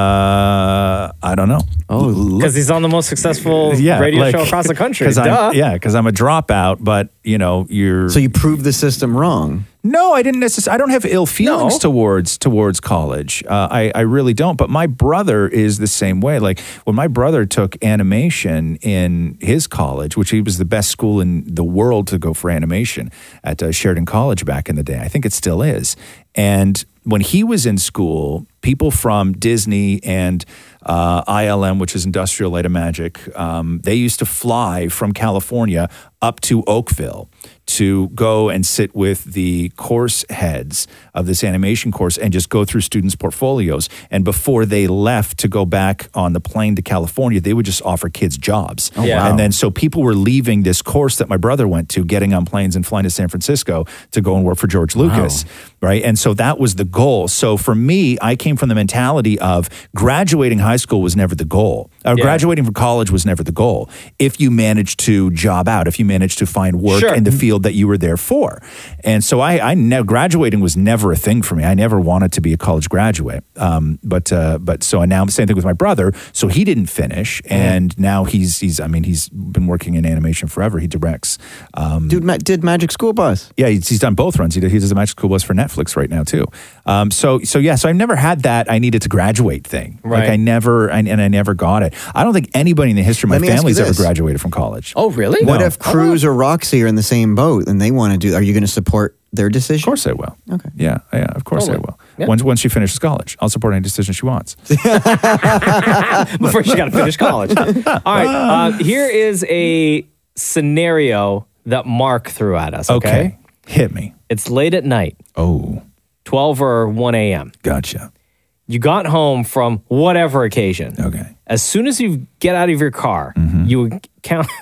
I don't know. Oh, Because he's on the most successful radio show across the country. Uh, Cause Duh. I'm, yeah, because I'm a dropout, but you know, you're. So you proved the system wrong. No, I didn't necessarily. I don't have ill feelings towards towards college. Uh, I I really don't. But my brother is the same way. Like when my brother took animation in his college, which he was the best school in the world to go for animation at uh, Sheridan College back in the day. I think it still is. And when he was in school, people from Disney and uh, ILM, which is Industrial Light and Magic, um, they used to fly from California up to Oakville to go and sit with the course heads of this animation course and just go through students' portfolios. And before they left to go back on the plane to California, they would just offer kids jobs. Oh, Yeah. wow. And then so people were leaving this course that my brother went to, getting on planes and flying to San Francisco to go and work for George Lucas right? And so that was the goal. So for me, I came from the mentality of graduating high school was never the goal. Uh, Graduating from college was never the goal. If you managed to job out, if you managed to find work Sure. in Mm-hmm. the field that you were there for, and so I, I ne- graduating was never a thing for me. I never wanted to be a college graduate. Um, but uh, but so and now same thing with my brother. So he didn't finish, and now he's he's I mean he's been working in animation forever. He directs. Um, Dude ma- did Magic School Bus. Yeah, he's, he's done both runs. He, did, he does the Magic School Bus for Netflix right now too. Um, so so yeah, so I've never had that I needed to graduate thing. Like Right. I never I, and I never got it. I don't think anybody in the history Let of me my ask you family's ever this. graduated from college. Oh, really? What if Cruz or Roxy are in the same boat and they want to do? Are you going to support their decision? Of course I will. Okay. Yeah, yeah, of course I Totally. will. Yeah. Once once she finishes college, I'll support any decision she wants. Before she got to finish college. All right. Uh, here is a scenario that Mark threw at us. Okay. Okay. Hit me. It's late at night. Oh. 12 or 1 a.m. Gotcha. You got home from whatever occasion. Okay. As soon as you get out of your car, Mm-hmm. you encounter,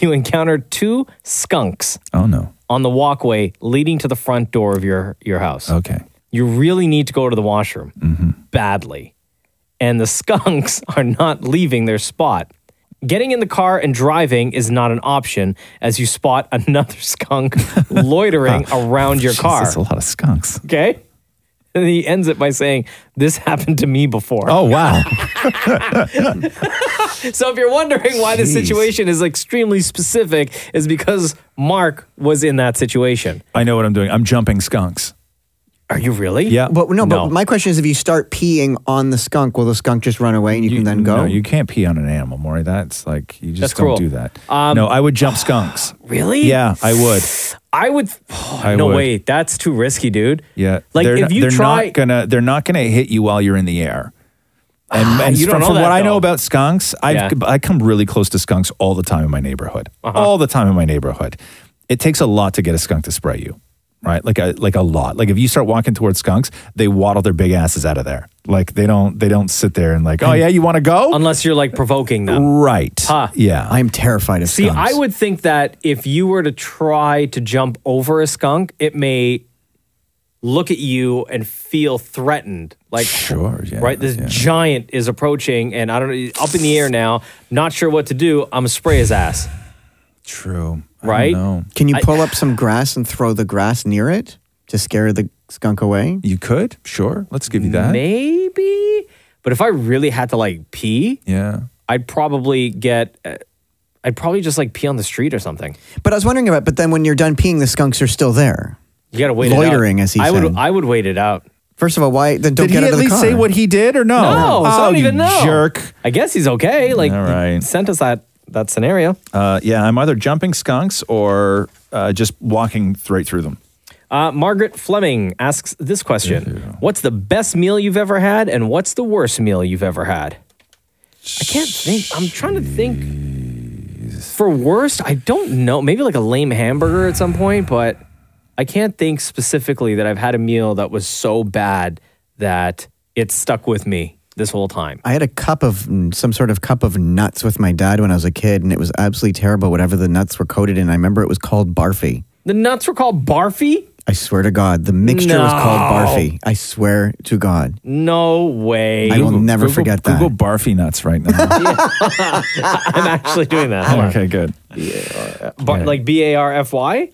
you encounter two skunks Oh no. on the walkway leading to the front door of your, your house. Okay. you really need to go to the washroom Mm-hmm. badly. And the skunks are not leaving their spot. Getting in the car and driving is not an option as you spot another skunk loitering around your car. That's a lot of skunks. Okay. And he ends it by saying, This happened to me before. Oh, wow. so if you're wondering why this Jeez. situation is extremely specific, is because Mark was in that situation. I know what I'm doing. I'm jumping skunks. Are you really? Yeah. But no, but my question is if you start peeing on the skunk, will the skunk just run away and you, can then go? No, you can't pee on an animal, Maury. That's like you just That's don't cruel. do that. Um, no, I would jump skunks. Really? Yeah, I would. I would. I Oh, no, would. wait, that's too risky, dude. Yeah, Like, they're if not- you they're try- not gonna they're not gonna hit you while you're in the air. And, and Ah, You don't from, know from that, what I know though. about skunks, I've, Yeah. Uh-huh. I come really close to skunks all the time in my neighborhood. All the time in my neighborhood. It takes a lot to get a skunk to spray you, right? Like a like a lot. Like if you start walking towards skunks, they waddle their big asses out of there. Like they don't they don't sit there and like oh yeah you want to go unless you're like provoking them. right Huh. yeah I'm terrified of See, I would think that if you were to try to jump over a skunk, it may look at you and feel threatened. Like, sure, yeah, right? This giant is approaching, and I don't know, up in the air now, not sure what to do. I'm gonna spray his ass. True. Right? Can you I- pull up some grass and throw the grass near it to scare the skunk away? You could, sure. Let's give you Maybe, but if I really had to like pee, yeah, I'd probably get. uh, I'd probably just like pee on the street or something. But I was wondering about. But then when you're done peeing, the skunks are still there. You gotta wait. Loitering, it out. as he I said. would. I would wait it out. First of all, why then don't Did get he at out of the least car? say what he did or No, so I don't Oh, even you know. jerk. I guess he's okay. Like, All right. you sent us that that scenario. Uh, yeah, I'm either jumping skunks or uh, just walking straight through them. Uh, Margaret Fleming asks this question: What's the best meal you've ever had, and what's the worst meal you've ever had? I can't think. I'm trying to think. For worst, I don't know. Maybe like a lame hamburger at some point, but I can't think specifically that I've had a meal that was so bad that it stuck with me this whole time. I had a cup of some sort of cup of nuts with my dad when I was a kid, and it was absolutely terrible. Whatever the nuts were coated in, I remember it was called barfi. The nuts were called barfy. I swear to God, the mixture was called No. barfi. I swear to God, No way. I will never forget that. Google barfi nuts right now. I'm actually doing that. Hold on. okay, good. Bar- Like B A R F Y?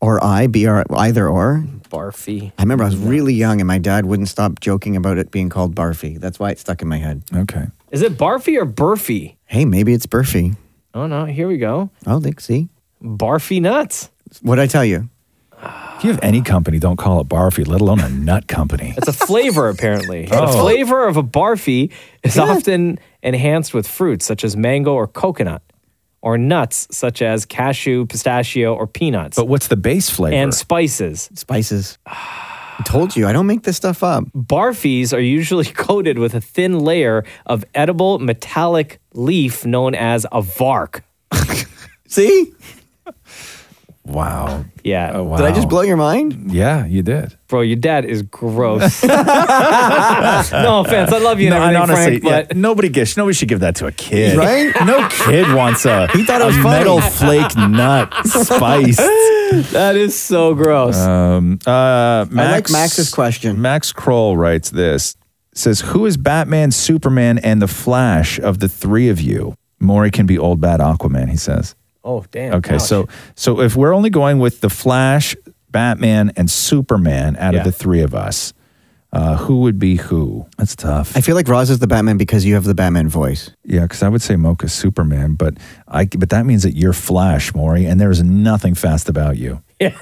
or I, B R, either or. Barfy. I remember I was really young, and my dad wouldn't stop joking about it being called barfi. That's why it stuck in my head. Okay. Is it barfy or burfy? Hey, maybe it's burfi. Oh, no. Here we go. I don't think. See, Barfy nuts. what I tell you? If you have any company, don't call it barfi, let alone a nut company. It's a flavor, apparently. The Oh. flavor of a barfy is often enhanced with fruits such as mango or coconut, or nuts such as cashew, pistachio, or peanuts, But what's the base flavor? and spices. Spices. I told you, I don't make this stuff up. Barfies are usually coated with a thin layer of edible metallic leaf known as a vark. See? Oh, wow. Yeah. wow. Did I just blow your mind? Yeah, you did. Bro, your dad is gross. no offense. I love you and No, everything, honestly, Frank, yeah, but nobody gets. Nobody should give that to a kid, Right? No kid wants a. He thought it was a funny. metal flake nut spiced. that is so gross. Um, uh, Max, I like Max's question. Max Kroll writes this. Says, who is Batman, Superman, and the Flash of the three of you? Maury can be old bad Aquaman, he says. oh, damn. Okay, ouch. so so if we're only going with the Flash, Batman, and Superman out Yeah. of the three of us, uh, who would be who? That's tough. I feel like Roz is the Batman because you have the Batman voice. Yeah, because I would say Mocha's Superman, but I but that means that you're Flash, Maury, and there's nothing fast about you.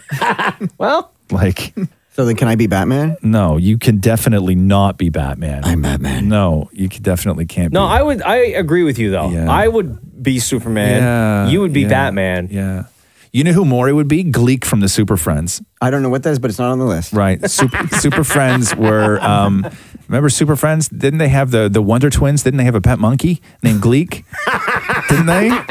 Well, Like. So then, can I be Batman? No, you can definitely not be Batman. I'm Batman. No, you can definitely can't no, be. I would. I agree with you though. Yeah. I would be Superman. Yeah, you would be yeah, Batman. Yeah. You know who Maury would be? Gleek from the Super Friends. I don't know what that is, but it's not on the list. Right. Super, Super Friends were, um, remember Super Friends? Didn't they have the, the Wonder Twins? Didn't they have a pet monkey named Gleek? Didn't they?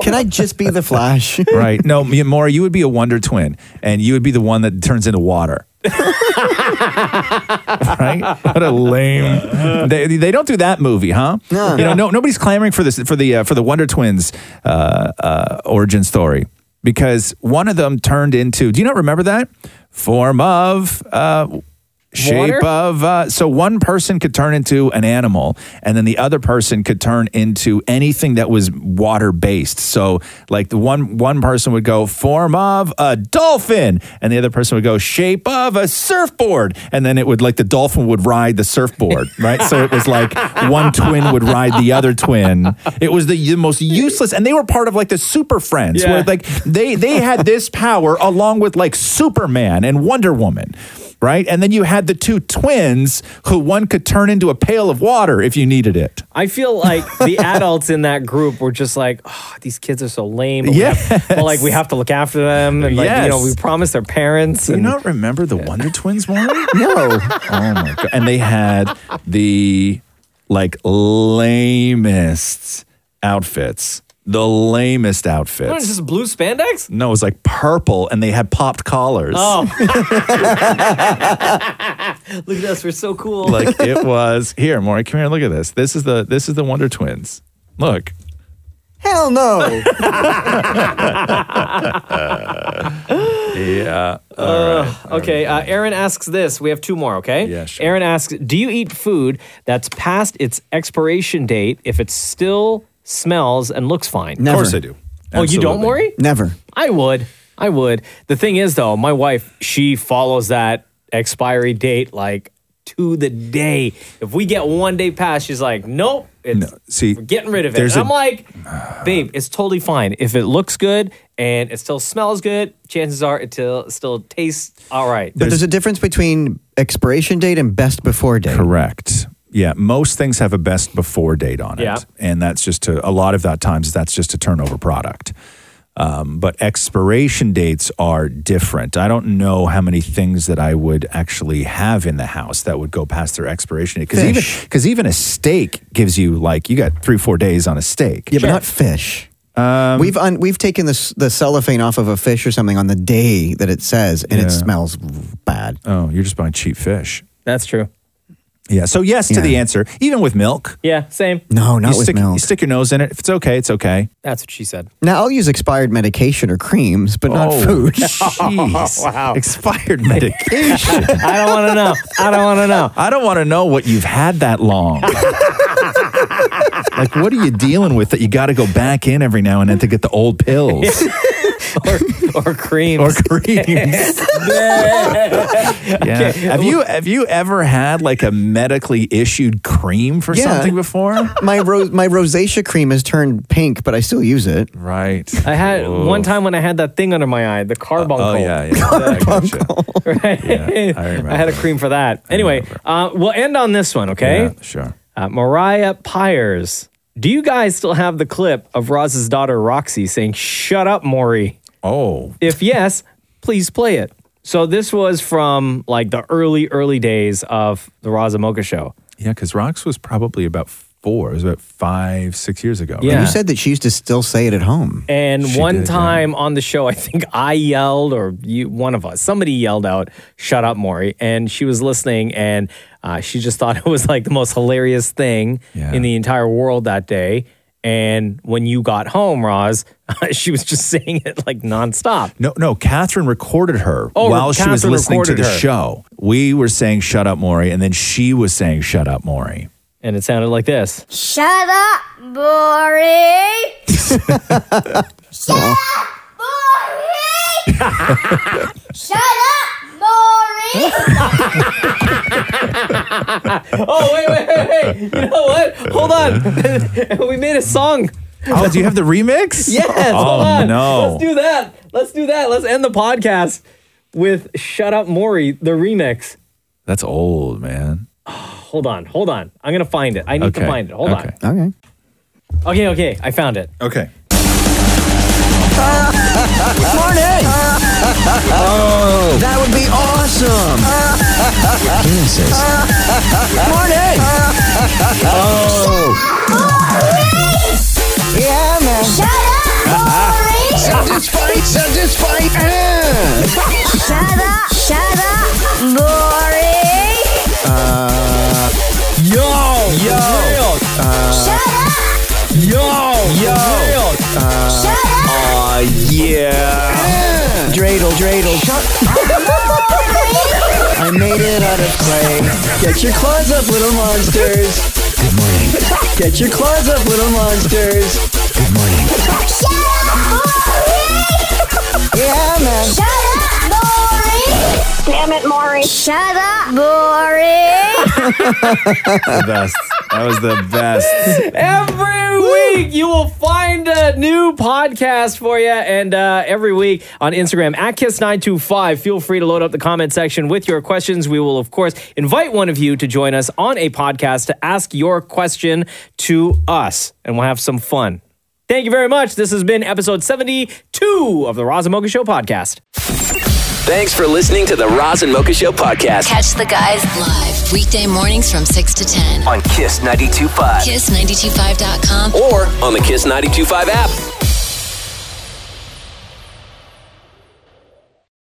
Can I just be the Flash? Right. No, me- Maury, you would be a Wonder Twin, and you would be the one that turns into water. right? What a lame. They, they don't do that movie, huh? No. You know, no, nobody's clamoring for this for the uh, for the Wonder Twins uh, uh, origin story because one of them turned into. Do you not remember that form of uh, shape Water? of uh, so one person could turn into an animal and then the other person could turn into anything that was water based so like the one one person would go form of a dolphin and the other person would go shape of a surfboard and then it would like the dolphin would ride the surfboard right so it was like one twin would ride the other twin it was the, the most useless and they were part of like the super friends Yeah. where like they they had this power along with like superman and wonder woman right? And then you had the two twins who one could turn into a pail of water if you needed it. I feel like the adults in that group were just like, oh, these kids are so lame. But, we have- but like we have to look after them, and like you know we Yes. promise their parents. Do you and not remember the Wonder Twins one? no. Oh my god. And they had the like lamest outfits. The lamest What, it's outfits. just blue spandex. No, it was like purple and they had popped collars. Oh, look at us, we're so cool. Like it was here, Maury, come here, look at this. This is the this is the Wonder Twins. Look. Hell no. Yeah. Ugh. Uh, okay. Uh, Aaron asks this. We have two more. Okay. Yeah. Sure. Aaron asks, "Do you eat food that's past its expiration date if it still smells and looks fine?" Never. course I do. Oh, you don't Absolutely. worry? Never. I would. I would. The thing is, though, my wife she follows that expiry date like to the day. If we get one day past, she's like, "Nope." It's, See, we're getting rid of it. there's And a- I'm like, babe, it's totally fine. If it looks good and it still smells good, chances are it till, still tastes all right. But there's a difference between expiration date and best before date. Correct. Yeah, most things have a best before date on it, Yeah. and that's just to a lot of that times that's just a turnover product. Um, but expiration dates are different. I don't know how many things that I would actually have in the house that would go past their expiration date because even because even a steak gives you like you got three four days on a steak. Yeah, but not fish. um, we've un- we've taken the s- the cellophane off of a fish or something on the day that it says, and Yeah. it smells bad. Oh, you're just buying cheap fish. That's true. Yeah. So yes to the answer, even with milk. Yeah, same. No, not you with stick, You milk. stick your nose in it. If it's okay, it's okay. That's what she said. Now I'll use expired medication or creams, but not Oh, food. jeez. wow. Expired medication. I don't want to know. I don't want to know. I don't want to know what you've had that long. like, what are you dealing with that you got to go back in every now and then to get the old pills? or, or creams. Or creams. Yeah. Okay. Have you have you ever had like a medically issued cream for something before? my ro- my rosacea cream has turned pink, but I still use it. Right. I had Whoa. one time when I had that thing under my eye, the carbuncle. oh, yeah, yeah. right? I, had a cream for that. Anyway, uh, we'll end on this one, okay? Yeah, sure. Uh, Mariah Pyers. Do you guys still have the clip of Roz's daughter Roxy saying, Shut up, Maury? Oh. If yes, please play it. So this was from like the early, early days of the Roz and Mocha show. Yeah, because Rox was probably about four. It was about five, six years ago. Yeah. You said that she used to still say it at home. And She one did, yeah. time on the show, I think I yelled, or you, one of us, somebody yelled out, "Shut up, Maury!" And she was listening, and uh, she just thought it was like the most hilarious thing in the entire world that day. And when you got home, Roz, she was just saying it like nonstop. No, no. Catherine recorded her Oh, while she was Catherine listening to recorded the her. show. We were saying "Shut up, Maury," and then she was saying "Shut up, Maury." And it sounded like this. Shut up, Maury. Shut up, Maury. Shut up, Maury. oh wait, wait, wait, wait! You know what? Hold on, we made a song. Oh, do you have the remix? Yes. hold Oh, on. no. Let's do that. Let's do that. Let's end the podcast with "Shut Up, Maury" the remix. That's old, man. Hold on, hold on. I'm gonna find it. I need to Okay. find it. Hold Okay. on. Okay. Okay, okay. I found it. Okay. Morning. Oh. That would be awesome. Penises. Morning. Oh. Yeah, man. Shut up, Maury. Satisfied, satisfied. Shut up, shut up, Maury. Uh, yo, yo. shut up. Yo, yo. shut up. Aw, yeah. Dreidel, dreidel. I I made it out of clay. Get your claws up, little monsters. Good morning. Get your claws up, little monsters. Good morning. Shut up, Maury! Yeah, man. Shut up, Maury! Damn it, Maury. Shut up, Maury! the best. That was the best. every week you will find a new podcast for you and uh, every week on instagram at kiss925 feel free to load up the comment section with your questions we will of course invite one of you to join us on a podcast to ask your question to us and we'll have some fun thank you very much this has been episode 72 of the razamoka show podcast Thanks for listening to the Roz and Mocha Show podcast Catch the guys live weekday mornings from 6 to 10. on Kiss 92.5 Kiss925.com or on the Kiss 92.5 app.